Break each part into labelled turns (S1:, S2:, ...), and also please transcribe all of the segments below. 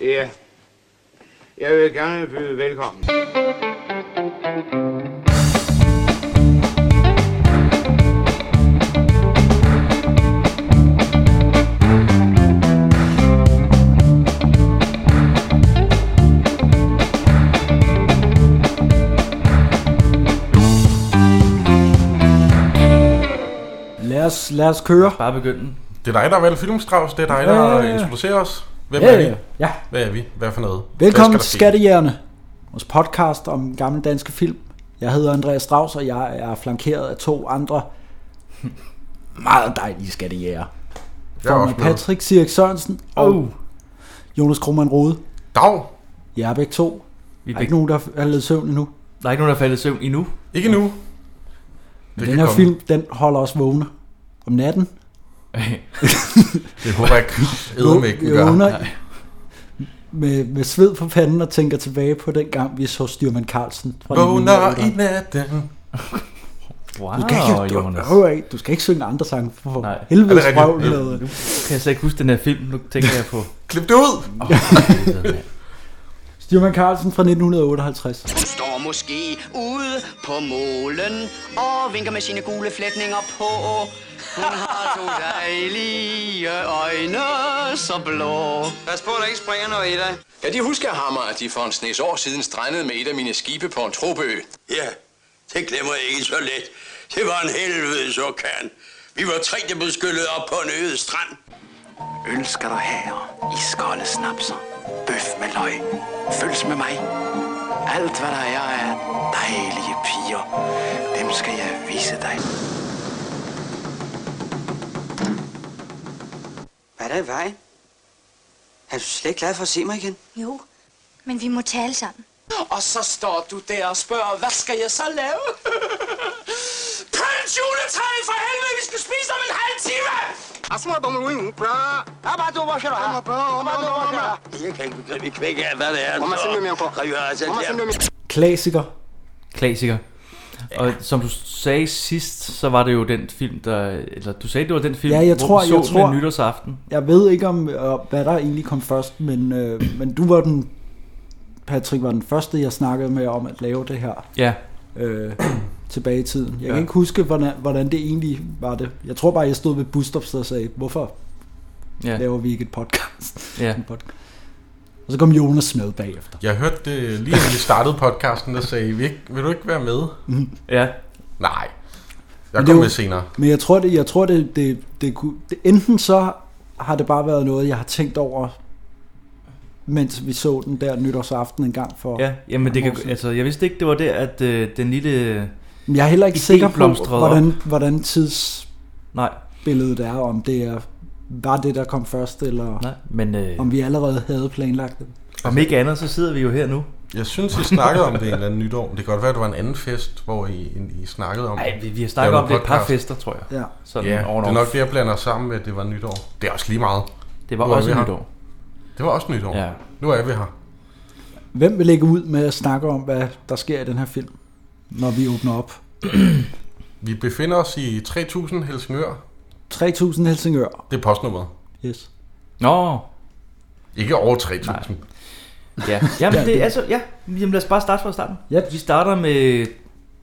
S1: Ja. Jeg vil gerne byde velkommen.
S2: Lad os, lad os køre.
S3: Bare begynde. den.
S4: Det er dig, der valgte filmstraus. Det er dig, der
S2: Ja, ja, ja.
S4: introducerer os. Hvem
S2: Ja,
S4: er vi?
S2: ja, ja.
S4: Hvad er vi? Hvad for noget?
S2: Velkommen
S4: Hvad
S2: til
S4: skal der ske?
S2: Skattejægerne, vores podcast om gamle danske film. Jeg hedder Andreas Strauss, og jeg er flankeret af to andre meget dejlige skattejæger.
S4: Jeg er
S2: Form
S4: også
S2: af
S4: med.
S2: Patrick Sirik Sørensen og
S3: Uh.
S2: Jonas Krohmann Rode.
S4: Dag.
S2: Jeg er begge to.
S3: Vi
S2: Der
S3: er
S2: er ikke
S3: begge,
S2: nogen, der har ledet søvn endnu.
S3: der er ikke nogen, der er faldet i søvn endnu.
S4: Ikke nu.
S2: Men
S4: kan
S2: den her
S4: komme.
S2: film, den holder os vågne om natten.
S4: Det håber jeg ikke, ikke vi gør.
S2: Vågner med, med sved på panden og tænker tilbage på den gang, vi så Styrman Carlsen. fra
S4: Vågner
S2: 1908.
S4: i natten.
S3: Wow,
S2: Du, kan ikke, du,
S3: Jonas.
S2: behøver ikke- du skal ikke synge andre sange for
S3: Nej.
S2: Nej. helvede
S4: Er det
S2: sprøvl
S4: rigtigt?
S2: med.
S3: Kan jeg slet ikke huske den her film? Nu tænker jeg på...
S4: Klip det ud.
S2: Styrman Carlsen fra 1958.
S5: Står måske ude på målen og vinker med sine gule flætninger på. Hun har to dejlige øjne så blå.
S6: Pas på, der ikke springer noget i dig.
S7: Kan de huske, Hammer, at de for en snes år siden strandede med et af mine skibe på en tropeø?
S6: Ja, det glemmer jeg ikke så let. Det var en helvedes orkan. Vi var tre, der blev skyllet op på en øde strand.
S5: Øl skal du have, og iskolde snapser, bøf med løg. Følges med mig. Alt hvad der er af dejlige piger, dem skal jeg vise dig.
S6: Hvad er der i vejen? Er du slet ikke glad for at se mig igen?
S8: Jo, men vi må tale sammen.
S5: Og så står du der og spørger, hvad skal jeg så lave? Prins juletræ for helvede, vi skal spise om en halv time!
S6: Jeg kan ikke begribe i kvæk af, hvad det er. Kom og send mig mere på.
S5: altså,
S6: Kom og send mig mere.
S2: Klassiker.
S3: Klassiker. Og som du sagde sidst, så var det jo den film, der... Eller du sagde, det var den film,
S2: Ja, jeg tror-
S3: hvor vi
S2: jeg
S3: så den
S2: tror-
S3: en nytårsaften.
S2: Jeg ved ikke, om og hvad der egentlig kom først, men, øh, men du var den, Patrick var den første, jeg snakkede med om at lave det her
S3: Ja,
S2: øh, tilbage i tiden. Jeg ja.
S3: Ja.
S2: kan ikke huske, hvordan, hvordan det egentlig var det. Jeg tror bare, jeg stod ved busstops og sagde, hvorfor
S3: ja,
S2: laver vi ikke et podcast?
S3: ja.
S2: En podcast. Og så kom Jonas med bagefter.
S4: Jeg hørte det lige inden vi startede podcasten, der sagde, vi ikke, vil du ikke være med?
S3: ja.
S4: Nej. Jeg
S2: Men det er
S4: kommer
S2: jo-
S4: med senere.
S2: Men jeg tror, det, jeg tror det, det, det, kunne, det, enten så har det bare været noget, jeg har tænkt over, mens vi så den der nytårsaften en gang for...
S3: ja. Jamen, det
S2: Morsen.
S3: kan, altså, jeg vidste ikke, det var der, at øh, den lille...
S2: Men jeg er heller ikke
S3: Idé
S2: sikker på,
S3: blomstrede
S2: hvordan, hvordan tidsbilledet
S3: Nej,
S2: er, om det er, var det, der kom først, eller Nej.
S3: nej, men øh,
S2: om vi allerede havde planlagt det.
S3: om ikke andet, så sidder vi jo her nu.
S4: Jeg synes, I snakkede om det en eller anden nytår. Det kan godt være, at det var en anden fest, hvor I, I snakkede om
S3: Nej, vi, vi har snakket om det et par fester, tror jeg.
S2: Ja.
S3: Sådan
S4: Ja,
S3: over
S4: det er nok det, jeg blander sammen med, at det var nytår. Det er også lige meget.
S3: det var
S4: Nu er
S3: også
S4: vi her.
S3: nytår.
S4: Det var også nytår.
S3: Ja.
S4: Nu er vi her.
S2: Hvem vil lægge ud med at snakke om, hvad der sker i den her film, når vi åbner op?
S4: Vi befinder os i 3000 Helsingør.
S2: 3.000 Helsingør.
S4: Det er postnummeret.
S2: Yes.
S3: Nå,
S4: Ikke over 3000.
S3: Ja, jamen det er altså, ja, jamen lad os bare starte fra starten.
S2: Yep.
S3: Vi starter med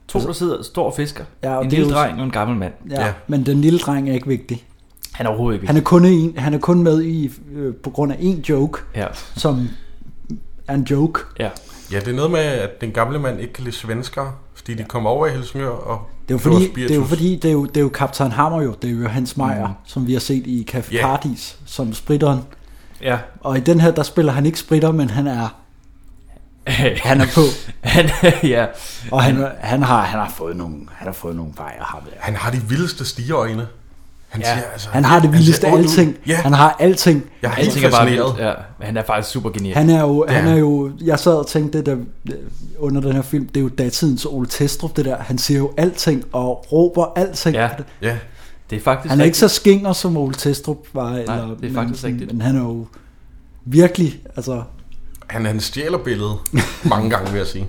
S3: to, der sidder, står og fisker.
S2: Altså- Ja, og
S3: en
S2: det er
S3: lille
S2: jo-
S3: dreng og en gammel mand.
S2: Ja, ja.
S4: Ja.
S2: Men den lille dreng er ikke vigtig.
S3: Han er overhovedet ikke.
S2: Han er kun, en, han er kun med i, øh, på grund af en joke,
S3: Ja,
S2: som er en joke.
S3: ja.
S4: Ja, det er noget med, at den gamle mand ikke kan lide svenskere, fordi de kommer over i Helsingør og
S2: Det er jo
S4: køber
S2: fordi, det
S4: spiritus.
S2: er jo, fordi det, er jo, det er jo Kaptajn Hammer jo, det er jo Hans Meyer, mm. som vi har set i Café
S4: Ja.
S2: yeah. Paradis, som spritteren.
S3: ja.
S2: Og i den her, der spiller han ikke spritter, men han er, han er på.
S3: han, ja.
S2: Og han, han, har, han har fået nogle, han har fået nogle vejer, ham der.
S4: Han har de vildeste stigeøjne. Han, ja, siger, altså,
S2: Han har det vildeste af
S4: ser ondt ud.
S2: alting.
S4: Ja,
S2: Han har alting.
S4: jeg er
S3: Han
S4: helt
S3: tænker bare,
S4: fascineret.
S3: vildt. ja, men han er faktisk super genial.
S2: Han er jo, han
S4: Ja.
S2: er jo, jeg sad og tænkte det der, øh, under den her film, det er jo datidens Ole Testrup, det der. Han siger jo alting og råber alting.
S3: Ja,
S4: Ja,
S3: det er faktisk
S2: Han er ikke
S3: rigtigt.
S2: så skinger, som Ole Testrup var. Nej, eller,
S3: det er faktisk
S2: men,
S3: rigtigt.
S2: Men han er jo virkelig, altså,
S4: han, han stjæler billedet mange gange, vil jeg sige.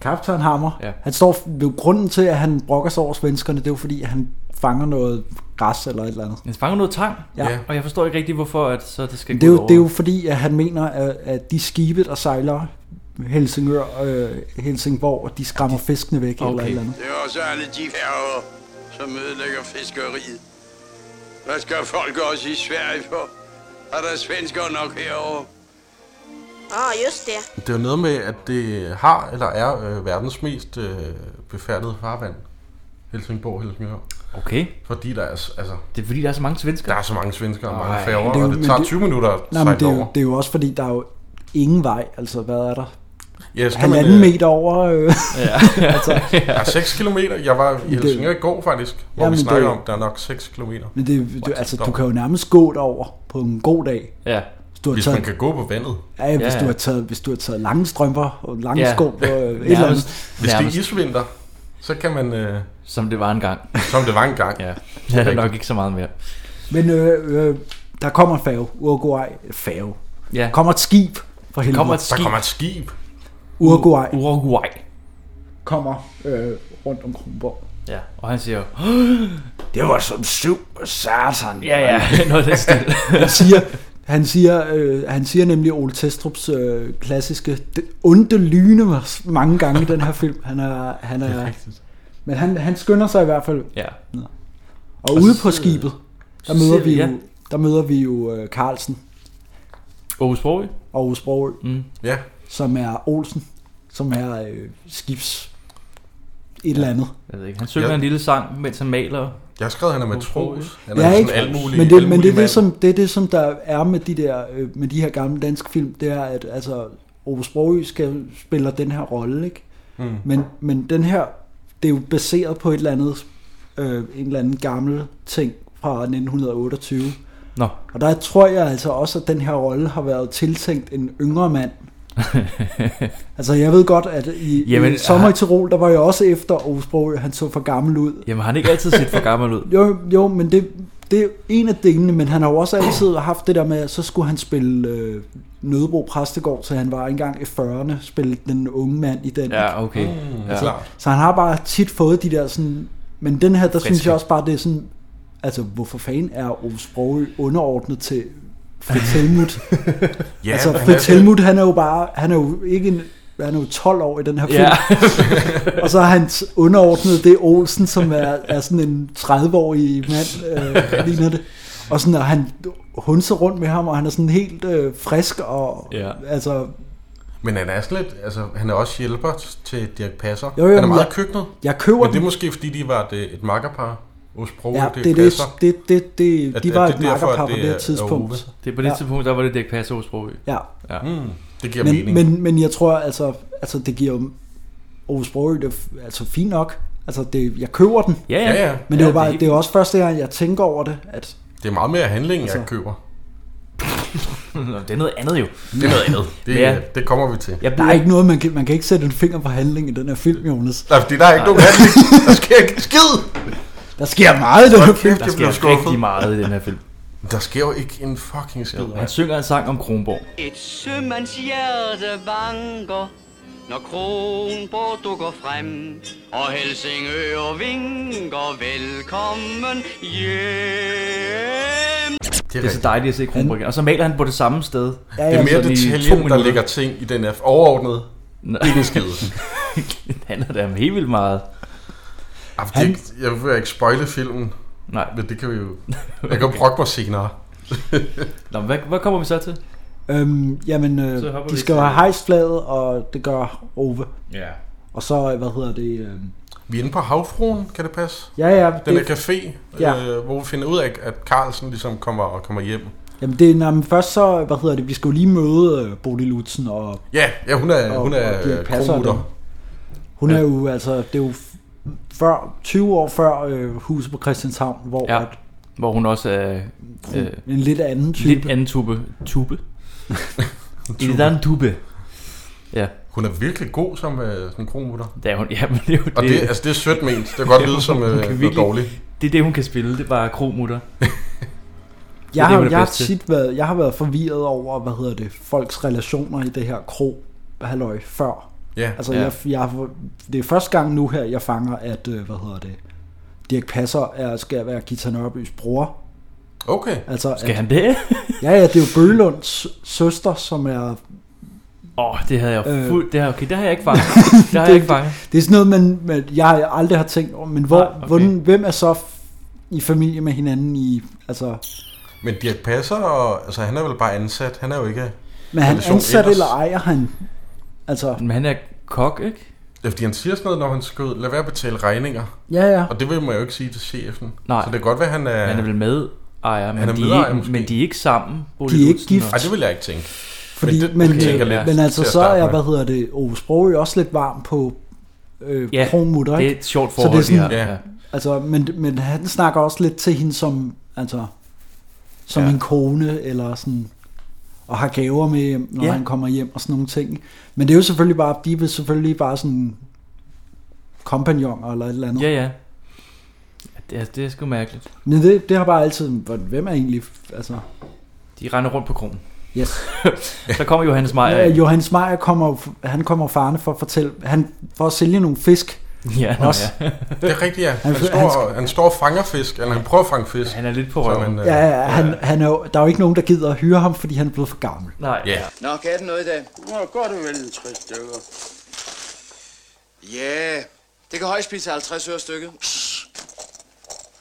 S2: Kaptajn Hammer.
S3: Ja.
S2: Han står, jo, grunden til, at han brokker sig over svenskerne, det er jo fordi, at han fanger noget græs eller et eller andet.
S3: Han fanger noget tang,
S2: Ja.
S3: og jeg forstår ikke rigtig, hvorfor at så det skal
S2: Men
S3: gå
S2: det, er jo,
S3: over.
S2: det er jo fordi, at han mener, at, at de skibe, der sejler Helsingør og øh, Helsingborg, de skræmmer fiskene væk okay. eller
S3: Okay.
S2: et eller andet.
S6: Det er også alle de færger, som ødelægger fiskeriet. Hvad skal folk også i Sverige for? Er der svensker nok herovre?
S9: Åh, oh, just det.
S4: Det er jo noget med, at det har eller er øh, verdens mest øh, befærdede farvand. Helsingborg, Helsingør.
S3: Okay,
S4: Fordi der er, s- altså,
S3: det er fordi, der er så mange
S4: der
S3: svenskere.
S4: er så mange svenskere og mange
S3: Ej,
S4: færger,
S2: det er jo-
S4: og det
S2: men
S4: tager
S2: det-
S4: 20 minutter at
S2: Nej, men det
S4: sejle
S2: er, jo,
S4: over.
S2: det er jo også fordi, der er jo ingen vej. Altså, hvad er der?
S4: Ja, skal man,
S2: Halvanden
S4: øh,
S2: meter over... Øh.
S4: Der er 6 kilometer. Jeg var i Helsingør i går faktisk, hvor
S2: Jamen,
S4: vi
S2: det-
S4: snakkede om, der er nok 6 kilometer.
S2: Men det, det,
S4: What?
S2: altså, du
S4: Stop.
S2: kan jo nærmest gå derover på en god dag.
S3: Ja,
S2: Hvis du har
S4: Hvis man
S2: taget,
S4: kan gå på vandet.
S2: ja, hvis,
S3: Ja,
S2: du
S3: ja.
S2: har taget, hvis du har taget lange strømper og lange
S3: Ja.
S2: sko og øh, et eller andet.
S4: Hvis det
S3: nærmest,
S4: er isvinter, så kan man, øh,
S3: som det var engang.
S4: som det var engang.
S3: Ja, det er der nok ikke så meget mere.
S2: Men øh, øh, der kommer en færge. Uruguay. Færge.
S3: Ja,
S2: Der kommer et skib for helvede.
S3: kommer et
S4: Der
S3: skib.
S4: kommer et skib.
S2: Uruguay
S3: Uruguay.
S2: kommer øh, rundt om Kronborg.
S3: Ja, og han siger jo,
S2: Det var som syv satan.
S3: ja, ja, noget af den stil.
S2: Han siger, han siger, øh, han siger nemlig Ole Testrups øh, klassiske "Det onde lyne mig s- mange gange i den her film. Han er, han er, men han, han skynder sig i hvert fald.
S3: ja.
S2: Og ude på skibet, der
S3: så
S2: møder
S3: ser vi,
S2: vi
S3: ja.
S2: jo, der møder vi jo øh, Carlsen
S3: Aarhus Brogø.
S2: og Ove Sprogø,
S4: Ja,
S2: som er Olsen, som er øh, skibs et eller andet.
S3: Jeg ved ikke, han synger
S4: Ja.
S3: en lille sang, mens han maler.
S4: jeg har skrevet, at han er matros. Han er
S2: Ja,
S4: sådan
S2: ikke?
S4: alt muligt.
S2: Men det,
S4: alt
S2: men det, er
S4: muligt
S2: det,
S4: mand.
S2: som, det er det, som der er med de, der, øh, med de her gamle danske film, det er, at altså, Ove Sprogø skal, spiller den her rolle, ikke? Mm. Men, men den her, det er jo baseret på et eller andet, øh, en eller anden gammel ting fra 1928.
S3: Nå,
S2: Og der tror jeg altså også, at den her rolle har været tiltænkt en yngre mand. altså jeg ved godt, at i, Jamen,
S3: Jamen, ah.
S2: i Sommer i
S3: har-
S2: Tirol, der var jeg også efter Ove Sprogø, han så for gammel ud.
S3: jamen har han ikke altid set for gammel ud.
S2: Jo, jo, men det, det er en af delene, men han har jo også altid haft det der med, at så skulle han spille øh, Nødebro Præstegård, så han var engang i 40'erne, spille den unge mand i den.
S3: Ja, okay.
S4: Mm.
S3: ja.
S4: Klart.
S2: Så han har bare tit fået de der sådan... Men den her, der synes jeg også bare, det er sådan... Altså, hvorfor fanden er Ove Sprogø underordnet til Fritz Helmut?
S4: Ja,
S2: altså,
S4: men han
S2: Fritz
S4: er-
S2: Helmut, han er jo bare... Han er jo ikke en... Han er jo 12 år i den her film.
S3: Ja,
S2: Og så er hans underordnede, det er Olsen, som er, er sådan en 30-årig mand, øh, ligner det. Og sådan, og han hunser rundt med ham, og han er sådan helt øh, frisk, og
S3: Ja.
S2: altså,
S4: Men han er sådan lidt, altså, han er også hjælper til Dirk Passer.
S2: Jo, jo,
S4: han er
S2: men
S4: meget
S2: jeg-
S4: i køkkenet.
S2: jeg køber
S4: Men det er
S2: den.
S4: måske, fordi de var et, et makkerpar. Osbro
S2: Ja,
S4: og Dirk
S2: det, er det,
S4: Passer.
S2: det, det, det,
S4: At-
S2: de
S4: at
S2: var
S4: det er
S2: et
S4: derfor,
S2: makkerpar på det
S4: at det
S2: her
S4: er Ove.
S2: tidspunkt.
S3: det er på det tidspunkt, der var det Dirk Passer Aarhus Brogø.
S2: Ja,
S3: Ja.
S4: Mm, det giver
S2: men,
S4: mening.
S2: men, men jeg tror, altså, altså det giver jo Ove Sprogø, det er f- altså fint nok. Altså, det, jeg køber den.
S3: Ja,
S4: ja, ja.
S2: Men det er jo
S3: Ja,
S2: bare,
S3: helt-
S2: det er jo også første gang, jeg tænker over det, at
S4: Det er meget mere handling, jeg
S2: Altså.
S4: køber.
S3: Nå, det er noget andet jo.
S4: Det er noget andet. Det,
S3: Ja.
S4: det kommer vi til.
S3: Jeg
S2: der
S3: bliver
S2: er
S3: ikke...
S2: ikke noget, man kan, man kan ikke sætte en finger på handling i den her film, Jonas.
S4: Nej, fordi der er ikke nogen handling. Der sker ikke skid.
S2: Der sker meget i den her
S4: Hold
S2: film.
S4: kæft,
S3: Der
S4: jeg bliver
S3: sker
S4: skuffet.
S3: rigtig meget i den her film.
S4: Der sker jo ikke en fucking skid.
S3: Han
S4: mand.
S3: synger en sang om Kronborg.
S10: Et sømands hjerte vanker, når Kronborg dukker frem, og Helsingør vinker velkommen hjem.
S4: Det
S3: Det
S4: er
S3: er så dejligt at se Kronborg igen. Og så maler han på det samme sted.
S2: Ja,
S4: Det er mere
S3: sådan i altså, to
S4: detaljen, der
S3: minutter.
S4: ligger ting i den her overordnet.
S3: Nå,
S4: Ikke en skid.
S3: det handler da om helt vildt meget.
S4: Ej, fordi jeg- Jeg vil ikke spoile filmen,
S3: Nej,
S4: men det kan vi jo... Jeg kan brokke mig senere.
S3: Nå, hvad, hvad kommer vi så til?
S2: Øhm, jamen, øh,
S3: Så hopper
S2: de
S3: vi
S2: skal jo
S3: til-
S2: have hejsflaget, og det gør Ove.
S3: Ja.
S2: Og så, øh, hvad hedder det? Øh,
S4: Vi er inde på havfruen, kan det passe?
S2: ja, ja,
S4: Den der
S2: det,
S4: café,
S2: Ja.
S4: ja. øh, hvor vi finder ud af, at Carlsen ligesom kommer, og kommer hjem.
S2: jamen, det, nej, men først så, hvad hedder det, vi skal jo lige møde øh, Bodil Lutzen, og
S4: Ja, ja hun er,
S2: Og-
S4: hun
S2: og de
S4: er
S2: passer dem.
S4: kromutter.
S2: hun er jo, altså, det er jo f- før, 20 år før øh, huset på Christianshavn, hvor ja.
S3: ja.
S2: at,
S3: Hvor hun også er øh,
S2: en lidt anden type.
S3: lidt anden tube. Tube? En lidt anden tube. Ja,
S4: Hun er virkelig god som øh, sådan en kromutter.
S3: det er hun. Ja, men det er jo
S4: Og det,
S3: det,
S4: altså, det er sødt ment. Det kan godt lyde som øh,
S3: Hun kan
S4: noget
S3: virkelig-
S4: dårligt.
S3: det, er det, hun kan spille. Det var kromutter.
S2: jeg,
S3: det,
S2: har,
S3: hun er
S2: jeg har
S3: bedst til.
S2: tit været, jeg har været forvirret over, hvad hedder det, folks relationer i det her kro, halløj, før.
S4: Ja.
S2: Altså,
S4: Ja.
S2: Jeg, jeg, det er første gang nu her, jeg fanger, at, øh, hvad hedder det, Dirk Passer er, skal være Gita Nørbys bror.
S4: Okay.
S2: Altså,
S3: Skal han det?
S2: ja, ja, det er jo Bølunds søster, som er...
S3: Åh, oh, det havde jeg
S2: Øh.
S3: jo fuldt... Det har, okay, det har jeg ikke fanget. Det har jeg ikke fanget.
S2: Det er sådan noget, man, man, jeg aldrig har tænkt over, men hvor,
S3: Nej, okay.
S2: okay. hvordan, hvem er så f- i familie med hinanden i... Altså,
S4: Men Dirk Passer, og, altså han er vel bare ansat. Han er jo ikke...
S2: men han
S4: relation
S2: ansat
S4: ellers.
S2: eller ejer han? Altså,
S3: Men han er kok, ikke?
S4: Ja, fordi han siger sådan noget, når han skal ud. Lad være at betale regninger.
S2: ja, ja.
S4: Og det vil man jo ikke sige til chefen.
S3: Nej.
S4: Så det kan godt være, han er...
S3: Han er vel med ejer, men,
S4: Han er
S3: de,
S4: medejer
S3: er ikke,
S4: måske.
S3: men de er ikke sammen. Bodil
S2: De er ikke
S3: Udsen
S2: gift.
S4: Ej, det vil jeg ikke tænke.
S2: Fordi,
S4: det-
S2: men, men,
S4: det
S3: tænker
S2: øh,
S3: jeg
S2: men
S4: lidt
S2: altså,
S4: til at
S2: så
S4: starte
S2: er,
S4: med.
S2: hvad hedder det, Ove Sprogø også lidt varm på øh,
S3: Ja,
S2: ja, kromutter,
S3: og-
S2: ikke?
S3: Det er et sjovt
S2: Så det er
S3: forhold, det
S2: sådan-
S3: de har.
S4: Ja.
S2: Altså, men, men han snakker også lidt til hende som, altså, som
S4: Ja.
S2: ja. en kone, eller sådan, og har gaver med, hjem, når
S3: Ja.
S2: ja. han kommer hjem, og sådan nogle ting. Men det er jo selvfølgelig bare, de vil selvfølgelig bare sådan, kompagnoner eller et eller andet.
S3: Ja, ja. ja det, er, det er sgu mærkeligt.
S2: Men det, det har bare altid, hvem er egentlig, altså,
S3: De render rundt på krogen.
S2: yes.
S3: Så kommer Johannes Meyer.
S2: Ja,
S3: Ja, jo.
S2: Johannes Meyer kommer, han kommer farne for at fortælle, han, for at sælge nogle fisk,
S3: ja, nå,
S2: Også.
S3: ja.
S4: Det er rigtigt, ja. Han,
S2: Han-
S4: står, han, han står og fanger fisk, eller han prøver at fange fisk.
S3: Han er lidt på
S4: Så
S3: røven.
S4: han, øh,
S2: Ja, ja, han, han er jo, der er jo ikke nogen, der gider at hyre ham, fordi han er blevet for gammel.
S3: Nej.
S4: Ja.
S5: Nå, kan den noget i dag?
S6: Nå, går det vel en tre stykker.
S5: Ja, yeah. det kan højst blive til 50 øre stykket.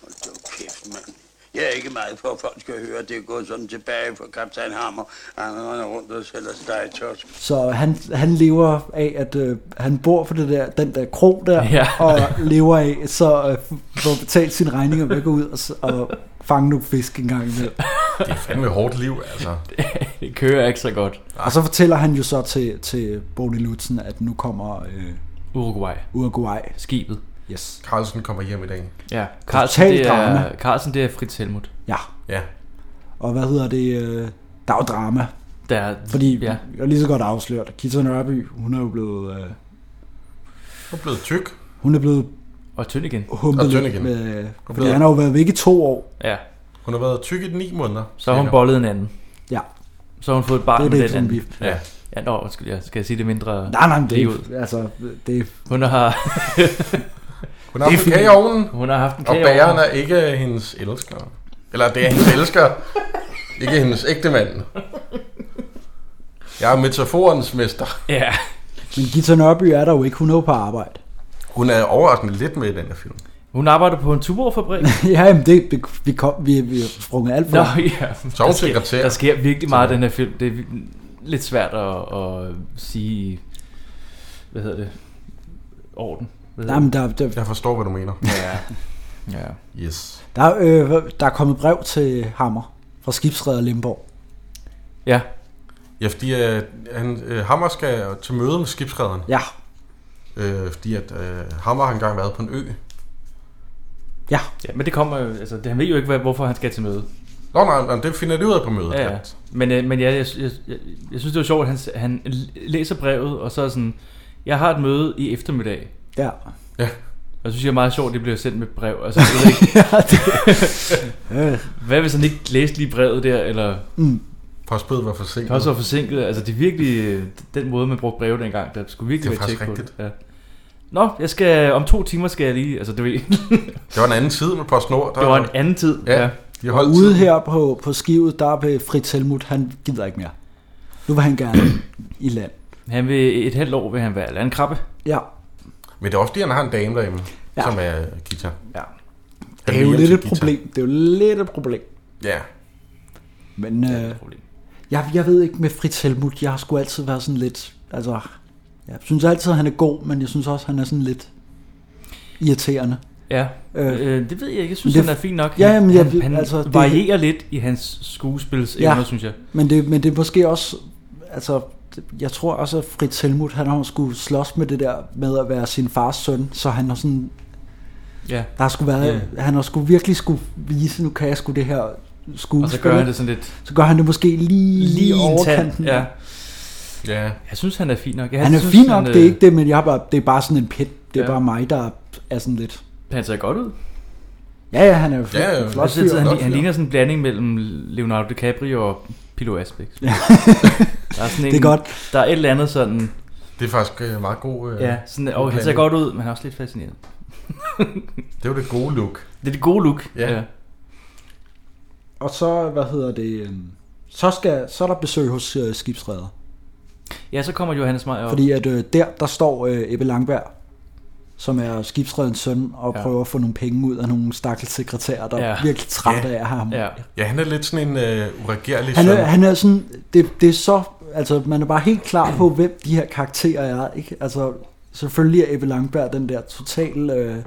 S6: Hold da kæft, mand. Jeg er ikke meget på, at folk skal høre, at det er gået sådan tilbage på kaptajn Hammer. Han render rundt og sælger stegetorsk.
S2: Så han, han lever af, at øh, han bor på det der, den der krog der,
S3: Ja.
S2: og lever af, så øh, får betalt sine regninger ved at gå ud og, s- og fange nogle fisk en gang imellem.
S4: Det er fandme et hårdt liv, altså.
S3: Det kører ikke så godt.
S2: Og så fortæller han jo så til, til Bodil Lutzen, at nu kommer øh,
S3: Uruguay.
S2: Uruguay.
S3: Skibet.
S2: Yes.
S4: Carlsen kommer hjem i dag.
S3: Ja. Carlsen,
S2: Total
S3: det er,
S2: drama.
S3: Carlsen, det er Fritz Helmut.
S2: Ja,
S4: Ja.
S2: og hvad hedder det? Øh, der er jo drama,
S3: Der, er-
S2: fordi
S3: Ja.
S2: ja. jeg er lige så godt afsløret. Kita Nørby, hun er jo blevet, øh,
S4: Du er blevet tyk.
S2: hun er blevet
S3: Og tynd igen.
S4: Og
S2: humpet
S4: tynd
S2: lidt
S4: igen.
S2: med, fordi
S4: blevet-
S2: han har jo været væk i to år.
S3: Ja.
S4: Hun har været tyk i ni måneder.
S3: Så har hun
S4: cirka.
S3: bollet en anden.
S2: Ja,
S3: Så har hun fået et barn
S2: det er
S3: med
S2: det,
S3: den
S2: som
S3: anden.
S2: vi...
S4: Ja.
S3: Ja, nå, undskyld, ja. skal jeg sige det mindre?
S2: Nej, nej, men det er
S3: ud.
S2: jo, altså, det er
S3: Hun har,
S4: Hun har haft en kage i ovnen,
S3: hun har haft en
S4: og
S3: kage
S4: bageren
S3: over.
S4: er ikke hendes elsker. Eller det er hendes elsker, ikke hendes ægte mand. Jeg er metaforens mester.
S3: Ja.
S2: Men Gita Nørby er der jo ikke, hun er jo på arbejde.
S4: Hun er overraskende lidt med i den her film.
S3: Hun arbejder på en tuborgfabrik.
S2: ja, jamen det, vi, vi, kom, vi, vi har sprunget alt for.
S3: Nå, ja.
S4: Så er hun
S3: sker,
S4: sekretær.
S3: der sker virkelig meget i den her film. Det er vi- lidt svært at, at sige, i- hvad hedder det, orden. Hvad hedder
S2: Nej, men der, der,
S4: Jeg forstår, hvad du mener.
S3: det? Ja. ja.
S4: Yes.
S2: der, er, øh, der er kommet brev til Hammer fra skibsredder Limborg.
S3: Ja,
S4: Ja, fordi øh, han, øh, Hammer skal til møde med skibsredderen.
S2: Ja,
S4: Øh, fordi at øh, Hammer har engang været på en ø.
S2: ja,
S3: ja men det kommer jo, altså, det, han ved jo ikke, hvad, hvorfor han skal til møde.
S4: Nå nej, nej, det finder de ud af på mødet.
S3: Ja, ja.
S4: at-
S3: Men, øh, men ja, jeg, jeg, jeg, jeg synes, det var sjovt, at han, s- han l- læser brevet, og så er sådan, jeg har et møde i eftermiddag.
S2: ja.
S4: ja.
S3: Og jeg synes, det er meget sjovt, at det bliver sendt med brev. Altså, jeg ved ikke,
S2: Øh,
S3: hvad hvis han ikke læste lige brevet der, eller
S4: Postbud var forsinket.
S3: Det også var forsinket. Altså, det er virkelig øh, den måde, man brugte breve dengang. Der skulle virkelig
S4: Det er
S3: være tjek
S4: faktisk
S3: på det.
S4: rigtigt.
S3: Ja. Nå, jeg skal, om to timer skal jeg lige... Altså, det, ved,
S4: Det var en anden tid med PostNord. Der,
S3: det var en anden tid.
S4: Ja, de holdt
S2: ude
S4: tid.
S2: her på, på skivet, der er Fritz Helmut, han gider ikke mere. Nu vil han gerne i land.
S3: Han vil, et halvt år vil han være landkrabbe.
S2: Ja,
S4: Men det er også fordi, han har en dame derhjemme, ja.
S2: Ja.
S4: som er guitar.
S3: Ja.
S2: det er jo lidt et problem. Det er jo lidt et problem.
S4: Ja,
S2: Men øh,
S3: Problem.
S2: jeg, jeg ved ikke med Fritz Helmut, jeg har sgu altid været sådan lidt, altså, jeg synes altid, han er god, men jeg synes også, han er sådan lidt irriterende.
S3: Ja,
S2: Øh,
S3: øh, det ved jeg ikke. Jeg synes,
S2: det-
S3: han er fint nok.
S2: Ja, jamen, jeg-
S3: han, han
S2: altså, det-
S3: varierer lidt i hans skuespilsevner, ja.
S2: Ja.
S3: synes jeg.
S2: Men det, men det er måske også, altså, jeg tror også, at Fritz Helmut, han har skulle slås med det der med at være sin fars søn, så han har sådan,
S3: Ja.
S2: der har skulle været, han har skulle virkelig skulle vise, nu kan jeg sgu det her skuespil.
S3: Og så gør han det sådan lidt
S2: så gør han det måske lige,
S3: lige
S2: lige
S3: en
S2: overkanten.
S3: tand. Ja.
S4: ja.
S3: Jeg synes, han er fint nok. Jeg
S2: Han er
S3: synes,
S2: fin nok, det er
S3: øh,
S2: ikke det, men jeg har bare, det er bare sådan en pit. Det er
S3: Ja.
S2: bare mig, der er sådan lidt...
S3: Han ser godt ud.
S2: Ja, ja, han er jo fl-
S4: Ja, ja.
S2: en
S3: Jeg
S2: flot
S3: synes,
S2: fyr.
S3: han,
S4: Flot
S3: han, han
S4: fyr.
S3: ligner sådan en blanding mellem Leonardo DiCaprio og Pilo Asbæk. Ja. der er sådan en,
S2: Det er godt.
S3: Der er et eller andet sådan...
S4: Det er faktisk øh, meget god... Øh,
S3: Ja, sådan,
S4: god
S3: og han ser
S4: blanding.
S3: godt ud, men han er også lidt fascineret.
S4: Det er jo det gode look.
S3: Det er det gode look.
S4: Ja.
S2: Og så, hvad hedder det, øhm, så, skal, så er der besøg hos øh, skibsredder.
S3: ja så kommer Johannes Meyer op.
S2: Fordi at øh, der, der står øh, Ebbe Langberg, som er skibsredens søn, og
S3: Ja.
S2: ja. prøver at få nogle penge ud af nogle stakkels sekretærer, der ja.
S3: Ja.
S2: er virkelig trætte
S4: Ja.
S2: ja. af ham.
S3: Ja.
S4: Ja, han er lidt sådan en øh, uregerlig
S2: Han er,
S4: søn.
S2: han er sådan, det, det er så, altså man er bare helt klar på, hvem de her karakterer er, ikke? Altså selvfølgelig er Ebbe Langberg den der total øh,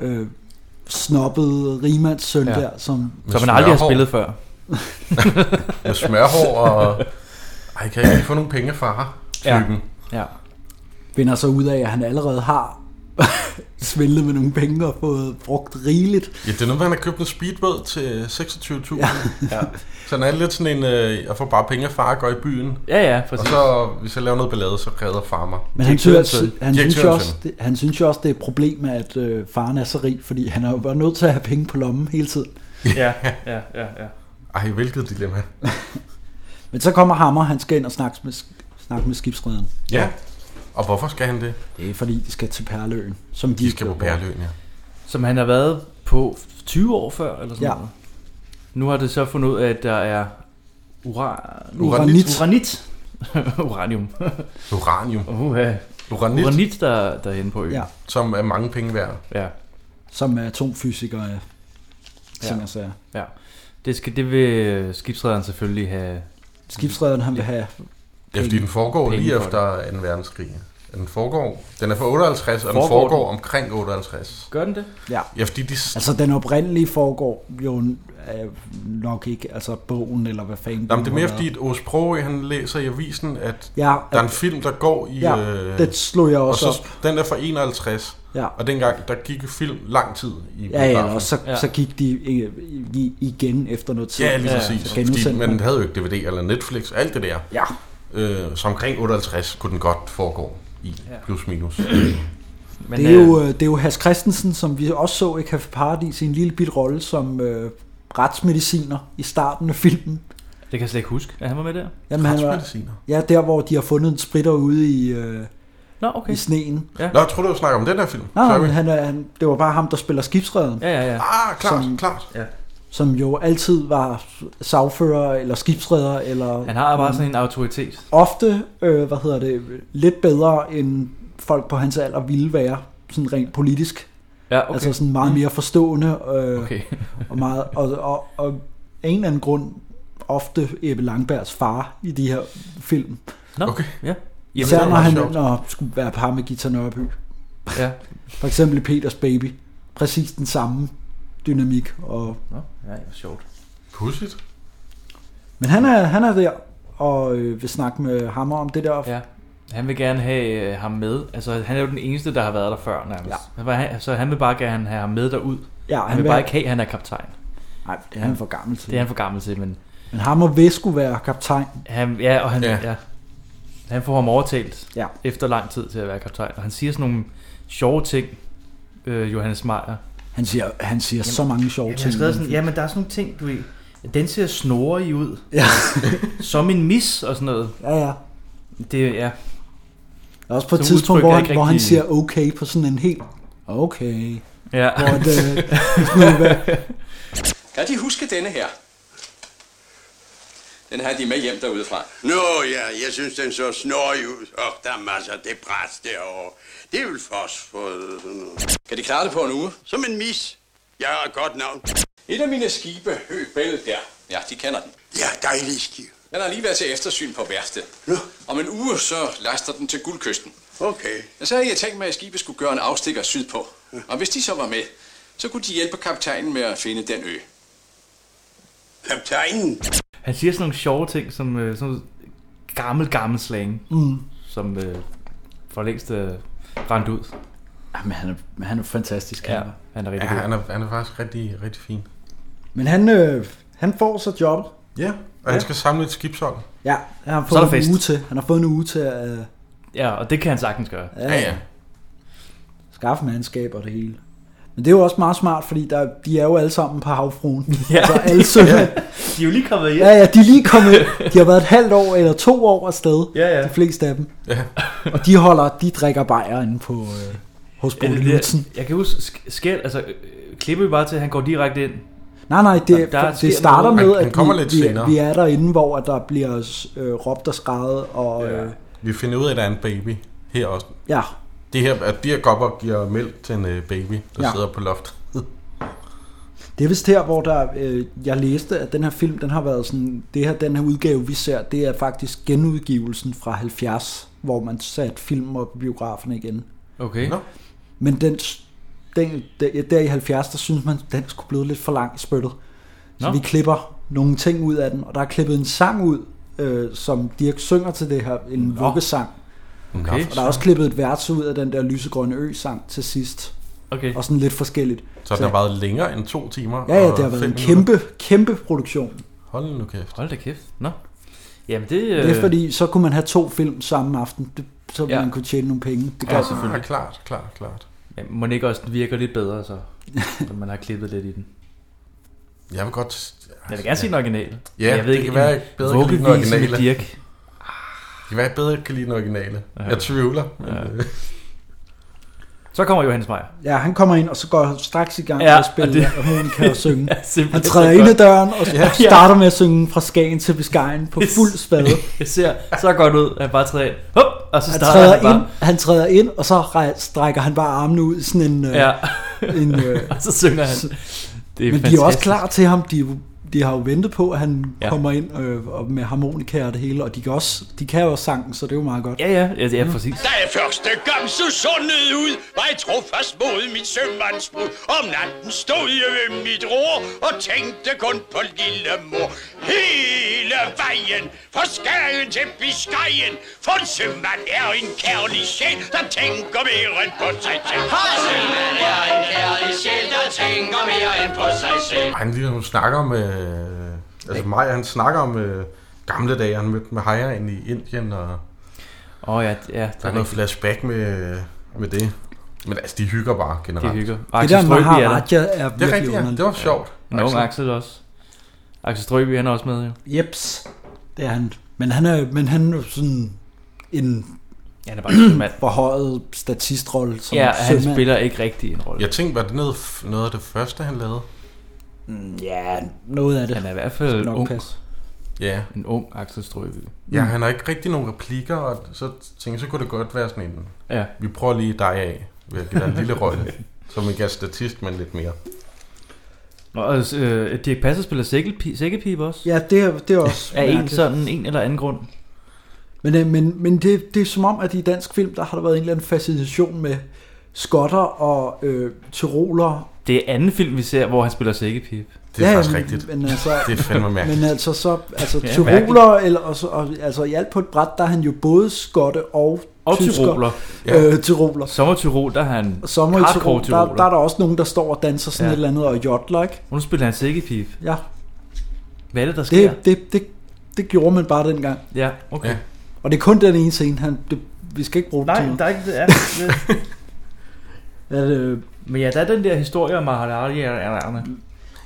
S2: øh, snobbede rigmandssøn
S3: Ja.
S2: ja. der, som
S3: Som han aldrig har
S4: smørhår.
S3: spillet før.
S4: Med smørhår og... Ej, kan jeg ikke få nogle penge fra her? Typen. Ja.
S3: Ja.
S2: finder sig ud af, at han allerede har svindlet med nogle penge og fået brugt rigeligt.
S4: ja, det er noget, med, han har købt en speedbåd til 26.000. Ja. ja. Så han er lidt sådan en, øh, jeg får bare penge af far og går i byen.
S3: Ja, ja,
S4: Og
S3: præcis.
S4: så, hvis jeg laver noget ballade, så redder far mig.
S2: Men han
S3: Direktørens
S2: synes,
S3: søn.
S2: han, synes jo
S4: Direktørens
S2: også, det, han synes jo også, det er et problem, at øh, faren er så rig, fordi han er jo bare nødt til at have penge på lommen hele tiden.
S3: Ja, ja, ja, ja.
S4: Ej, hvilket dilemma.
S2: Men så kommer Hammer, han skal ind og snakke med, snakke med skibsrederen.
S4: Ja. Og hvorfor skal han det?
S2: Det er fordi, de skal til Perleøen, som de,
S4: De
S2: ikke
S4: skal på
S2: ved.
S4: Perløen, ja.
S3: Som han har været på 20 år før, eller sådan
S2: Ja.
S3: noget. Nu har det så fundet ud af, at der er uran...
S2: Uranit.
S3: Uranit. Uranium.
S4: Uranium.
S3: Uha.
S4: Uranit, Uranit,
S3: Uranit, der, der er inde på øen.
S2: Ja,
S4: som er mange penge værd.
S3: ja.
S2: som er atomfysiker. øh, Ja. Ting og sager.
S3: ja. Det, skal, det vil skibsrederen selvfølgelig have...
S2: Skibsrederen, han vil have...
S4: Det er fordi, den foregår
S3: Penge
S4: lige
S3: for
S4: efter 2. verdenskrig. Ja, Den foregår. Den er fra 58, og den
S3: Foregår
S4: foregår omkring 58.
S3: Gør den det?
S2: Ja.
S4: Ja, fordi de... s-
S2: Altså, den oprindelige foregår jo øh, nok ikke, altså bogen eller hvad fanden.
S4: Nå, men det
S2: den
S4: er mere
S2: har
S4: fordi, at Ås Progø, han læser i avisen, at
S2: været. Ja, øh,
S4: der er en film, der går i...
S2: ja
S4: øh,
S2: det slog jeg
S4: og
S2: også
S4: så,
S2: op.
S4: den er fra 51,
S2: Ja.
S4: og dengang, der gik film lang tid i
S2: Ja, ja,
S4: biografen.
S2: og så,
S3: Ja.
S2: ja. så gik de øh, i- igen efter noget tid.
S4: Ja, lige
S3: Ja,
S4: præcis.
S2: ja.
S4: Fordi
S2: Genudsendte
S4: man
S2: man.
S4: havde jo ikke DVD eller Netflix, alt det der.
S2: Ja.
S4: Øh, så omkring 58 kunne den godt foregå i, plus minus.
S3: Men,
S2: Det er jo, øh, det er jo Hans Christensen, som vi også så i Café Paradis i en lille bit rolle som øh, retsmediciner i starten af filmen.
S3: det kan jeg slet ikke huske, at han var med der.
S2: Jamen, han var,
S4: Retsmediciner.
S2: ja, der hvor de har fundet en spritter ude i, øh,
S3: Nå, okay.
S2: i sneen.
S4: Nå, jeg troede, du snakker om den her film.
S2: Nej,
S4: Sorry.
S2: men han, er- han, det var bare ham, der spiller skibsredden, ja.
S3: Ja, ja, ja.
S4: Ah, klart,
S2: Som-
S4: klart.
S2: som jo altid var sagfører eller skibsredder, eller
S3: Han har bare sådan en autoritet.
S2: ofte, øh, hvad hedder det, lidt bedre end folk på hans alder ville være, sådan rent politisk. Okay.
S3: Ja, okay.
S2: Altså sådan meget mere forstående, øh, okay.
S3: okay.
S2: og, meget, og, og, og af en eller anden grund ofte Ebbe Langbergs far i de her film.
S3: Nå,
S4: Okay.
S3: ja. Jamen,
S2: Især når
S4: meget
S2: han
S4: sjovt.
S2: når, skulle være par med Gita Nørby.
S3: ja.
S2: For eksempel i Peters Baby. Præcis den samme dynamik. Og,
S3: Nå, ja, det var sjovt.
S4: Pudsigt.
S2: men han er, han er der og øh, vil snakke med ham om det der. Ja.
S3: Ja. Han vil gerne have øh, ham med. Altså, han er jo den eneste, der har været der før nærmest.
S2: Ja.
S3: Han var- han- Så han vil bare gerne have ham med derud. Han,
S2: ja
S3: han vil bare ikke have, at han er kaptajn.
S2: Nej, det er han for gammel til.
S3: Det er han for gammel til, men...
S2: Men ham og Ves skulle være kaptajn.
S3: Han, ja, og han,
S4: Ja.
S3: ja. Ja, han får ham overtalt
S2: Ja.
S3: efter lang tid til at være kaptajn. Og han siger sådan nogle sjove ting, øh, Johannes Meyer.
S2: Han siger, han siger så mange sjove
S3: Jamen,
S2: ting.
S3: jeg har skrevet sådan, jamen der er sådan nogle ting, du ved. Den ser snorig ud.
S2: Ja.
S3: Som en mis og sådan noget.
S2: ja, ja.
S3: Det, ja.
S2: Der er også på et
S3: Så udtryk
S2: tidspunkt, hvor
S3: er
S2: han,
S3: ikke
S2: hvor han
S3: rigtig-
S2: siger okay på sådan en helt... Okay.
S3: Ja.
S2: Hvor øh, det, sådan noget, hvad,
S7: Kan de huske denne her? Den har de med hjem derudefra.
S6: Nå ja, jeg synes, den så snorig ud. Og der er masser af det bræs derovre. Det er vel fosfor.
S7: Kan de klare det på en uge?
S6: Som en mis. Jeg har et godt navn.
S7: Et af mine skibe, Høbel, der. Ja, de kender den.
S6: Ja, dejlig skiv.
S7: Den har lige været til eftersyn på værftet.
S6: Nå.
S7: Om en uge, så laster den til guldkysten.
S6: Okay.
S7: Og så havde jeg tænkt mig, at skibet skulle gøre en afstikker sydpå. Og hvis de så var med, så kunne de hjælpe kaptajnen med at finde den ø.
S6: Kaptajnen.
S3: Han siger sådan nogle sjove ting, som øh, sådan noget gammel, gammel slang. Mm. Som øh, for længst øh, rendt ud.
S2: Jamen, han er, men han er fantastisk.
S3: Ja,
S2: Ja.
S3: han er
S4: Ja,
S3: rigtig ja, god.
S4: han er, han er faktisk rigtig, rigtig fin.
S2: Men han, øh, han får så jobbet.
S4: Ja, og han skal samle et skibshold.
S2: Ja, han har
S3: Så er
S2: fået
S3: der
S2: en
S3: fest.
S2: uge til. Han har fået en uge til at øh,
S3: Ja, og det kan han sagtens gøre.
S4: Ja, ja.
S2: skaffe mandskab og det hele. Men det er jo også meget smart, fordi der, de er jo alle sammen på havfruen. Ja. Altså alle sømænd.
S3: De er jo lige kommet hjem.
S2: Ja, ja, de er lige kommet. De har været et halvt år eller to år afsted.
S3: Ja, ja.
S2: De fleste af dem.
S4: Ja.
S2: og de holder, de drikker bajer inde på, øh, hos
S3: Ja,
S2: Bo
S3: det- det-
S2: Lutzen.
S3: Jeg kan huske, sk- skæld, altså, øh, klipper vi bare til, at han går direkte ind.
S2: Nej, nej,
S3: Der-
S2: det,
S3: der
S2: der
S3: sker
S2: det starter
S3: noget.
S2: med,
S3: Han- han
S2: at
S3: kommer
S2: vi,
S3: lidt
S2: vi,
S3: senere.
S2: vi er derinde, hvor at der bliver øh, råbt og skrevet, og ja. øh,
S4: Vi finder ud af, at der er en baby her også.
S2: Ja.
S4: Det her, at de her kopper giver mælk til en øh, baby, der
S2: Ja.
S4: ja. sidder på loftet.
S2: Det er vist her, hvor der, øh, jeg læste, at den her film, den har været sådan, det her, den her udgave, vi ser, det er faktisk genudgivelsen fra 70, hvor man satte film op i biografen igen.
S3: Okay. Nå.
S2: Men den, s- den der, der i 70, der synes man, den skulle blive lidt for lang i spyttet. Så
S3: Nå.
S2: vi klipper nogle ting ud af den, og der er klippet en sang ud, øh, som Dirk synger til det her, en vuggesang.
S3: Okay.
S2: Og der er også klippet et værts ud af den der lysegrønne ø-sang til sidst.
S3: Okay.
S2: Og sådan lidt forskelligt.
S4: Så den har været længere end to timer.
S2: Ja, ja,
S4: og
S2: det har været
S4: fem
S2: en
S4: minutter.
S2: kæmpe, kæmpe produktion.
S4: Hold nu kæft.
S3: Hold da kæft. Nå. Jamen det... øh,
S2: Det er fordi, så kunne man have to film samme aften, det, så
S3: Ja.
S2: ja. man kunne tjene nogle penge. Det
S3: Ja,
S2: gør-
S3: selvfølgelig.
S4: Ja, klart, klart, klart.
S3: Ja, må den ikke også den virker lidt bedre, så når man har klippet lidt i den.
S4: Jeg vil godt...
S3: Jeg vil gerne se den originale.
S4: Altså, Ja,
S3: Men jeg ved
S4: det
S3: ikke,
S4: kan være,
S3: en
S4: jeg bedre kan lide den
S3: vuggevise
S4: originale.
S3: med Dirk.
S4: Det kan være, jeg bedre kan lide den originale.
S3: Ja.
S4: Jeg tvivler.
S3: Ja.
S4: men, øh,
S3: Så kommer Johannes Meyer.
S2: Ja, han kommer ind, og så går han straks i gang
S3: Ja,
S2: med at spille,
S3: og
S2: og,
S3: det-
S2: det... og hun kan jo synge.
S3: Ja, simpelthen
S2: han
S3: så
S2: træder ind
S3: godt.
S2: ad døren, og
S3: Ja.
S2: ja. starter med at synge fra Skagen til Biscayen på fuld spade.
S3: Jeg ser så godt ud, at han bare træder ind. Hop, og så
S2: Han
S3: starter
S2: træder,
S3: han bare.
S2: ind, han træder ind, og så rej- strækker han bare armene ud i sådan en... øh,
S3: Ja.
S2: en øh,
S3: Og så synger han.
S2: s-
S3: Det er
S2: Men de er også
S3: fantastisk.
S2: klar til ham. De, er jo- de har jo ventet på, at han
S3: Ja.
S2: ja. kommer ind øh, og med harmonika og det hele, og de kan, også, de kan jo også sangen, så det er jo meget godt.
S3: Ja, ja, ja, det er præcis.
S11: Da jeg første gang så sundet ud, var jeg trofast mod mit sømandsbrud. Om natten stod jeg ved mit ror og tænkte kun på lille mor. Hele vejen fra Skagen til Biscayen, for en sømand er en kærlig sjæl, der tænker mere end på sig selv. For en sømand er en kærlig sjæl, der tænker mere end på sig selv.
S4: Ej, Han lige nu snakker om... Øh, altså mig, han snakker om øh, gamle dage, han mødte med Haya inde i Indien, og
S3: Åh oh, ja, ja.
S4: der er noget flashback med, med det. Men altså, de hygger bare generelt.
S3: De hygger.
S2: Og Det Axel der Strøbye er der. Maharaja er
S4: Det er
S2: virkelig
S4: rigtigt, ja.
S2: underligt.
S4: Det var sjovt. Altså,
S3: En ung Axel også. Axel Strøby, han er også med, jo.
S2: Jeps, det er han. Men han er, men han er jo sådan en
S3: Ja, han er bare en sømand.
S2: forhøjet statistrolle som
S3: Ja, han
S2: sømand.
S3: spiller ikke rigtig en rolle.
S4: Jeg tænkte, var det noget, noget af det første, han lavede?
S2: Ja, noget af det.
S3: Han er i hvert fald
S2: Nok
S3: ung.
S2: pas.
S4: Ja.
S3: En ung Axel Strøby.
S4: Ja,
S2: Mm.
S4: han har ikke rigtig nogen replikker, og så tænkte jeg, så kunne det godt være sådan en...
S3: Ja.
S4: Vi prøver lige dig af ved at give dig en lille rolle. som ikke er statist, men lidt mere.
S3: Nå, Og øh, Dirk Passer spiller sækkelpi- sækkepip også.
S2: Ja, det er, det er også
S3: Af en
S2: mærkeligt.
S3: sådan en eller anden grund.
S2: Men, øh, men, men det, det er som om, at i dansk film, der har der været en eller anden fascination med skotter og øh, tyroler.
S3: Det er anden film, vi ser, hvor han spiller sækkepip.
S4: Det er
S2: Ja,
S4: faktisk
S2: men-
S4: rigtigt.
S2: men altså-
S4: det er fandme mærkeligt.
S2: Men altså så, altså
S3: Ja,
S2: tyroler, eller, og, så- og, altså i alt på et bræt, der er han jo både skotte og,
S3: Og
S2: tysker.
S3: tyroler.
S2: Øh, tyroler.
S3: Sommer Tyrol, der er han
S2: Og Sommer i
S3: hardcore
S2: Tyrol, der,
S3: tyroler.
S2: der er der også nogen, der står og danser sådan
S3: Ja.
S2: ja. et eller andet og jodler, ikke?
S3: Og nu spiller han sækkepip.
S2: Ja,
S3: Hvad er det, der sker?
S2: det, det, det, det gjorde man bare dengang.
S3: Ja, okay.
S4: Ja.
S2: Og det er kun den ene scene, han, det, vi skal ikke bruge den til noget.
S3: er ikke det. Ja.
S2: At, øh,
S3: Men ja, der er den der historie om Maharaja.
S2: ja,
S4: Ja.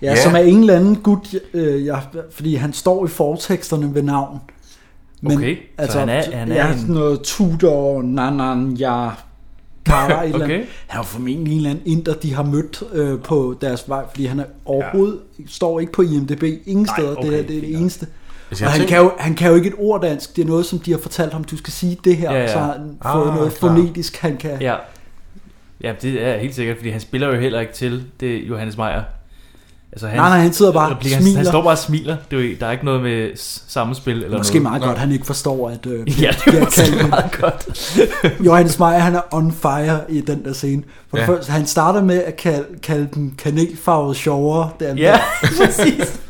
S2: yeah. som er en eller anden gut, øh, jeg, fordi han står i forteksterne ved navn. altså,
S3: Okay, så han er- han er
S2: ja,
S3: en-
S2: sådan noget Tudor, nanan, ja, Kara, et eller
S3: Okay.
S2: andet. Han er jo formentlig en eller anden inder, de har mødt øh, på deres vej, fordi han er overhovedet står ikke på IMDb ingen
S3: Nej,
S2: steder.
S3: okay,
S2: det, her, det er
S3: fint
S2: det
S3: nok.
S2: eneste.
S4: Altså,
S2: Og
S4: jeg
S2: han,
S4: tænkte-
S2: kan jo, han kan jo ikke et ord dansk. Det er noget, som de har fortalt ham, du skal sige det her,
S3: Ja,
S2: ja,
S3: ja.
S2: ja. så har han
S4: Ah,
S2: fået noget
S4: klar.
S2: fonetisk, han kan...
S3: Ja. ja, det er helt sikkert, fordi han spiller jo heller ikke til det er Johannes Meyer. Altså,
S2: Nej, nej, han sidder bare og
S3: replikker, han, han
S2: smiler.
S3: står bare og smiler. Det er jo, der er ikke noget med s- samspil eller
S2: Måske
S3: noget.
S2: meget godt, han ikke forstår, at øh,
S3: Ja, det er måske
S2: kaldt-
S3: meget godt.
S2: Johannes Meyer, han er on fire i den der scene. For
S4: Ja.
S2: ja. først, han starter med at kalde, kalde den kanelfarvede sjovere, der,
S3: Ja, præcis.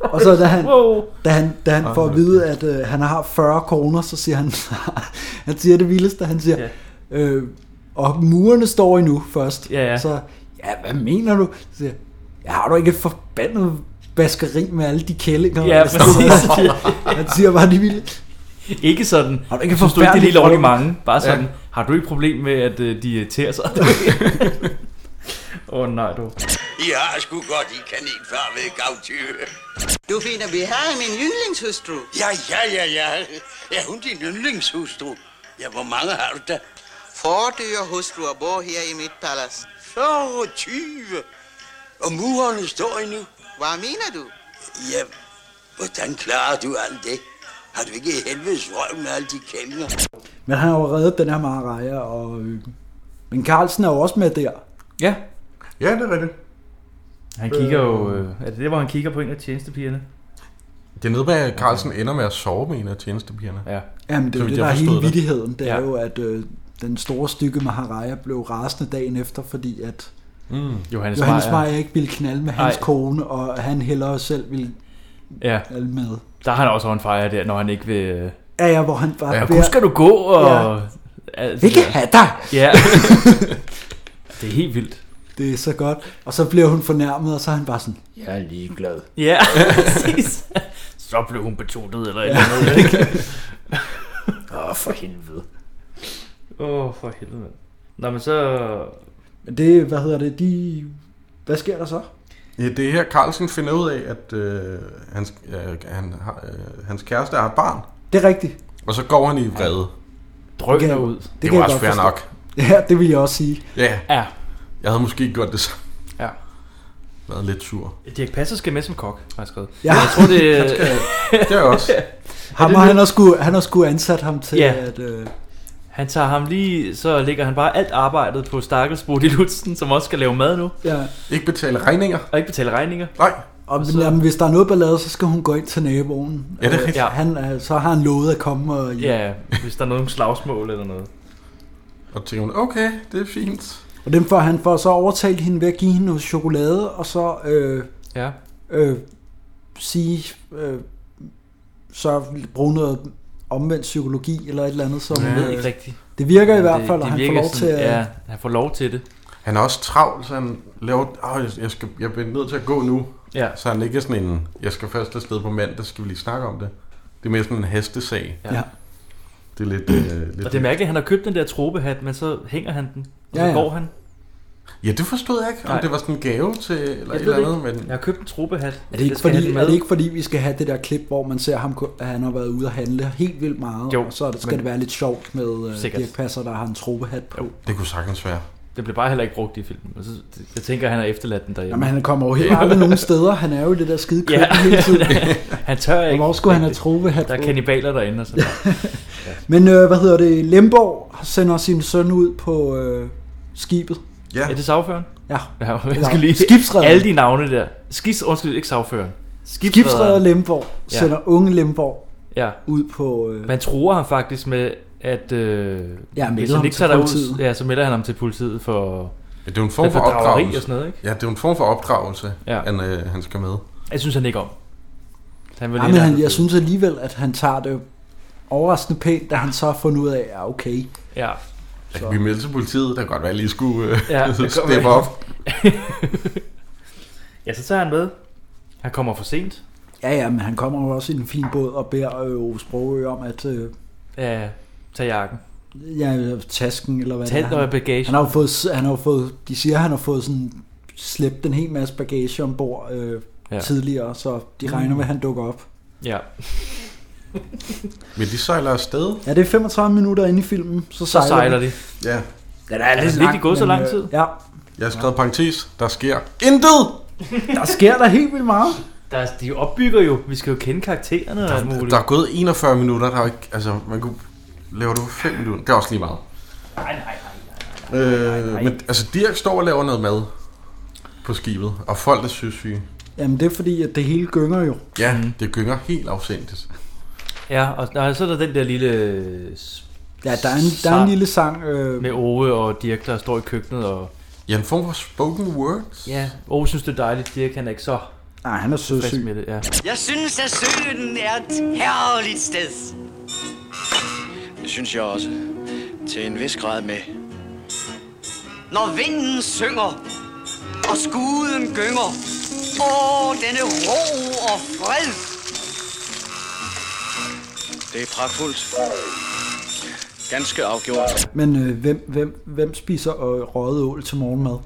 S2: og så da han,
S3: Wow. Ah,
S2: da han, da han får
S4: Ej, hvor
S2: at vide, at øh, han har 40 kroner, så siger han, han siger det vildeste, han siger, ja. øh, og murene står endnu først.
S3: Ja, ja.
S2: Så, ja, hvad mener du? Så siger, jeg, "Ja, har du ikke et forbandet vaskeri med alle de kællinger?
S3: Ja,
S2: der står?"
S3: præcis.
S2: han siger bare det vilde.
S3: Ikke sådan,
S2: Har du ikke
S3: synes du ikke, det er
S2: forfærdeligt
S3: lige lovligt
S2: røv?
S3: mange? Bare sådan, har du ikke problem med, at øh, de irriterer sig? Åh oh, nej, du.
S6: I har sgu godt i kanin før ved gavtyre.
S12: Du finder, vi har min yndlingshustru.
S6: Ja, ja, ja, ja. Er hun din yndlingshustru? Ja, hvor mange har du da?
S12: 40 hustruer bor her i mit palads.
S6: 24? Og murerne står endnu?
S12: Hvad mener du?
S6: Ja, hvordan klarer du alt det? Har du ikke i helvedes røv med alle de kællinger?
S2: Men han har jo reddet den her Maharaja, og... Øh, men Carlsen er jo også med der.
S3: Ja.
S4: Ja, det er rigtigt.
S3: Han kigger jo... Øh, er det der, hvor han kigger på en af tjenestepigerne?
S4: Det er noget med, at Carlsen ender med at sove med en af tjenestepigerne.
S3: Ja.
S2: Jamen, det er jo det, der er hele vittigheden. Det er
S4: Ja.
S2: jo, at øh, den store stykke Maharaja blev rasende dagen efter, fordi at
S3: Mm. Johannes
S2: Johannes
S3: Meyer.
S2: Meyer ikke ville knalde med hans
S3: Ej.
S2: kone, og han hellere selv ville
S3: Ja.
S2: med.
S3: Der har han også en fejre der, når han ikke vil... øh,
S2: Ja, ja, hvor han bare
S3: Ja,
S2: beder-
S3: hvor skal du gå? Og...
S2: Ja.
S3: alt det
S2: Vi kan
S3: der.
S2: have dig!
S3: Ja. det er helt vildt.
S2: Det er så godt. Og så bliver hun fornærmet, og så er han bare sådan,
S3: Jeg er ligeglad. Ja, præcis. Så blev hun betonet eller et eller
S2: Ja.
S3: andet. ikke? Åh, oh, for helvede. Åh, oh, for helvede. mand. Nå, men så...
S2: Men det, hvad hedder det, de... Hvad sker der så?
S4: Ja, det er her, Carlsen finder ud af, at øh, hans, øh, han har, øh, hans kæreste har et barn.
S2: Det er rigtigt.
S4: Og så går han i vrede.
S2: Det kan-
S4: Det, det
S2: kan
S4: var
S2: jeg
S4: også
S2: godt
S4: fair
S2: forstå.
S4: nok.
S2: Ja, det vil jeg også sige.
S4: Ja.
S3: ja.
S4: Jeg havde måske ikke gjort det samme.
S3: Ja.
S4: Været lidt sur.
S3: Dirk Passer skal med som kok, har jeg skrevet.
S2: Ja.
S3: Jeg tror, det...
S4: Han skal- det er jeg også.
S2: Ham, og han har sgu, han har sgu ansat ham til
S3: Ja.
S2: at... Øh,
S3: Han tager ham lige, så lægger han bare alt arbejdet på Stakkels Bodil Lutzen, som også skal lave mad nu.
S2: Ja.
S4: Ikke betale regninger.
S3: Og ikke betale regninger.
S4: Nej.
S2: og men, jamen, hvis der er noget ballade, så skal hun gå ind til naboen.
S3: Ja, det
S2: Øh,
S3: er rigtigt. Ja.
S2: Han, er- så har han lovet at komme og...
S3: Ja, hvis der er nogen slagsmål eller noget.
S4: Og tænker hun, okay, det er fint.
S2: Og dem får han får så overtalt hende ved at give hende noget chokolade, og så øh,
S3: Ja.
S2: øh, sige, øh, så bruge noget omvendt psykologi eller et eller andet. Som,
S3: Jeg ved
S2: øh,
S3: ikke rigtigt.
S2: Det virker i
S3: Men
S2: hvert
S3: det-
S2: fald, og
S3: det
S2: han får
S3: virker
S2: lov til
S3: sådan-
S2: at...
S3: Ja, han får lov til det.
S4: Han er også travl, så han laver, åh, jeg, jeg, skal, jeg bliver nødt til at gå nu.
S3: Ja.
S4: Så han ikke er sådan en, jeg skal først afsted på mandag, skal vi lige snakke om det. Det er mere sådan en hestesag.
S3: Ja. Ja.
S4: Det er lidt... Øh, lidt
S3: Og det er mærkeligt, at han har købt den der tropehat, men så hænger han den, og så
S4: Ja, ja.
S3: går han.
S4: Ja, det forstod jeg ikke, om
S3: Nej.
S4: det var sådan en gave til, eller
S3: Jeg
S4: et
S3: ved
S4: eller
S3: det
S4: andet,
S3: ikke.
S4: men...
S3: Jeg har købt en tropehat.
S2: Er det, ikke
S3: Jeg skal have
S2: fordi,
S3: den
S2: er
S3: med.
S2: det ikke fordi, vi skal have det der klip, hvor man ser ham, at han har været ude at handle helt vildt meget,
S3: Jo,
S2: og så er det- skal
S3: men-
S2: men... det være lidt sjovt med øh,
S3: Sikkert.
S2: Dirk Passer, der har en tropehat på.
S4: Det kunne sagtens være.
S3: Det blev bare heller ikke brugt i filmen. Og så, det- jeg tænker, at han har efterladt den derhjemme.
S2: Jamen, han kommer jo helt aldrig nogen steder. Han er jo i det der skide køkken
S3: Ja.
S2: hele tiden.
S3: han tør ikke.
S2: Og hvor skulle han have tropehat
S3: Der er
S2: på?
S3: kannibaler derinde og sådan noget.
S2: Men øh, hvad hedder det? Lemborg sender sin søn ud på øh, skibet.
S4: Ja.
S3: Er det sagføren?
S2: Ja.
S3: ja jeg
S2: Eller
S3: skal lige,
S2: skibsreder.
S3: Alle de navne der. Skis, undskyld, ikke sagføren.
S2: Skibsreder Lemborg
S3: Ja.
S2: sender unge Lemborg
S3: ja.
S2: ud på... Øh,
S3: Man tror ham faktisk med, at øh,
S2: Ja, melder
S3: hvis han
S2: ham
S3: ikke
S2: til
S3: tager derud,
S2: politiet.
S3: ja, så melder han ham til politiet for...
S4: Ja, det er jo en form for,
S3: bedrageri
S4: opdragelse.
S3: og sådan noget, ikke?
S4: Ja, det er jo en form for opdragelse,
S3: Ja.
S4: han, øh, han skal med.
S3: Jeg synes han ikke om. Han vil
S2: Ja, men han, jeg synes alligevel, at han tager det overraskende pænt, da han så har fundet ud af, ja, okay.
S3: Ja.
S4: Jeg kan blive meldt til politiet, der kan godt være, at jeg lige skulle øh,
S3: Ja,
S4: ja,
S3: det kommer
S4: steppe
S3: jeg.
S4: op.
S3: ja, så tager han med. Han kommer for sent.
S2: Ja, ja, men han kommer jo også i en fin båd og beder øh, Ove Sprogø om, at øh,
S3: Ja, tager jakken.
S2: ja, tasken eller hvad
S3: Telt
S2: det er.
S3: og bagage.
S2: Han har jo fået, han har jo fået, de siger, at han har fået sådan slæbt en hel masse bagage ombord øh,
S3: Ja.
S2: ja. tidligere, så de regner
S3: Mm.
S2: med, at han dukker op.
S3: Ja.
S4: Men de sejler afsted.
S2: Ja, det er 35 minutter inde i filmen, så sejler, de.
S4: Ja.
S3: Den er lidt virkelig gået så
S2: men,
S3: lang
S2: øh,
S3: tid.
S2: Ja,
S4: Jeg har skrevet parentes, der sker intet!
S2: der sker der helt vildt meget.
S3: Der, er- de opbygger jo, vi skal jo kende karaktererne og alt
S4: Der,
S3: muligt.
S4: der er gået 41 minutter, der er jo ikke, altså, man kunne, laver du 5 minutter? Det er også lige meget.
S3: Nej, nej,
S4: nej. Øh, men altså, Dirk står og laver noget mad på skibet, og folk er søsyge.
S2: Jamen, det er fordi, at det hele gynger jo.
S4: Ja,
S3: Mhm.
S4: mm. det gynger helt afsindigt.
S3: Ja, og der, så er der den der lille...
S2: Ja, der er en, der er en lille sang... Øh,
S3: Med Ove og Dirk, der står i køkkenet og...
S4: Ja, en form for spoken words.
S3: Ja, Ove synes, det er dejligt. Dirk, han er ikke så...
S2: Nej, han er søsyg.
S3: Med det, ja.
S10: Jeg synes, at søen er et herligt sted.
S5: Det synes jeg også. Til en vis grad med.
S10: Når vinden synger, og skuden gynger. Åh, denne ro og fred.
S5: Det er pragtfuldt. Ganske afgjort.
S2: Men øh, hvem, hvem, hvem spiser øh, røget ål til morgenmad?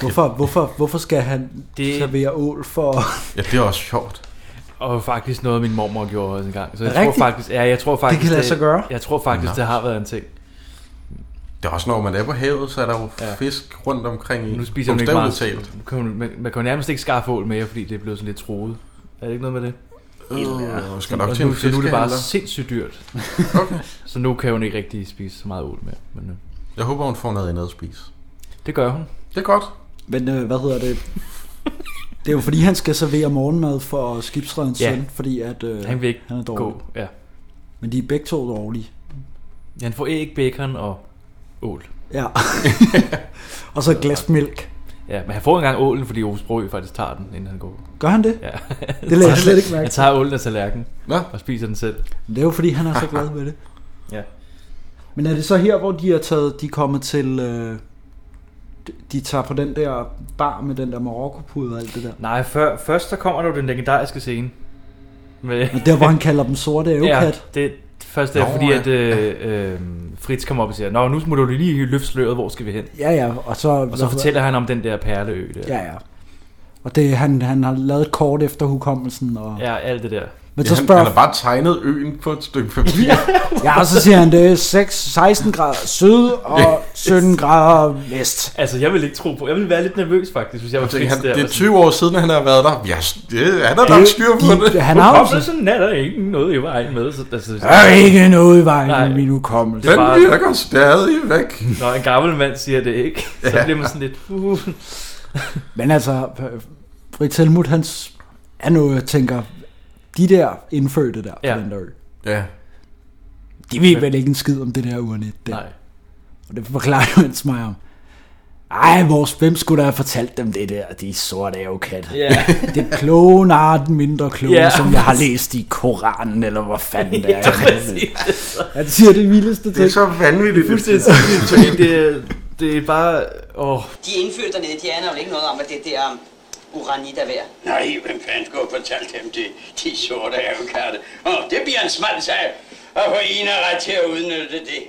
S2: Hvorfor, hvorfor, hvorfor skal han det... servere ål for...
S4: Ja, det er også sjovt.
S3: Og faktisk noget, min mormor gjorde også engang. Så jeg
S2: Rigtigt?
S3: tror faktisk, ja, jeg tror
S2: Det
S3: faktisk,
S2: kan lade sig gøre.
S3: Jeg tror faktisk,
S4: Nå.
S3: det har været en ting.
S4: Det er også, når man er på havet, så er der jo ja. fisk rundt omkring i.
S3: Nu spiser man ikke meget.
S4: Talt.
S3: Man kan- Man, man kan jo nærmest ikke skaffe ål mere, fordi det er blevet sådan lidt troet. Er det ikke noget med det?
S4: Øh,
S3: Ja.
S4: skal nok
S3: Og
S4: til en
S3: nu, så nu er det bare
S4: fiskehandler.
S3: sindssygt dyrt.
S4: Okay.
S3: så nu kan hun ikke rigtig spise så meget ål mere. Men, øh,
S4: Jeg håber, hun får noget andet at spise.
S3: det gør hun.
S4: Det er godt.
S2: Men øh, hvad hedder det? Det er jo fordi, han skal servere morgenmad for skibsredens
S3: Ja.
S2: ja. søn, fordi at, øh,
S3: Han vil ikke
S2: han er dårlig.
S3: gå, ja.
S2: Men de er begge to dårlige.
S3: Han får æg, bacon og ål.
S2: Ja. og så et glas mælk.
S3: Ja, men han får engang ålen, fordi Ove Sprogø faktisk tager den, inden han går.
S2: Gør han det?
S3: Ja.
S2: Det lagde jeg slet ikke mærke
S3: Han
S2: til.
S3: tager ålen af tallerkenen
S2: Nå.
S3: og spiser den selv.
S2: Men det er jo fordi, han er så glad med det.
S3: Ja.
S2: Men er det så her, hvor de er taget, de er kommet til, øh, de- de tager på den der bar med den der marokkopude og alt det der.
S3: Nej, før, først så kommer der jo den legendariske scene. Med...
S2: Men der, hvor han kalder dem sorte ævekat.
S3: Ja, det første er
S2: Nå,
S3: fordi,
S2: ja.
S3: at øh, øh, Fritz kommer op og siger, Nå, nu må du lige løfte sløret, hvor skal vi hen?
S2: Ja, ja, og så-
S3: og så
S2: hvad-
S3: fortæller han om den der perleø der.
S2: Ja, ja. Og det, han, han har lavet et kort efter hukommelsen. Og...
S3: Ja, alt det der.
S2: Men
S4: Ja,
S2: så
S4: han-
S2: spørger-
S4: Han har bare tegnet øen på et stykke papir.
S2: Ja, og så siger han, det er 6, 16 grader syd og 17 grader vest.
S3: Altså, jeg vil ikke tro på. Jeg vil være lidt nervøs faktisk, hvis jeg var
S4: Jeg tænker,
S3: Fritz
S4: han,
S3: der.
S4: det er
S3: og
S4: 20 år siden, han har været der. Ja, det, han har
S3: Det-
S4: nok styr på
S3: sådan,
S4: det.
S3: "Hvor kom det sådan, er der ikke noget i vejen med. Så, altså,
S2: Der er ikke noget i vejen med min hukommelse.
S3: Det er bare-
S4: stadig væk.
S3: Når en gammel mand siger det ikke, så
S2: Ja.
S3: bliver man sådan lidt... Uh.
S2: Men altså, Fritz Helmut, han s- er noget, tænker, de der indfødte der ja.
S3: Ja.
S2: på den der ø,
S4: Ja.
S2: de ved vel ikke en skid om det der urnet der.
S3: Nej.
S2: Og det forklarer jo hans mig om. Ej, vores, hvem skulle der have fortalt dem det der, de sorte avokat?
S3: Ja.
S2: Det er kloge, nej, den mindre kloge,
S3: Ja.
S2: yeah. som jeg har læst i Koranen, eller hvor fanden det er.
S3: Ja, præcis.
S2: Han siger det vildeste ting.
S4: Det er så vanvittigt.
S3: Fuldstændig sindssygt, fordi det, er- det er bare... Åh,
S13: De indfødte dernede, de aner jo ikke noget om, at det der um, uranit er værd.
S6: Nej, hvem fanden skulle have fortalt dem det? De sorte avokatte. Åh, det bliver en smal sag. Og for en har ret til at udnytte det.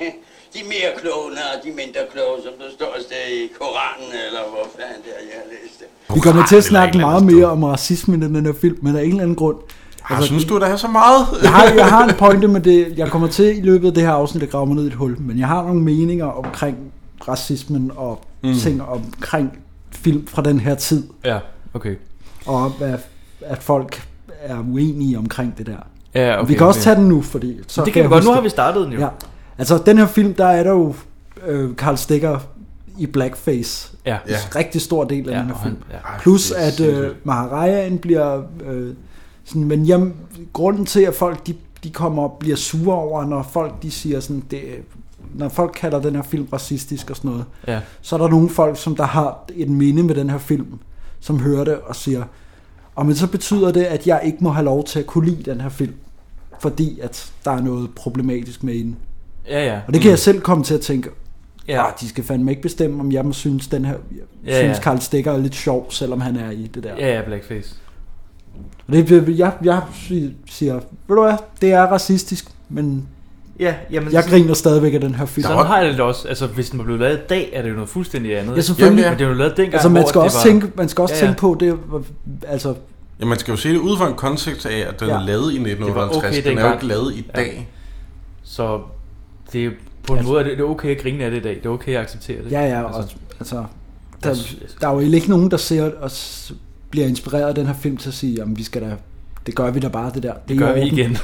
S6: De mere kloge, og de mindre kloge, som der står et sted i Koranen, eller hvor fanden det er, jeg har læst det.
S2: Vi kommer til at snakke meget mere om racisme i den her film, men af en eller anden grund.
S4: Har Ah, synes du, der er så meget?
S2: jeg, har, jeg har en pointe med det. Jeg kommer til i løbet af det her afsnit at grave mig ned i et hul, men jeg har nogle meninger omkring racismen og
S3: Mm.
S2: mm. ting omkring film fra den her tid,
S3: Ja, okay.
S2: og om, at, at folk er uenige omkring det der.
S3: Ja, okay,
S2: vi kan også
S3: okay.
S2: tage den nu, fordi... Så
S3: Det kan
S2: jeg
S3: vi godt.
S2: huske
S3: Nu har
S2: det.
S3: vi startet den jo.
S2: Ja. Altså, den her film, der er der jo øh, Karl Stikker i blackface.
S3: Ja.
S2: En rigtig stor del af
S3: Ja,
S2: den her
S3: og
S2: film.
S3: han- ja.
S2: Plus
S3: Ej, det er
S2: at øh, Maharajaen bliver... Øh, sådan, men jamen, grunden til, at folk de, de kommer og bliver sure over, når folk de siger sådan... Det, når folk kalder den her film racistisk og sådan noget,
S3: Ja.
S2: så er der nogle folk, som der har et minde med den her film, som hører det og siger, og men så betyder det, at jeg ikke må have lov til at kunne lide den her film, fordi at der er noget problematisk med den.
S3: Ja, ja.
S2: Og det kan jeg selv komme til at tænke,
S3: Ja.
S2: Mm. ja. de skal fandme ikke bestemme, om jeg må synes, den her,
S3: Ja,
S2: ja, synes
S3: ja.
S2: Karl Stikker er lidt sjov, selvom han er i det der.
S3: Ja, ja, blackface.
S2: Og det, bliver- jeg, jeg si- siger, ved du hvad, det er racistisk, men
S3: Ja, jamen,
S2: jeg
S3: sådan-
S2: griner stadigvæk af den her film.
S3: Sådan har jeg det også. Altså, hvis den var blevet lavet i dag, er det jo noget fuldstændig andet.
S2: Ja, selvfølgelig.
S3: Men det er jo lavet dengang,
S2: altså, man
S3: hvor
S2: skal
S3: det
S2: også
S3: var...
S2: tænke, man skal også
S3: Ja,
S2: ja,
S3: ja.
S2: ja. tænke på det, hvor- altså
S4: Ja, man skal jo se det ud fra en kontekst af, at den
S2: Ja.
S4: er lavet i
S3: Det var
S4: 1950.
S3: okay
S4: den er jo
S3: dengang.
S4: ikke lavet i
S3: Ja.
S4: dag.
S3: Så det er på en altså, måde er det, det er okay at grine af det i dag. Det er okay at acceptere det.
S2: Ja, ja, og, altså, altså der, der er jo ikke nogen, der ser og s- bliver inspireret af den her film til at sige, jamen vi skal da, det gør vi da bare det der. Det, er i
S3: gør vi
S2: orden.
S3: igen.
S2: Det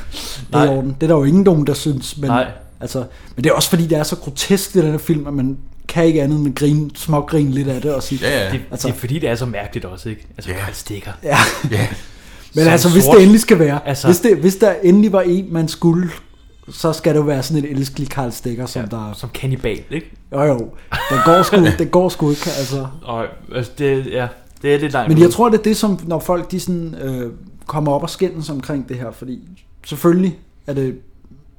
S3: Nej.
S2: er i orden. Det er der jo ingen nogen, der synes. Men,
S3: Nej.
S2: Altså, men det er også fordi, det er så grotesk, det den her film, at man kan ikke andet end at grine, smågrine lidt af det og sige,
S3: Det, altså, det er fordi, det er så mærkeligt også, ikke? Altså, yeah. stikker.
S2: Ja.
S4: ja.
S2: Men
S3: Som
S2: altså, hvis
S3: sort.
S2: det endelig skal være, altså,
S3: Altså-
S2: hvis, det, hvis der endelig var en, man skulle, så skal det jo være sådan et elskelig Karl Stikker, som ja, der...
S3: Som kannibal, ikke?
S2: Jo, jo. Den går sgu, den går sgu ikke, altså.
S3: Og, altså, det, ja, det er lidt langt.
S2: Men jeg
S3: ude.
S2: tror, det er det, som når folk de sådan, øh, kommer op og skændes omkring det her, fordi selvfølgelig er det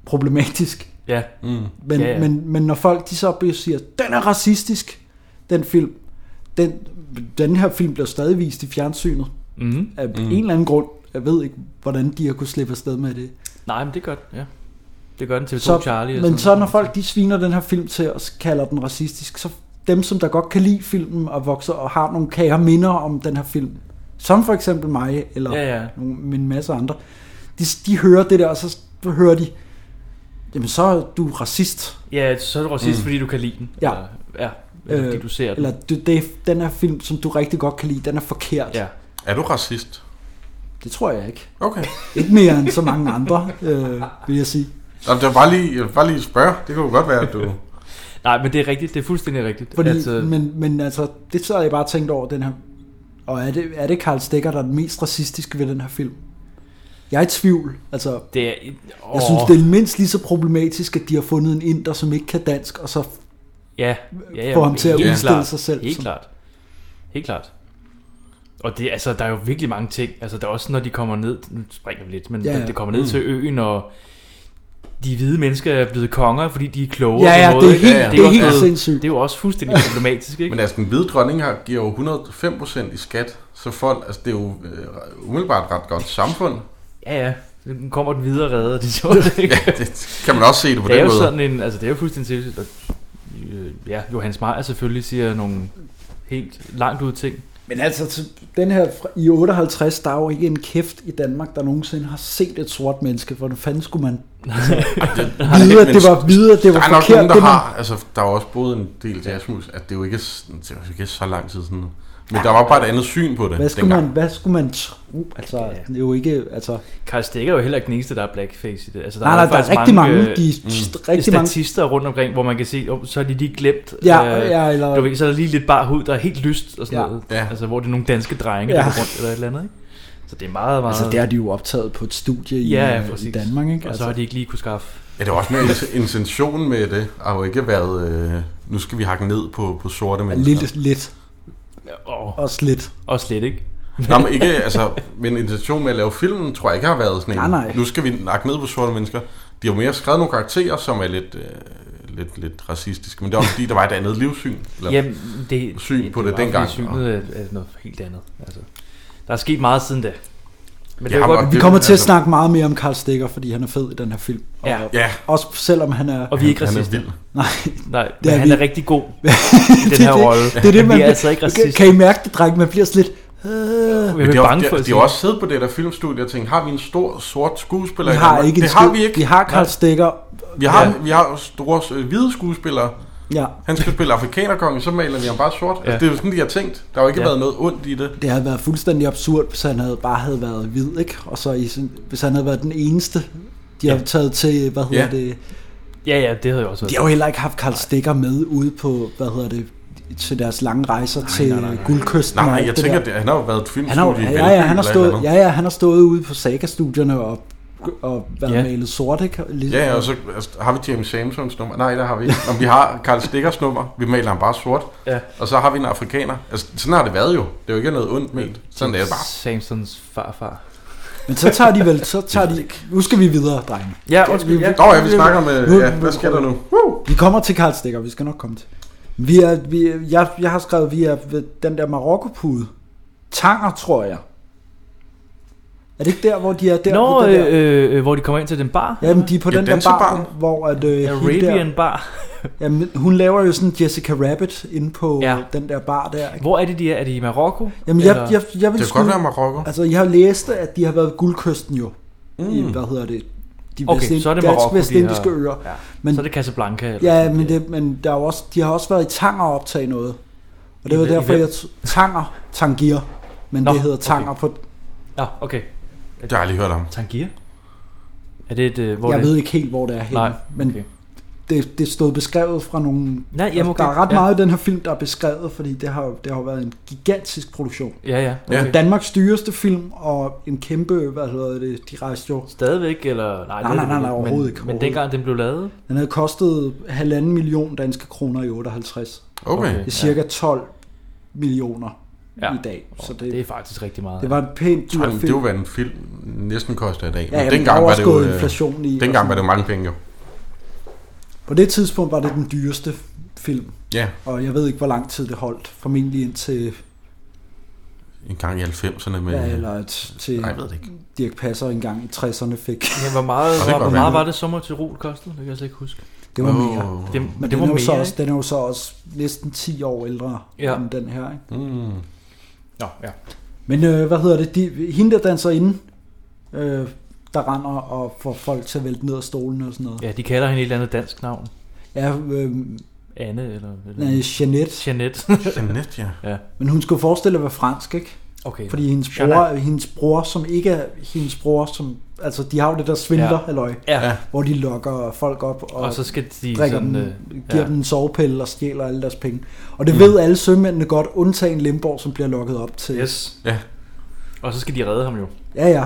S2: problematisk.
S3: Ja. Mm.
S2: Men,
S3: Ja, ja.
S2: men, men når folk de så bliver- siger, den er racistisk, den film, den, den her film bliver stadig vist i fjernsynet.
S3: Mhm.
S2: Af
S3: Mhm.
S2: en eller anden grund. Jeg ved ikke, hvordan de har kunne slippe afsted med det.
S3: Nej, men det gør den, ja. Det gør den TV2
S2: Så,
S3: Charlie. og
S2: men så
S3: sådan
S2: når folk de sviner den her film til og kalder den racistisk, så dem, som der godt kan lide filmen og vokser og har nogle kære minder om den her film, som for eksempel mig, eller
S3: Ja, ja.
S2: nogle- men en masse andre, de, de hører det der, og så hører de, jamen så er du racist.
S3: Ja, så er du racist, mm. fordi du kan lide den.
S2: Ja. Øh,
S3: Eller, ja, eller fordi du ser den.
S2: Eller du, det, den her film, som du rigtig godt kan lide, den er forkert.
S3: Ja.
S4: Er du racist?
S2: Det tror jeg ikke.
S4: Okay.
S2: Ikke mere end så mange andre, øh, vil jeg sige.
S4: Nå, det var bare lige, jeg vil bare lige spørge. Det kunne jo godt være, at du...
S3: Nej, men det er rigtigt. Det er fuldstændig rigtigt.
S2: Fordi, altså... Men, men altså, det så har jeg bare tænkt over den her. Og er det, er det Karl Stikker, der er den mest racistiske ved den her film? Jeg er i tvivl. Altså,
S3: det er,
S2: oh. Jeg synes, det er mindst lige så problematisk, at de har fundet en inder, som ikke kan dansk, og så
S3: ja, ja, ja,
S2: får ham til at
S3: helt
S2: udstille
S3: klart.
S2: sig selv
S3: Helt
S2: som-
S3: klart. Helt klart. Og det, altså, der er jo virkelig mange ting. Altså, der er også, når de kommer ned... Nu springer vi lidt, men
S2: Ja,
S3: ja,
S2: ja.
S3: ja. det kommer ned
S2: Mm.
S3: mm. til øen, og de hvide mennesker er blevet konger, fordi de er kloge.
S2: Ja,
S3: på en
S2: ja,
S3: måde,
S2: det er
S3: ikke?
S2: helt- det er
S3: jo også
S2: helt
S3: noget-
S2: sindssygt.
S3: Det er jo også fuldstændig problematisk, ikke?
S4: Men altså, den hvide dronning har, giver jo 105% i skat, så folk, altså det er jo øh, umiddelbart et ret godt samfund.
S3: Ja, ja. Nu kommer den videre redder, de så det, ikke?
S4: Ja, det kan man også se det på
S3: det er
S4: den
S3: jo
S4: måde.
S3: Sådan en, altså, det er jo fuldstændig sindssygt. og, øh, Ja, Johannes Meyer selvfølgelig siger nogle helt langt ud ting.
S2: Men altså, til- den her fra- i 58, der er jo ikke en kæft i Danmark, der nogensinde har set et sort menneske. Hvordan fanden skulle man altså, vide, at det var vide, at det var
S4: der er nok
S2: forkert?
S4: nogen, der
S2: det, man-
S4: har, altså, der er jo også boet en del til Asmus, at det er jo ikke, sådan- det er jo ikke så lang tid siden. Men der var bare et andet syn på det
S2: Hvad skulle, man, hvad skulle man tro? Altså, det er jo ikke... Altså,
S3: Karl Stikker er jo heller ikke den eneste, der er blackface i det. Altså,
S2: Nej, nej,
S3: jo
S2: der er
S3: faktisk
S2: rigtig mange,
S3: øh,
S2: de- st- rigtig mange-
S3: statister rundt omkring, hvor man kan se, oh, så har de lige glemt. Øh,
S2: Ja, ja, eller-
S3: Du ved, så er der lige lidt bar hud, der er helt lyst og sådan
S2: Ja.
S3: ja. noget. Ja. Altså, hvor det er nogle danske drenge, ja.
S2: Ja.
S3: der går rundt eller et eller andet, ikke? Så det er meget, meget...
S2: altså, der er de jo optaget på et studie i, øh,
S3: Ja, ja,
S2: i
S3: præcis.
S2: Danmark, ikke?
S3: Og så
S2: Altså,
S3: har de ikke lige kunne skaffe...
S4: Ja, det var også mere int- intentionen med det, har jo ikke været, øh, nu skal vi hakke ned på, på sorte mennesker.
S2: lidt, lidt.
S3: Oh.
S2: Også lidt.
S3: Og slet ikke.
S4: Nå, men ikke, altså, men intentionen med at lave filmen, tror jeg ikke har været sådan en.
S2: Nej, nej.
S4: Nu skal vi nakke ned på sorte mennesker. De har jo mere skrevet nogle karakterer, som er lidt, øh, lidt, lidt racistiske, men det var fordi, der var et andet livssyn. Eller
S3: Jamen, det,
S4: syn
S3: det,
S4: på det,
S3: var
S4: dengang.
S3: fordi Synet er, er noget helt andet. Altså, der er sket meget siden da. Men
S4: Ja,
S3: jo
S4: ham
S2: Vi
S4: og det-
S2: kommer til at
S4: altså-
S2: snakke meget mere om Karl Stikker, fordi han er fed i den her film.
S3: Ja.
S2: Og,
S4: Ja.
S2: Også selvom han er...
S3: Og vi er ikke Han er racister. vild.
S2: Nej.
S3: Nej, men han
S2: vi-
S3: er rigtig god i den
S2: Det er
S3: her
S2: det-
S3: rolle.
S2: Det er det,
S3: Vi
S2: man...
S3: er altså ikke racister.
S2: Kan I mærke det, dreng? Man bliver sådan lidt... Øh,
S4: Men de, er også, de, de har også siddet på det der filmstudie og tænkt, har vi en stor sort skuespiller?
S2: Vi
S4: i
S2: har
S4: Danmark?
S2: ikke en
S4: det har
S2: skid.
S4: vi ikke.
S2: Vi har Karl
S4: Nej.
S2: Stikker.
S4: Vi har,
S2: Ja.
S4: ja. vi har jo store øh, hvide skuespillere.
S2: Ja.
S4: Han skal spille afrikanerkongen, så maler vi ham bare sort. Ja. Altså,
S2: Ja.
S4: det er jo sådan, de har tænkt. Der har jo ikke
S2: Ja.
S4: ja. været noget ondt i det.
S2: Det havde været fuldstændig absurd, hvis han havde bare havde været hvid, ikke? Og så i sådan, hvis han havde været den eneste, de har taget til, hvad hedder
S3: Ja.
S2: det?
S3: Ja, ja, det havde jeg også været.
S2: De har jo heller ikke haft Karl Stikker med ude på, hvad hedder det, til deres lange rejser nej, til nej, nej, nej. guldkysten.
S4: Nej,
S2: og
S4: nej,
S2: alt
S4: jeg
S2: det
S4: tænker,
S2: der.
S4: at han har jo været et
S2: Han har,
S4: filmstudie i
S2: ja, ja, han
S4: Valby
S2: har
S4: eller et eller
S2: stået,
S4: andet.
S2: ja, ja, han har stået ude på Saga-studierne og, og været
S4: Ja.
S2: malet sort, ikke? Lige-
S4: Ja, ja, og så altså, har vi James Samsons nummer. Nej, der har vi ikke. Nå, men vi har Karl Stikkers nummer. Vi maler ham bare sort.
S3: Ja.
S4: Og så har vi en afrikaner. Altså, sådan har det været jo. Det er jo ikke noget ondt ment. Sådan er det bare.
S3: Samsons farfar.
S2: Men så tager de vel, så tager de... Nu skal vi videre, drenge.
S3: Ja, undskyld, ja.
S4: Nå, ja, vi snakker med- ja, hvad sker der nu? Woo!
S2: Vi kommer til Karl Stikker, vi skal nok komme til. Vi er, vi, er- jeg, jeg har skrevet, vi er ved den der marokkopude. Tanger, tror jeg. Er det ikke der, hvor de er der?
S3: Nå,
S2: ved det der?
S3: øh, øh, hvor de kommer ind til den bar?
S2: Jamen, de er på den der bar, hvor at... Øh, hende
S3: Arabian
S2: der,
S3: bar.
S2: Jamen, hun laver jo sådan Jessica Rabbit inde på ja. den der bar der. Ikke?
S3: Hvor er det, de er? Er de i Marokko?
S2: Jamen, jeg, jeg, jeg, vil
S3: sgu-
S4: Marokko.
S2: Altså, jeg har læst, at de har været ved Guldkysten jo. Mm. I,
S3: Mm.
S2: hvad hedder det?
S3: Okay,
S2: vestind-
S3: så er det
S2: dansk-
S3: Marokko, de
S2: vestindiske
S3: har-
S2: øer.
S3: ja. Så er det Casablanca eller
S2: Ja, men, det, men der er jo også, de har også været i Tanger og optage noget. Og det
S3: I
S2: var
S3: hvem- i
S2: derfor,
S3: hvem?
S2: jeg t- Tanger, Tangier. Men Nå, det hedder Tanger okay. på...
S3: Ja, okay.
S4: Det har jeg lige hørt om.
S3: Tangier? Er det et... Øh, hvor
S2: Hvor jeg
S3: er
S2: det?
S3: det?
S2: ved ikke helt, hvor det er henne.
S3: Nej,
S2: Men okay. det, det stod beskrevet fra nogle... Altså,
S3: Nej, jamen okay,
S2: Der er ret
S3: ja.
S2: meget i den her film, der er beskrevet, fordi det har, jo- det har jo været en gigantisk produktion.
S3: Ja, ja,
S2: Okay.
S3: okay.
S2: Danmarks dyreste film, og en kæmpe, hvad hedder det, de rejste jo
S3: Stadigvæk, eller...
S2: Nej,
S3: Nej, det
S2: nej,
S3: er det
S2: nej,
S3: vel
S2: nej,
S3: ikke,
S2: overhovedet
S3: men,
S2: ikke,
S3: Men dengang den blev lavet...
S2: Den havde kostet halvanden million danske kroner i 58.
S3: Okay.
S2: Det er cirka 12 millioner
S3: Ja.
S2: i dag. Så det,
S3: det er faktisk rigtig meget.
S2: Det var en pænt dyr
S4: Ej,
S2: film.
S4: men det var, hvad en film næsten koster i dag.
S2: Ja, men
S4: men
S2: der er
S4: dengang var det jo...
S2: også gået
S4: øh,
S2: inflation i og sådan
S4: Dengang var det jo mange penge, jo.
S2: På det tidspunkt var det den dyreste film.
S4: Ja.
S2: Og jeg ved ikke, hvor lang tid det holdt. Formentlig indtil...
S4: En gang i 90'erne med...
S2: ja, eller t- til
S4: Nej, jeg ved det ikke.
S2: Dirk Passer engang i 60'erne fik.
S3: Ja, hvor meget,
S4: Og
S3: hvor,
S4: det
S3: hvor
S4: var
S3: meget
S4: vanvittigt.
S3: var det sommer til Rol kostede? Det kan jeg slet ikke huske.
S4: Mm.
S2: Det var mere.
S3: Det,
S2: Men
S3: men det
S2: den,
S3: var
S2: er jo
S3: mere,
S2: så
S3: ikke?
S2: også, den er jo så også næsten 10 år ældre
S3: Ja.
S2: end den her. Ikke?
S4: Mm.
S3: Nå, ja.
S2: Men øh, hvad hedder det? De, hende, der danser inde, øh, der render og får folk til at vælte ned af stolen og sådan noget.
S3: Ja, de kalder hende et eller andet dansk navn.
S2: Ja, øh,
S3: Anne eller... eller
S2: Nej, Jeanette.
S3: Jeanette.
S4: Jeanette, ja.
S3: ja.
S2: Men hun skulle forestille at være fransk, ikke?
S3: Okay.
S2: Fordi hendes bror,
S3: Jeanette.
S2: hendes bror, som ikke er hendes bror, som, altså de har jo det der svindlerhalløj,
S3: Ja. Ja.
S2: hvor de lokker folk op og,
S3: Og så skal de
S2: drikker
S3: sådan,
S2: dem,
S3: øh,
S2: giver
S3: ja.
S2: dem en sovepille og stjæler alle deres penge. Og det mm. ved alle sømændene godt, undtagen Limborg, som bliver lokket op til.
S3: Yes.
S4: Ja.
S3: Og så skal de redde ham jo.
S2: Ja, ja.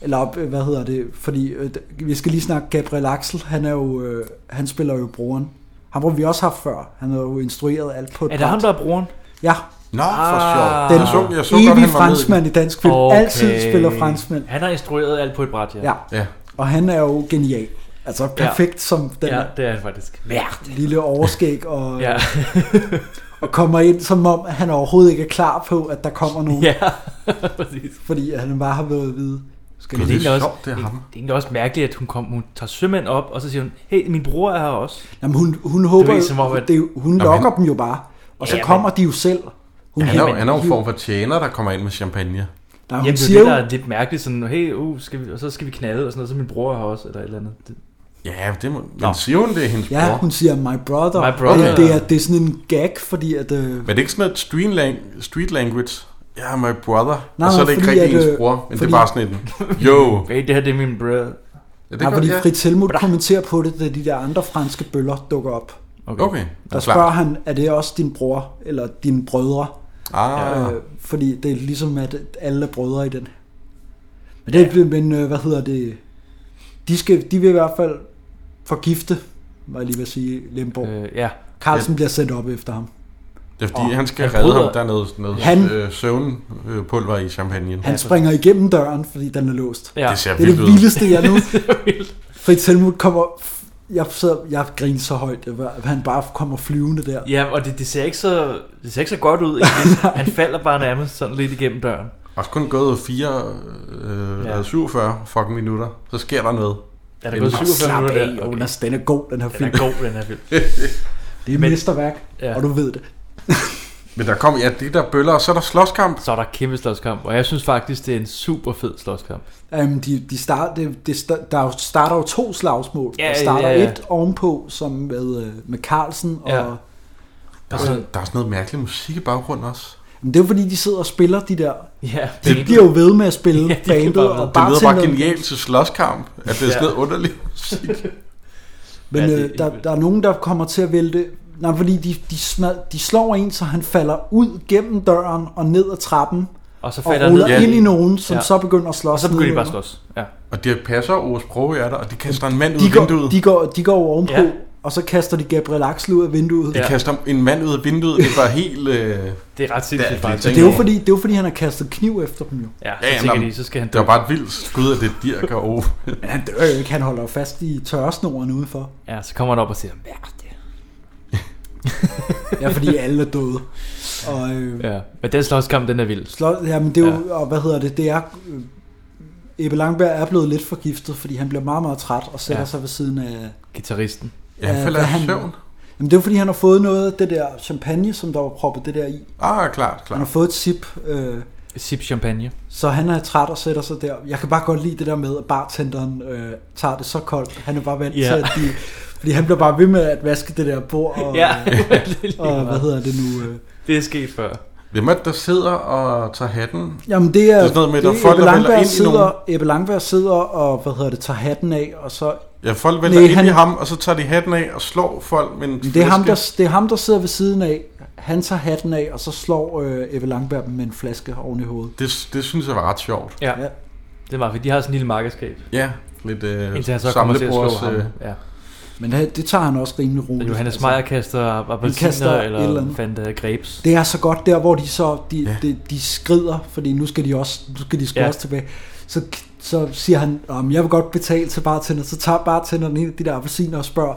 S2: Eller op, øh, hvad hedder det? Fordi øh, d- vi skal lige snakke Gabriel Axel. Han er jo, øh, han spiller jo broren. Ham har vi også haft før. Han har jo instrueret alt på et
S3: Er det ham, der er broren?
S2: Ja.
S4: Nå, for sjov.
S2: Ah, Den
S4: Jeg så- jeg så
S2: evige
S4: godt, han var med i
S2: franskmand i
S4: den.
S2: dansk film. Okay.
S3: Okay.
S2: Altid spiller franskmand.
S3: Han har instrueret alt på et bræt, ja.
S2: Ja.
S4: ja.
S2: Og han er jo genial. Altså perfekt ja. som den
S3: Ja,
S2: her
S3: det er han faktisk.
S2: lille overskæg. Og,
S3: Ja.
S2: og kommer ind som om, at han overhovedet ikke er klar på, at der kommer nogen.
S3: Ja, præcis.
S2: Fordi han bare har været at vide.
S3: Men
S2: vi-
S3: det, er egentlig også, det, er det er egentlig også mærkeligt, at hun, kom, hun tager sømænd op, og så siger hun, hey, min bror er her også.
S2: Jamen, hun, hun håber
S3: det
S2: jo,
S3: er, som om, at...
S2: det, er jo- hun
S4: Nå,
S2: lokker
S4: men-
S2: dem jo bare, og så
S3: Ja,
S2: kommer de jo selv. Hun
S4: Han er, jo-
S2: hiver-
S4: han er jo en form for tjener, der kommer ind med champagne.
S2: Nej, hun
S3: Jamen, det er
S2: siger
S3: det,
S2: jo-
S3: der er lidt mærkeligt, sådan, hey, uh, skal vi, og så skal vi knalde, og sådan noget, så min bror er her også, eller et eller andet. Det,
S4: Ja, det må, men siger hun, det er hendes
S2: Ja,
S4: bror?
S2: hun siger, my brother.
S4: My brother.
S2: Det, det, er, det er sådan en gag, fordi at... Øh,
S4: Men er det ikke sådan et street, lang- street language? Ja, yeah, my brother.
S2: Nej,
S4: Nej, og så
S2: nej,
S4: er det ikke
S2: fordi
S4: rigtig
S2: at,
S4: ens
S2: øh,
S4: bror, men fordi...
S2: fordi-
S4: det er bare sådan et, yo.
S3: Hey, det her, det er min bror.
S4: Ja,
S2: det ja, fordi Fritz Helmut kommenterer på det, da de der andre franske bøller dukker op.
S4: Okay. Okay,
S2: Der
S4: klart.
S2: spørger han, er det også din bror, eller dine brødre? øh,
S4: Ah.
S2: fordi det er ligesom, at alle er brødre i den. Men, det, ja. men øh, hvad hedder det? De, skal, de vil i hvert fald forgifte, var jeg lige ved at sige, Lemborg.
S3: Øh, ja.
S2: Carlsen
S4: Ja.
S2: bliver sendt op efter ham.
S4: Det er fordi,
S2: Og
S4: han skal
S2: han
S4: redde
S2: bryder-
S4: ham. Der er noget, noget
S2: Han-
S4: han... øh, søvnpulver i champagnen.
S2: Han springer igennem døren, fordi den er låst.
S4: Ja. Det ser
S2: det er det
S4: vildt ud.
S2: vildeste, jeg nu... Fritz Helmut kommer... Jeg, sidder, jeg griner så højt, at han bare kommer flyvende der.
S3: Ja, og det, det, ser ikke så, det ser ikke så godt ud, egentlig. Han falder bare nærmest sådan lidt igennem døren.
S4: Også kun gået 4, øh,
S3: Ja.
S4: ja. 47 fucking minutter. Så sker der noget.
S3: Ja, der er
S4: En-
S3: gået 47
S2: Slap
S3: minutter
S2: af,
S3: der.
S2: Jonas, den er god, den her
S3: Den
S2: film.
S3: er god, den her film.
S2: Det er et
S3: Men-
S2: mesterværk,
S3: Ja.
S2: og du ved det.
S4: Men der kom, ja, det der bøller, og så er der slåskamp.
S3: Så er der kæmpe slåskamp, og jeg synes faktisk, det er en super fed slåskamp.
S2: Um, de, de start, det, det, sta- der er jo- starter jo to slagsmål.
S3: Ja,
S2: der starter
S3: ja, ja.
S2: et ovenpå, som med, øh, med Carlsen. Og,
S4: Ja.
S2: ja.
S4: Der er, sådan, der er sådan noget mærkelig musik i baggrunden også.
S2: Men det er jo fordi, de sidder og spiller de der.
S3: Ja.
S2: de bliver jo ved med at spille ja, bandet. og
S4: det lyder bare
S2: bartenderen-
S4: genialt til slåskamp, at det er sådan
S2: Ja.
S4: noget underligt musik.
S2: Men
S4: Ja, det er
S2: øh, der, der er nogen, der kommer til at vælte... Nej, fordi de, de, smad, de slår en, så han falder ud gennem døren og ned ad trappen.
S3: Og så
S2: og
S3: falder
S2: ruller
S4: ned.
S2: ind
S4: Ja.
S2: i nogen, som ja.
S4: Ja.
S2: så begynder at slås.
S4: Og så begynder de bare at
S2: nedenunder.
S3: slås. Ja.
S4: Og det passer Ores Pro er der, og de kaster en mand ud
S2: De
S4: af
S2: går,
S4: vinduet.
S2: de, går, de går ovenpå, ja.
S4: Ja.
S2: og så kaster de Gabriel Axel ud af vinduet.
S4: De kaster en mand ud af vinduet. Det var helt... Øh,
S3: det er ret
S4: sindssygt
S2: Og det er jo fordi, det er jo fordi han har kastet kniv efter dem jo.
S3: Ja,
S4: Ja,
S3: tænker
S4: jamen,
S3: de, så skal han
S4: det var
S3: dø.
S4: bare et vildt skud af det dirk og Ove.
S2: Men han dør jo ikke, han holder jo fast i tørresnoren udenfor.
S3: Ja, så kommer han op og siger, ja, det
S2: Ja, fordi alle er døde. Og, øh,
S3: Ja, men den slåskamp, den er vild.
S2: Slot, jamen det er jo, ja. og hvad hedder det, det er, øh, Ebbe Langberg er blevet lidt forgiftet, fordi han bliver meget, meget træt og sætter ja.
S3: Ja.
S2: sig ved siden af...
S3: Gitarristen.
S4: Ja, han
S2: af-
S4: falder
S2: hvad
S4: i søvn.
S2: Jamen det er jo, fordi han har fået noget af det der champagne, som der var proppet det der i.
S4: Ah, klart, klart.
S2: Han har fået et sip, øh,
S3: Sip champagne.
S2: så han er træt og sætter sig der. Jeg kan bare godt lide det der med, at bartenderen øh, tager det så koldt. Han er bare vant
S3: Ja.
S2: til, at de, fordi han bliver bare ved med at vaske det der bord. Og,
S3: Ja,
S2: og hvad hedder det nu? Øh,
S3: Det er sket før.
S4: Hvem er det, der sidder og tager hatten?
S2: Jamen det er,
S4: det er sådan noget med,
S2: det
S4: der
S2: er
S4: er folk,
S2: Ebbe
S4: der vælger
S2: Langberg
S4: ind i nogen.
S2: sidder, Ebbe Langberg sidder og hvad hedder det, tager hatten af, og så...
S4: Ja, folk vælger
S2: Nej,
S4: ind
S2: han-
S4: i ham, og så tager de hatten af og slår folk med en
S2: Det er, ham,
S4: flaske.
S2: der, det er ham, der sidder ved siden af. Han tager hatten af, og så slår øh, Ebbe Langberg dem med en flaske oven i hovedet.
S4: Det, det synes jeg var ret sjovt.
S3: Ja. ja. Det er meget fedt. De har sådan en lille markedskab.
S4: Ja, lidt øh,
S3: Indtil han så kommer til at slå
S4: samlebrugs,
S3: ham.
S4: øh,
S3: Ja.
S2: Men øh, det, det tager han også rimelig roligt. Altså,
S3: Johannes Meyer kaster
S2: Han kaster
S3: appelsiner
S2: et
S3: eller,
S2: eller
S3: eller
S2: andet.
S3: fandt uh, grapes.
S2: Det er så godt der, hvor de så de, ja.
S3: Ja.
S2: de, de skrider, fordi nu skal de også nu skal de sgu ja.
S3: Ja.
S2: også tilbage. Så, så siger han, om jeg vil godt betale til bartender, så tager bartenderen en af de der appelsiner og spørger,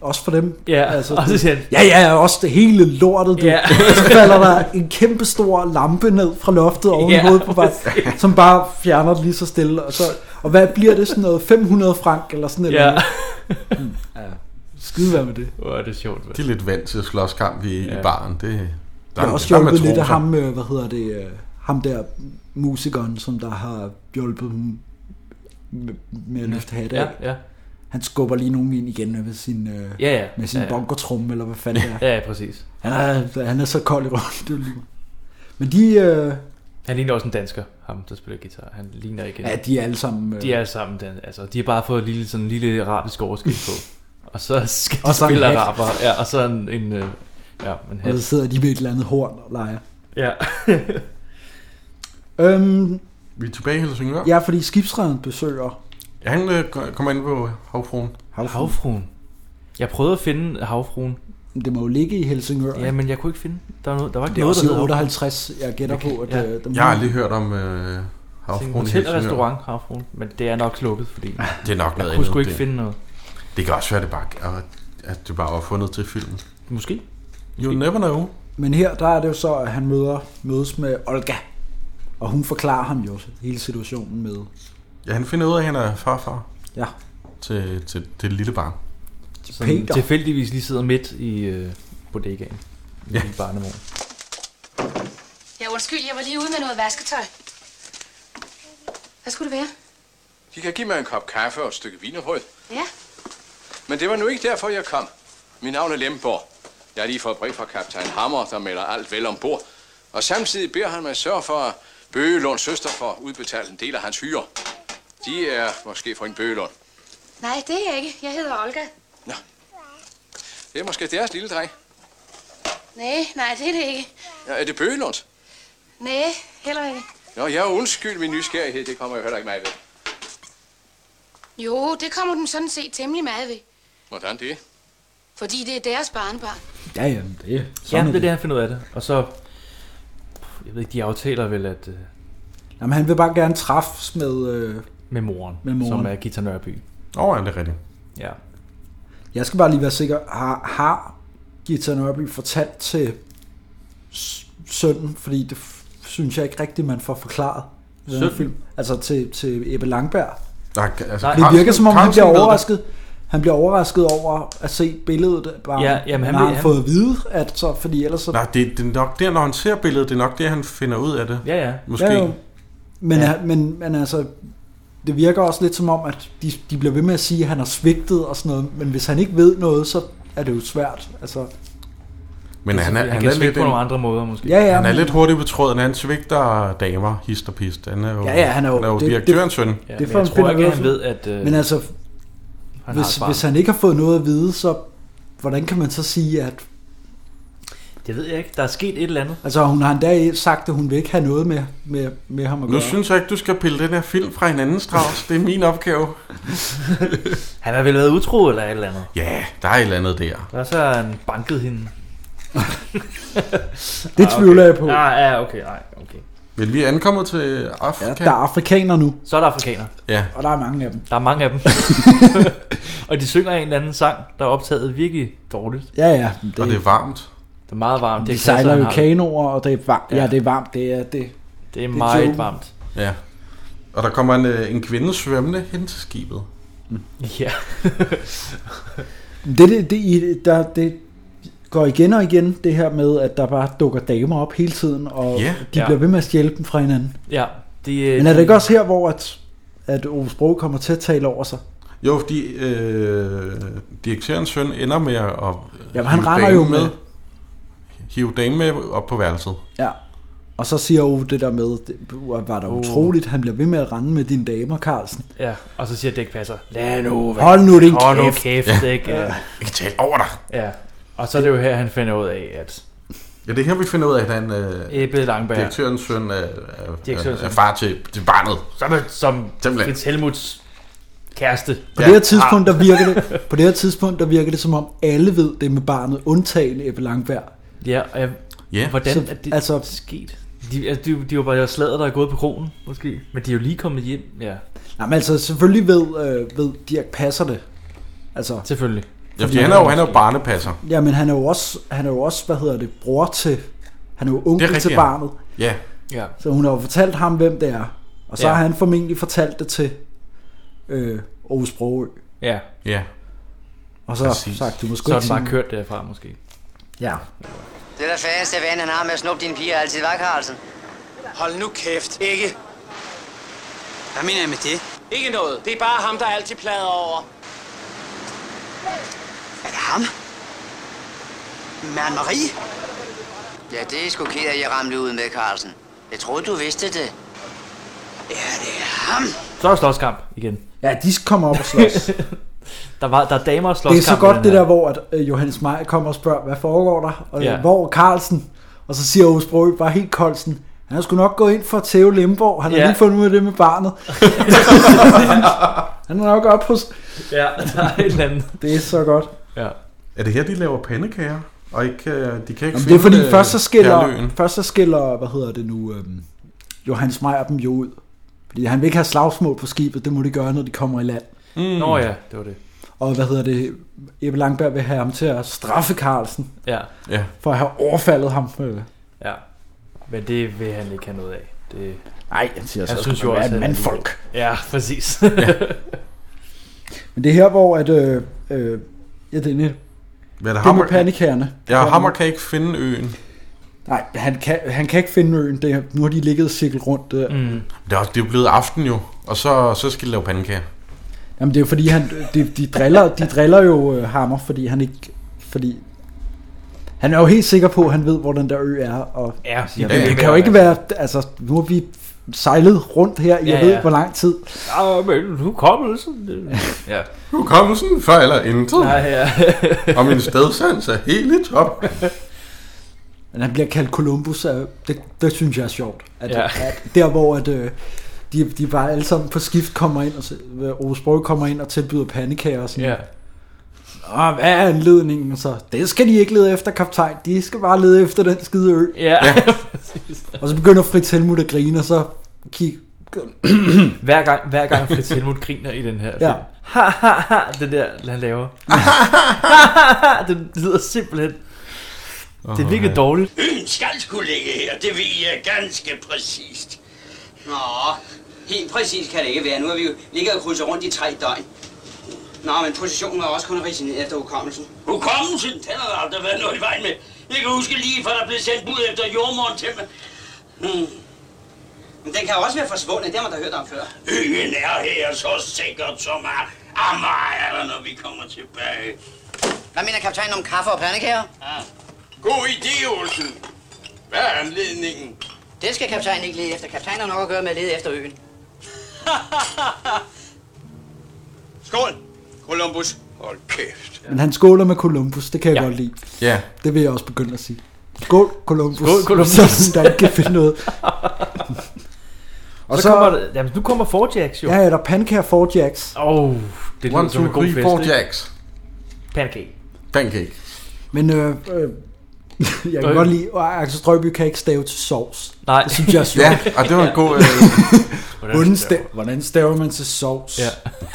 S2: også for dem. Altså,
S3: Ja, og så siger han-
S2: ja, ja, også det hele lortet. Du. Ja.
S3: Ja.
S2: så falder der en kæmpe stor lampe ned fra loftet oven i
S3: Ja,
S2: hovedet på bare,
S3: præcis.
S2: som bare fjerner det lige så stille. Og, så, og hvad bliver det sådan noget? 500 frank eller sådan
S3: Ja.
S2: noget? Hmm. Ja. Skide være med det.
S3: Åh, det er sjovt.
S4: øh, De er lidt vant til slåskamp i, ja. i baren. Det,
S2: Der er
S4: en-
S2: også
S4: der
S2: hjulpet lidt
S4: matroser.
S2: af ham, øh, hvad hedder det, øh, ham der musikeren, som der har hjulpet dem med- med at løfte hat af.
S3: Ja, ja.
S2: Han skubber lige nogen ind igen med sin, øh,
S3: Ja, ja.
S2: med sin
S3: Ja, ja.
S2: bonkertrumme, eller hvad fanden det er.
S3: Ja, ja, præcis.
S2: Han er, han er så kold i røven, det er lige meget. Men de, øh,
S3: Han ligner også en dansker, ham der spiller guitar. Han ligner ikke...
S2: Ja, de er alle sammen, øh,
S3: De er alle sammen dan- altså, de har bare fået en lille, sådan en lille arabisk overskrift på. Og så skal de
S2: Og så en
S3: spille
S2: hat.
S3: araber. Ja, og så en... en øh, ja,
S2: og
S3: en
S2: så
S3: hat.
S2: sidder de ved et eller andet horn og leger.
S3: Ja.
S2: Øhm,
S4: Vi er tilbage i Helsingør.
S2: ja, fordi skibsredden besøger
S4: Ja, han øh, kommer ind på havfruen.
S2: Havfruen.
S3: Havfruen. Jeg prøvede at finde havfruen.
S2: Det må jo ligge i Helsingør.
S3: Ja, men jeg kunne ikke finde... Der var, noget, der var ikke
S2: Det er
S3: noget,
S2: også
S3: der
S2: i
S3: hed
S2: 58, jeg gætter
S3: Okay,
S2: på, at
S3: ja.
S2: ja. øh, der
S4: Jeg har aldrig hørt om øh,
S3: Det er en
S4: havfruen i
S3: hotel og
S4: Helsingør.
S3: restaurant, havfruen. Men det er nok slukket, fordi...
S4: Det er nok noget
S3: Jeg kunne sgu
S4: andet,
S3: ikke
S4: det.
S3: finde noget.
S4: Det kan også være, det bare, at- at det bare var fundet til filmen.
S3: Måske.
S4: You never know.
S2: Men her, der er det jo så, at han møder, mødes med Olga. Og hun forklarer ham jo hele situationen med.
S4: Ja, han finder ud af, at han er farfar.
S2: Ja.
S4: Til, til, til et lille barn.
S3: Som tilfældigvis lige sidder midt i øh, bodegaen. I ja. barnevogn.
S14: Ja, undskyld, jeg var lige ude med noget vasketøj. Hvad skulle det være?
S7: De kan give mig en kop kaffe og et stykke vinerbrød.
S14: Ja.
S7: Men det var nu ikke derfor, jeg kom. Mit navn er Lemborg. Jeg er lige fået brev fra kaptajn Hammer, der melder alt vel ombord. Og samtidig beder han mig sørge for, at Bøgelunds søster får udbetalt en del af hans hyre. De er måske for en Bøgelund.
S14: Nej, det er jeg ikke. Jeg hedder Olga.
S7: Det er måske deres lille dreng.
S14: Nej, nej, det er det ikke.
S7: Ja, er det Bøgelund?
S14: Nej, heller ikke.
S7: Nå, jeg undskyld min nysgerrighed. Det kommer jeg heller ikke mig ved.
S14: Jo, det kommer den sådan set temmelig meget ved.
S7: Hvordan det?
S14: Fordi det er deres barnebarn.
S2: Ja, ja, det er
S3: ja,
S2: sådan
S3: det
S2: er
S3: er
S2: det.
S3: det, han finder ud af det. Og så... Jeg ved ikke, de aftaler vel, at... Øh,
S2: Jamen, han vil bare gerne træffes med... Øh,
S3: med moren,
S2: med moren.
S3: som er Gita Nørby.
S4: Åh, oh, er det rigtigt?
S3: Ja.
S2: Jeg skal bare lige være sikker. Har, har Gita Nørby fortalt til s- sønnen? Fordi det f- synes jeg ikke rigtigt, man får forklaret. i den her
S4: Sønnen?
S2: Film. Altså til, til Ebbe Langberg.
S4: Der, er- altså,
S2: Nej, det virker som om, han bliver overrasket. Han bliver overrasket over at se billedet, bare
S4: Ja, jamen, han
S2: han
S4: vil-
S2: har
S4: han-
S2: fået at vide, at så, fordi ellers så...
S4: Nej, det, det er nok der, når han ser billedet, det er nok der, han finder ud af det.
S3: Ja, ja.
S4: Måske.
S2: Ja, jo. men, ja. men, men altså, det virker også lidt som om, at de, de bliver ved med at sige, at han har svigtet og sådan noget, men hvis han ikke ved noget, så er det jo svært. Altså,
S4: Men han, er,
S3: han kan svigte på
S4: en-
S3: nogle andre måder, måske.
S2: Ja, ja,
S4: han er
S2: men-
S4: lidt hurtig på tråden. Han svigter damer, hist og pist. Han er jo,
S2: Ja, ja, han er jo,
S4: han er jo
S2: det-
S4: direktørens
S2: det-
S4: søn.
S2: det får
S3: jeg
S2: han
S3: tror
S2: finder
S3: ikke,
S2: ud
S3: at
S2: af
S3: han
S2: selv.
S3: ved, at... Øh,
S2: Men altså,
S3: han har
S2: hvis,
S3: et barn.
S2: hvis han ikke har fået noget at vide, så hvordan kan man så sige, at
S3: Det ved jeg ikke. Der er sket et eller andet.
S2: altså, hun har endda sagt, at hun vil ikke have noget med, med, med ham at
S4: Nu
S2: gøre?
S4: synes jeg ikke, du skal pille den her film fra hinanden, Strauss. Det er min opgave.
S3: Han har vel været utro eller et eller andet.
S4: Ja, der er et eller andet der.
S3: Og så har han banket hende.
S2: Det tvivler jeg på.
S3: Nej, Ah, ja, okay, nej, okay.
S4: Men vi er ankommet til Afrika.
S2: Der er afrikaner nu,
S3: Så er der afrikanere.
S4: Ja.
S2: og der er mange af dem.
S3: Der er mange af dem. og de synger en eller anden sang, der er optaget virkelig dårligt.
S2: Ja, ja.
S4: Det... Og det er varmt.
S3: Det er meget varmt.
S2: De
S3: er klasser,
S2: sejler
S3: han
S2: jo
S3: har.
S2: kanoer, og det er varmt. Ja,
S3: Ja.
S2: det er varmt. Det er, det,
S3: Det er
S2: det
S3: meget
S2: joken.
S3: varmt.
S4: Ja. Og der kommer en, øh, en kvinde svømmende hen til skibet.
S3: Ja.
S2: Det, det, det, i- der, det går igen og igen, det her med, at der bare dukker damer op hele tiden, og
S3: Ja.
S2: yeah. de
S3: Ja.
S2: bliver ved med at stjæle dem fra hinanden.
S3: ja, de,
S2: Men er det ikke også her, hvor at, at Ove Bro kommer til at tale over sig?
S4: Jo, fordi øh, direktørens søn ender med at øh,
S2: Jamen, han
S4: hive
S2: render
S4: damen
S2: jo med.
S4: Hive damen med op på værelset.
S2: Ja. Og så siger Ove det der med, det var da
S3: Uh.
S2: utroligt, han bliver ved med at rende med dine damer, Carlsen.
S3: Ja, og så siger Dick Passer, lad nu være.
S2: Hold nu din
S3: Hold nu
S2: kæft.
S3: kæft,
S2: Ja.
S3: ikke? Ja.
S4: Jeg kan tale over dig.
S3: ja. Og så er det jo her, han finder ud af, at
S4: Ja, det er her, vi finder ud af, at han, øh,
S3: Ebbe Langberg,
S4: direktørens søn er, er,
S3: Direktørens
S4: er, er
S3: søn.
S4: far til, til barnet.
S3: som, som
S4: Simpelthen.
S3: Fritz Helmuts kæreste.
S2: På det her tidspunkt, der virker det, på det her tidspunkt, der virker det som om alle ved det med barnet, undtagen Ebbe Langberg.
S3: Ja, og jeg,
S4: Ja.
S3: hvordan
S2: Så,
S3: er det
S2: altså-
S3: altså, sket? De, altså, de, de var bare slaget, der er gået på kronen, måske. Men de er jo lige kommet hjem, ja.
S2: Nej, men altså selvfølgelig ved, øh, ved Dirk passer det. Altså,
S3: Selvfølgelig.
S4: Ja, fordi han er jo, han er jo barnepasser.
S2: Ja, men han er jo også, han er jo også hvad hedder det, bror til, han er jo onkel
S4: rigtigt,
S2: til
S4: ja.
S2: barnet.
S4: Ja.
S3: Ja.
S2: Så hun har jo fortalt ham, hvem det er. Og så
S3: Ja.
S2: ja. har han formentlig fortalt det til øh, Aarhus Brogø.
S3: Ja.
S4: Ja.
S2: Og så Præcis. sagt, du må sgu
S3: Så er
S2: ikke
S3: den bare
S2: sige-
S3: kørt derfra, måske.
S2: Ja.
S13: Det er da færreste vand, han har med at snuppe dine piger altid, var Carlsen?
S15: Hold nu kæft. Ikke.
S13: Hvad mener jeg med det?
S15: Ikke noget. Det er bare ham, der altid plader over.
S13: Er det ham? Mern Marie?
S10: Ja, det er sgu ked af, at jeg ramte ud med, Carlsen. Jeg troede, du vidste det.
S3: Så er der slåskamp igen.
S2: Ja, de kommer op og slås.
S3: der, var, der er damer og
S2: Det er
S3: slåskamp.
S2: så godt det der, hvor at, øh, Johannes Maj kommer og spørger, hvad foregår der? Og
S3: Ja.
S2: ja. hvor er Carlsen? Og så siger Aarhus Brø bare helt koldt sådan, han har sgu nok gået ind for at tæve Lemborg. Han har
S3: Ja.
S2: lige fundet ud af det med barnet. han er nok op hos...
S3: Ja, der er et eller andet.
S2: Det er så godt.
S3: Ja.
S4: Er det her, de laver pandekager? Og ikke, øh, de kan ikke
S2: Jamen, det
S4: finde,
S2: er fordi,
S4: øh,
S2: først så, skiller,
S4: Perløen?
S2: først så skiller, hvad hedder det nu, øhm, Johannes Meyer dem jo ud. Fordi han vil ikke have slagsmål på skibet, det må de gøre, når de kommer i land.
S3: Mm. Nå ja, det var det.
S2: Og hvad hedder det, Ebbe Langberg vil have ham til at straffe Carlsen.
S3: Ja. Ja.
S2: For at have overfaldet ham. øh.
S3: Ja. Men det vil han ikke have noget af. Det...
S2: Nej, han siger så,
S3: han
S2: at
S3: synes
S2: man
S3: jo
S2: er
S3: også,
S2: et
S3: at han er-
S2: mandfolk.
S3: Ja, præcis.
S2: Men det er her, hvor at, øh, øh, ja, det er net.
S4: Hvad
S2: det, det hammer, med
S4: er det, Hammer-
S2: pandekærne.
S4: Ja, Hammer kan ikke finde øen.
S2: Nej, han kan, han kan ikke finde øen. Det, er- nu har de ligget cirkel rundt øh, der.
S3: Mm.
S4: Det er, også, det er jo blevet aften jo, og så, så skal de lave pandekager.
S2: Jamen det er jo fordi han de, de driller de driller jo øh, Hammer fordi han ikke fordi han er jo helt sikker på at han ved hvor den der ø er og
S3: Ja,
S2: jeg
S3: siger,
S2: ved,
S3: det er
S2: det kan
S3: der,
S2: jo ikke være altså nu har vi sejlet rundt her i
S3: Ja,
S2: jeg ved
S3: ja.
S2: ikke hvor lang tid.
S3: Ja, men nu kommer det sådan. Det... Ja.
S4: Hukommelsen fejler intet.
S3: Nej, ja.
S4: og min stedsans er helt i top.
S2: Men han bliver kaldt Columbus og det, det synes jeg er sjovt at,
S3: Ja.
S2: ja. at der hvor at øh, de, de bare alle sammen på skift kommer ind og så- øh, Ove Sprogøe kommer ind og tilbyder pandekager og sådan.
S3: Ja.
S2: Og hvad er anledningen så? Det skal de ikke lede efter, kaptajn. De skal bare lede efter den skide ø.
S3: Ja,
S2: Og så begynder Fritz Helmut at grine, og så kig.
S3: hver gang, hver gang Fritz Helmut griner i den her
S2: Ja.
S3: film. Ha, ha, ha, det der, han laver. det lyder simpelthen... Det er virkelig dårligt.
S11: Øen skal skulle ligge her, det ved jeg ganske præcist.
S13: Nå, helt præcis kan det ikke være. Nu har vi jo ligget og krydset rundt i tre døgn. Nå, men positionen var også kun origineret efter hukommelsen.
S6: Hukommelsen, den har der aldrig været noget i vejen med. Jeg kan huske lige, for der blev sendt ud efter jordmoren til mig.
S13: Hmm. Men den kan jo også være forsvundet, det har man da hørt om før.
S6: Øen er her så sikkert som er Amager, når vi kommer tilbage.
S13: Hvad mener kaptajnen om kaffe og pandekager?
S6: God idé, Olsen. Hvad er anledningen?
S13: Det skal kaptajnen ikke lede efter. Kaptajnen har nok at gøre med at lede efter øen.
S11: Skål, Columbus. Hold kæft.
S2: Men han skåler med Columbus, det kan jeg
S11: Ja.
S2: ja. godt lide.
S4: Ja.
S2: Det vil jeg også begynde at sige. Skål, Columbus.
S3: Skål, Columbus.
S2: Sådan, der ikke kan finde noget.
S3: Og så, så kommer, der- jamen, nu kommer Forjacks jo.
S2: Ja, ja, der er pandekager for Jacks.
S3: Oh, det lyder
S4: One,
S3: som
S4: two,
S3: en god
S4: three,
S3: fest.
S4: four
S3: ikke?
S4: jacks.
S3: Pancake.
S4: Pancake.
S2: Men øh, øh, jeg kan
S3: Øh.
S2: godt lide, at Axel Strøby kan ikke stave til sovs.
S3: Nej.
S2: Det synes jeg er sjovt.
S4: Ja, og det var en god, øh,
S2: Hvordan, stav, hvordan staver man til sovs?
S4: Ja.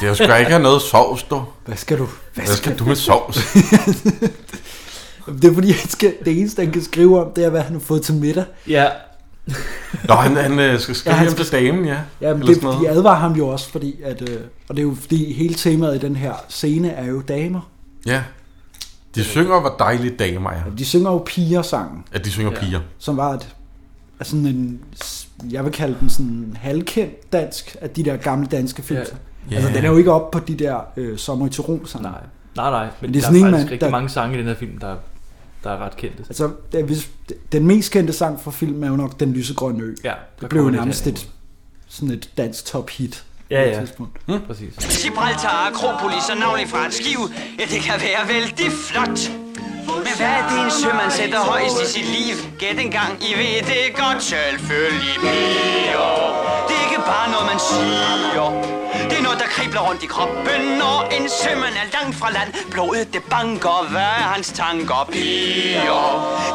S4: Det er jo sgu ikke have noget sovs, du.
S2: Hvad skal du?
S4: Hvad skal du med sovs?
S2: det er fordi, han skal, det eneste, han kan skrive om, det er, hvad han har fået til middag.
S3: Ja.
S4: Nå, han, han øh, skal skrive ja,
S2: han
S4: hjem til damen, ja.
S2: Ja, men
S4: Eller
S2: det,
S4: sådan noget.
S2: de advarer ham jo også, fordi at, øh, og det er jo fordi hele temaet i den her scene er jo damer.
S4: Ja. De synger, hvor dejlige damer er.
S2: De synger jo pigersangen,
S4: At de synger
S2: Ja.
S4: ja. piger.
S2: som var et, er sådan en, jeg vil kalde den sådan en halvkendt dansk, af de der gamle danske film.
S3: Ja.
S2: Altså,
S3: Ja.
S2: den er jo ikke oppe på de der øh, sommer i Tirol sange.
S3: Nej. Nej, nej, men,
S2: Men
S3: det er
S2: sådan
S3: der
S2: en
S3: er
S2: mand,
S3: faktisk rigtig
S2: der-
S3: mange sange i den her film, der, der er ret kendte.
S2: Altså, det, er- hvis, den mest kendte sang fra filmen er jo nok Den lysegrønne ø.
S3: Ja, der
S2: det blev jo
S3: kommer lidt
S2: nærmest
S3: af-
S2: et, sådan et dansk top hit.
S3: Ja,
S2: på et
S3: ja.
S2: tidspunkt.
S3: Hmm? Præcis.
S10: Gibraltar, Akropolis og navnlig fransk skive. Ja, det kan være vældig flot. Men hvad er det, en sømand sætter højst i sit liv? Gæt en gang, I ved det godt selvfølgelig mere. Det er ikke bare noget, man siger. Det er noget, der kribler rundt i kroppen, når en sømand er langt fra land. Blodet det banker, hvad er hans tanker piger?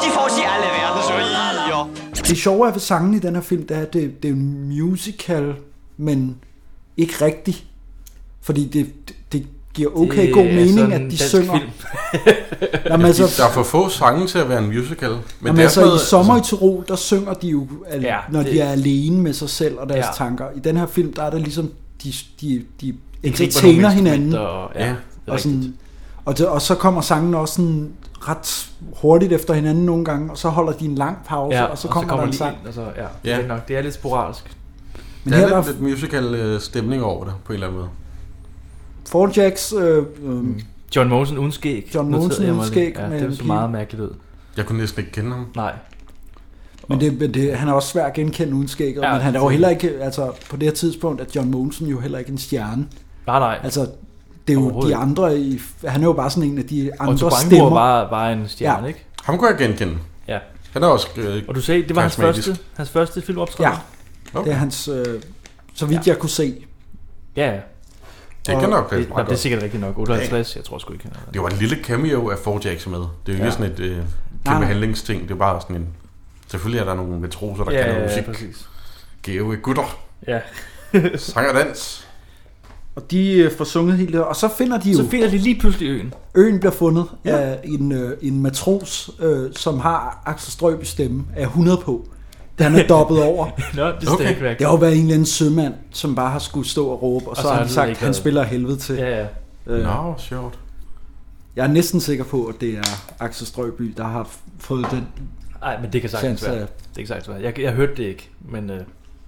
S10: De får sig alle verdens riger.
S2: Det sjove er ved sangen i den her film, det er, at det, det er en musical, men ikke rigtig. Fordi det, det, det giver okay
S4: Det
S2: god
S4: er
S2: mening,
S4: sådan
S2: at de
S4: dansk
S2: synger.
S4: film.
S2: Jamen, altså,
S4: der er for få sange til at være en musical. Men
S2: Jamen,
S4: det er
S2: altså,
S4: sådan noget-
S2: i sommer i Tirol, der synger de jo, al, ja,
S4: Ja,
S2: når det...
S4: det-
S2: de er alene med sig selv og deres
S4: Ja.
S2: ja. tanker. I den her film, der er det ligesom, de, de, de
S3: griber
S2: entertainer
S3: nogle
S2: hinanden.
S3: instrumenter og- ja, det er
S2: og, sådan, og, det, og så kommer sangen også sådan ret hurtigt efter hinanden nogle gange, og så holder de en lang pause, ja, og så kommer, og så kommer der en
S3: lige
S2: sang.
S3: ind, og så, ja,
S4: Ja.
S3: ja. Det, er nok, det er lidt sporadisk.
S4: Men der altså, er lidt, lidt musical øh, stemning over det, på en eller anden måde.
S2: Fall Jacks... Øh,
S4: Mm.
S2: øh,
S3: John Monsen unskæg.
S2: John
S3: noterede
S2: Mogensen
S3: jeg mig lige.
S2: Unskæg
S3: Ja,
S2: med
S3: det er
S2: en
S3: så
S2: pige.
S3: meget mærkeligt ud.
S4: Jeg kunne næsten ikke kende ham.
S3: Nej.
S2: Men det, men det, han er også svær at genkende uden skægget, ja,
S3: Ja,
S2: men han er jo
S3: selvfølgelig.
S2: heller ikke, altså på det her tidspunkt, at John Mogensen jo heller ikke en stjerne.
S3: Nej, nej.
S2: Altså, det er jo
S3: Overhovedet
S2: de
S3: ikke.
S2: andre, i, han er jo bare sådan en af de andre
S3: Og
S2: stemmer.
S3: Tobango var, var en stjerne,
S2: Ja.
S3: ja. ikke?
S4: Ham kunne jeg genkende.
S3: Ja.
S4: Han er også øh,
S3: Og du sagde, det var hans
S4: karismatisk.
S3: første, hans første filmoptræden?
S2: Ja, okay. det er hans, øh, så vidt ja. jeg kunne se.
S3: Ja, ja.
S4: Det kan nok passe
S3: det,
S4: meget
S3: nej, det er
S4: godt.
S3: sikkert rigtigt nok. 58, jeg tror sgu ikke. han er-
S4: Det var et lille cameo af 4 Jacks med. Det er jo ikke
S3: Ja.
S4: sådan et øh, kæmpe
S3: Nej, nej.
S4: handlingsting. Det er bare sådan en... Selvfølgelig er der nogle matroser, der
S3: Ja,
S4: kan
S3: ja,
S4: noget
S3: ja,
S4: musik.
S3: præcis.
S4: Gæve gutter.
S3: Ja.
S4: Sang og dans.
S2: Og de øh, får sunget helt, og så finder de jo...
S3: Så finder de lige pludselig øen.
S2: Øen bliver fundet ja. af en, øh, en matros, øh, som har Axel Strøby stemme af 100 på. Da han er dobbet over.
S3: Nå, det okay. ikke
S2: Det har jo været en eller anden sømand, som bare har skulle stå og råbe, og, og så,
S3: så
S2: har
S3: har
S2: han
S3: lyden
S2: sagt, at
S3: ikke
S2: han
S3: været-
S2: spiller af helvede til.
S3: Ja, ja.
S2: Øh,
S4: Nå, sjovt.
S2: Jeg er næsten sikker på, at det er Axel Strøby, der har f- fået den
S3: Nej, men det kan sagtens
S2: chance
S3: være.
S2: af-
S3: Det kan sagtens være. Jeg, jeg hørte det ikke, men... Øh, det,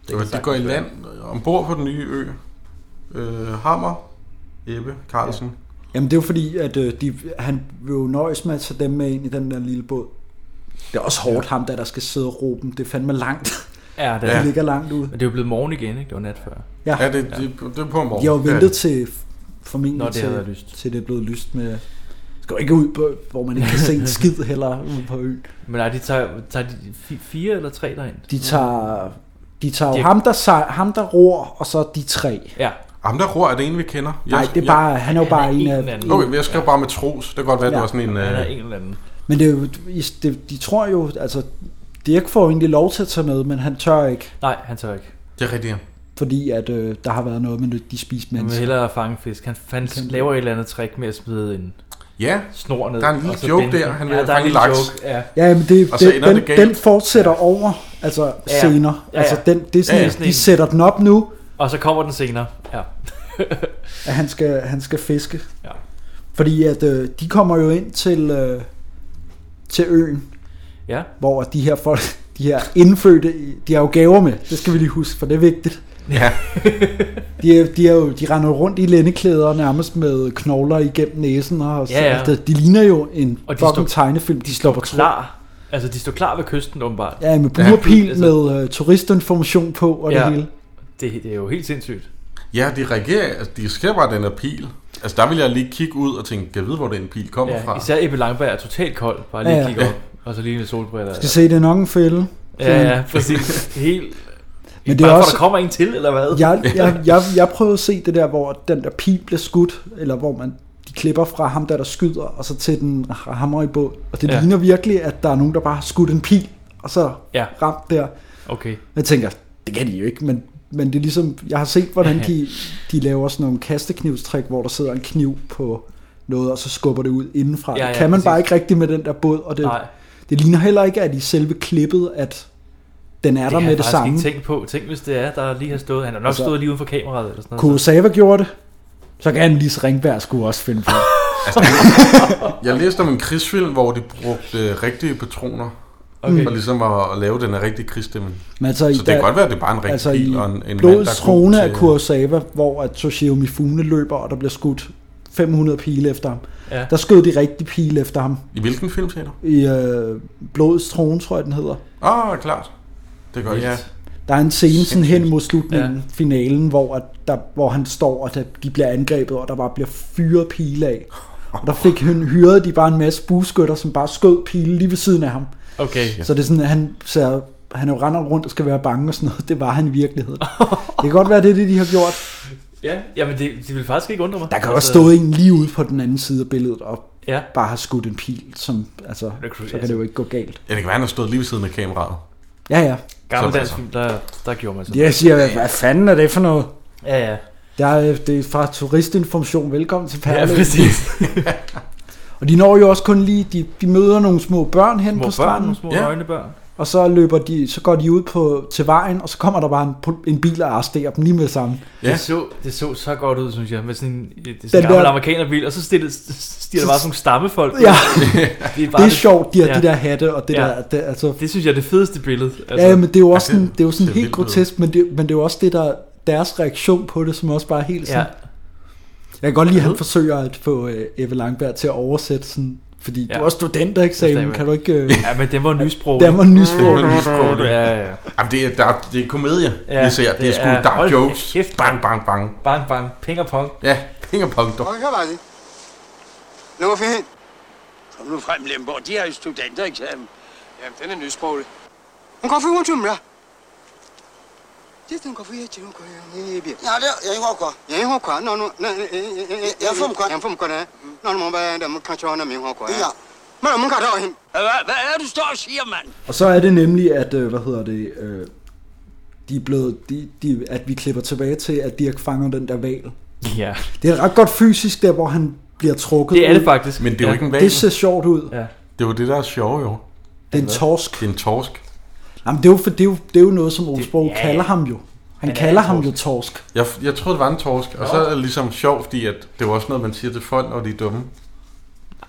S4: Det, det, det går i land øh, ombord på den nye ø. Øh, Hammer, Ebbe, Carlsen.
S2: Jamen det er jo fordi, at øh, de, han vil jo nøjes med at tage dem med ind i den der lille båd. Det er også hårdt ham, der, der skal sidde og råbe dem. Det er fandme langt.
S3: Ja, det
S2: det
S3: er.
S2: ligger langt ude.
S3: Men det er jo blevet morgen igen, ikke? Det var nat før.
S2: Ja.
S4: Ja, det, det, det er på morgen.
S2: De har jo
S4: Det er
S2: ventet
S4: det.
S2: til formentlig
S3: Nå, det har været
S2: til, til det er blevet lyst med... Skal jo ikke ud på, hvor man ikke kan se en skid heller ude på øen.
S3: Men nej, de tager, tager de fi- fire eller tre derind?
S2: De tager, de tager jo
S3: De-
S2: ham, der, sej, ham, der ror, og så de tre.
S3: Ja.
S4: Ham der ror er det en, vi kender.
S2: Nej, det er bare, han er jo bare en af...
S4: Okay, men jeg skrev bare med tros. Det kan godt være, det
S2: Ja.
S4: var sådan en...
S2: Han er
S4: Øh,
S3: en eller anden.
S2: Men det, er jo- i- det, de tror jo, altså, Dirk får jo egentlig lov til at tage med, men han tør ikke,
S3: Nej, han tør ikke.
S4: Det er rigtigt.
S2: fordi at, øh, der har været noget med de spiste
S3: Han vil
S2: mennesker.
S3: hellere fange fisk. Han, han
S2: Kæmpe.
S3: laver et eller andet trick med at smide en
S4: Ja,
S3: snor ned.
S4: der er en lille
S3: og så
S4: joke
S3: binde
S4: der.
S3: den.
S4: Han vil
S3: ja, der er en
S4: fange
S3: lille
S4: laks.
S3: joke. Ja.
S2: Ja, men det,
S4: Og så
S2: det,
S4: ender
S2: den,
S4: det galt.
S2: den fortsætter ja. over, altså
S3: ja.
S2: senere.
S3: Ja,
S2: Altså
S3: ja.
S2: den, det er sådan,
S3: Ja, ja.
S2: ja, de sætter den op nu,
S3: Og så kommer den senere. Ja.
S2: at han skal, han skal fiske. Ja. Fordi at øh, de kommer jo ind til, øh, til øen,
S3: Ja.
S2: hvor de her folk, de her indfødte, de har jo gaver med. Det skal vi lige huske, for det er vigtigt.
S4: Ja.
S2: de, er, de, er jo, de render jo rundt i lændeklæder nærmest med knogler igennem næsen. Og
S3: Ja, ja.
S2: Altså, de ligner jo en
S3: Og de
S2: fucking
S3: står-
S2: tegnefilm, de slår på tråd.
S3: Klar. Altså, de står klar ved kysten, åbenbart.
S2: Ja, med
S3: helt-
S2: buerpil, ja, med øh, turistinformation på og ja. det hele.
S3: Det, det er jo helt sindssygt.
S4: Ja, de reagerer, altså, de ser bare den her pil. Altså, der vil jeg lige kigge ud og tænke, kan jeg vide, hvor den pil kommer
S3: Ja,
S4: fra?
S3: især Ebbe Langberg er totalt kold. Bare lige
S2: Ja, ja.
S3: ja. kigge
S2: Ja.
S3: op. Og så lige med solbriller.
S2: Skal se, det er nok en fælde.
S3: Ja, ja, præcis. Helt...
S2: Men
S3: Men
S2: det er
S3: det er bare
S2: også-
S3: for, der kommer en til, eller hvad?
S2: Jeg, jeg, jeg, jeg prøvede at se det der, hvor den der pil bliver skudt, eller hvor man de klipper fra ham, der der skyder, og så til den hammer i båd. Og det ja.
S3: Ja.
S2: ligner virkelig, at der er nogen, der bare har skudt en pil, og så ja.
S3: Ja.
S2: ramt der.
S3: Okay.
S2: Jeg tænker, det kan de jo ikke, men, men det er ligesom, jeg har set, hvordan de, de laver sådan nogle kasteknivstrik, hvor der sidder en kniv på noget, og så skubber det ud indenfra. Ja,
S3: Ja,
S2: ja,
S3: ja,
S2: det kan man
S3: præcis.
S2: bare ikke rigtigt med den der båd, og det,
S3: Nej.
S2: det ligner heller ikke, at i selve klippet, at den er der
S3: har
S2: med
S3: jeg
S2: det
S3: faktisk
S2: samme.
S3: ikke tænkt på. Tænk, hvis det er, der lige har stået... Han har nok
S2: Altså,
S3: altså, stået lige uden for kameraet, eller sådan noget.
S2: Kurosawa gjorde det, så kan Lise Ringberg skulle også finde på det.
S4: Jeg læste om en krigsfilm, hvor de brugte øh, rigtige patroner.
S2: Okay.
S4: Okay. Og ligesom at, at lave den her rigtige krigsstemme.
S2: Men altså, i
S4: så det kan
S2: da-
S4: godt være, at det er bare en rigtig
S2: altså, i
S4: pil og en, en mand, der er
S2: Blodets
S4: god
S2: trone af
S4: til-
S2: Kurosawa, hvor at Toshio Mifune løber, og der bliver skudt 500 pile efter ham.
S4: Ja.
S2: Der skød de rigtige pile efter ham.
S4: I hvilken film sagde du?
S2: I øh, Blodets trone, tror jeg, den hedder.
S4: Ah, klart. Det gør jeg.
S2: Der er en scene sådan hen mod slutningen, ja. finalen, hvor, at der, hvor han står, og der, de bliver angrebet, og der bare bliver fyret pile af. Og der fik han hyret de bare en masse bueskytter, som bare skød pile lige ved siden af ham.
S3: Okay.
S2: Så det er sådan, at han, ser, han jo render rundt og skal være bange og sådan noget. Det var han i virkeligheden. det kan godt være, det er det, de har gjort.
S3: Ja, jamen det, det vil faktisk ikke undre mig. Altså,
S2: Der kan også stå en lige ude på den anden side af billedet og
S3: Ja.
S2: bare har skudt en pil, som, altså, så kan det jo ikke gå galt.
S4: Ja, det kan være, han har stået lige ved siden af kameraet.
S2: Ja, ja.
S3: Gammel
S4: Så-
S3: dansk film, der, der gjorde man sådan.
S2: Jeg siger, hvad fanden er det for noget?
S3: Ja, ja.
S2: Der er, øh, det er fra turistinformation. Velkommen til Perle.
S3: Ja, præcis.
S2: og de når jo også kun lige, de, de møder nogle små børn hen
S3: Små
S2: på
S3: børn,
S2: stranden.
S3: nogle små ja. øjnebørn.
S2: Og så, løber de, så går de ud på, til vejen, og så kommer der bare en, pol- en bil og arresterer dem lige med det samme.
S3: Ja. Det, så, det så så godt ud, synes jeg, med sådan en, det er sådan en gammel
S2: der-
S3: der... amerikanerbil, og så stiger, stiger der bare sådan nogle stammefolk.
S2: Ja. Det er sjovt, de har de der hatte og det der- Det, altså...
S3: det synes jeg er det fedeste billede.
S2: Altså, ja, men det er jo også sådan, det er jo
S3: det
S2: sådan
S3: er
S2: helt
S3: vildt ud.
S2: grotesk, men det, men det er jo også det, der deres reaktion på det, som også bare er helt sådan...
S3: Ja.
S2: Jeg kan godt lide, at han forsøger at få øh, Ebbe Langberg til at oversætte sådan... Fordi ja. du var studentereksamen, kan du ikke... Øh,
S3: Ja, men den var nysprog.
S2: Den var nysprog.
S3: Ja, ja.
S4: Jamen, det er, der, er- det er komedie,
S3: Ja,
S4: ja, vi ser. Det,
S3: det
S4: er sgu,
S3: er-
S4: der er
S3: hold
S4: jokes. Kæft. Bang, bang, bang.
S3: Bang, bang. Ping og pong.
S4: Ja, ping og pong. dog.
S6: Hvor kan være det? Nu er fint. Kom nu frem, Lemborg. De har jo studentereksamen. Jamen, den er nysproglig.
S12: Hun går for jumla. Det er hun går for jeg til hun går jeg bi. Ja det jeg går kwa. Jeg går kwa. No no. Jeg får kwa. Jeg får kwa. No no mba der må kan chona min går kwa. Ja. Men man kan da him.
S6: Hvad, hvad er det, du står og siger, mand?
S2: Og så er det nemlig, at, øh, hvad hedder det, øh, de er blevet, de, de, at vi klipper tilbage til, at Dirk fanger den der val.
S3: Ja.
S2: Det er ret godt fysisk, der hvor han bliver trukket
S3: Det er det
S2: ud.
S3: faktisk. Men det er jo Ja. ikke en hval.
S2: Det ser sjovt ud.
S3: Ja.
S4: Det er jo det, der er sjovt, jo.
S2: Det er en torsk.
S4: Det er en torsk.
S2: Jamen, det er jo, for, det er jo, det er jo noget, som Olsbro
S4: ja.
S2: kalder ham jo. Han
S4: Han er
S2: kalder
S4: en
S2: ham jo torsk.
S4: Jeg, jeg troede, det var en torsk. Og
S2: Nå.
S4: så er det ligesom sjovt, fordi at det er jo også noget, man siger til folk, når de er dumme.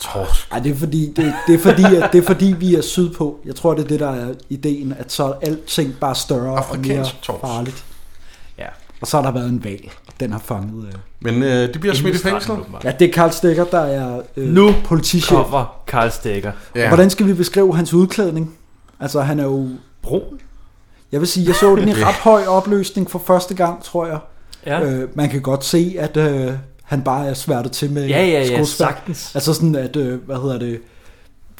S4: Torsk.
S2: Nej, det er fordi, det, det, er fordi at, det er fordi, vi er sydpå. Jeg tror, det er det, der er ideen, at så er alting bare større
S4: Afrikansk
S2: og mere
S4: torsk.
S2: farligt.
S3: Ja.
S2: Og så har der været en val, den har fanget. Øh.
S4: Men øh, de bliver smidt i
S3: Inden
S4: fængsel.
S3: stranden, åbenbart.
S2: Ja, det er Karl Stikker, der er øh,
S3: Nu
S2: politichef.
S3: kommer Karl Stikker.
S2: Ja. Hvordan skal vi beskrive hans udklædning? Altså, han er jo...
S3: Brun?
S2: Jeg vil sige, jeg så den i ret høj opløsning for første gang, tror jeg.
S3: Ja.
S2: Øh, man kan godt se, at øh, han bare er sværtet til med
S3: Ja, ja, ja,
S2: skosværd.
S3: sagtens.
S2: Altså sådan, at... Øh, hvad hedder det?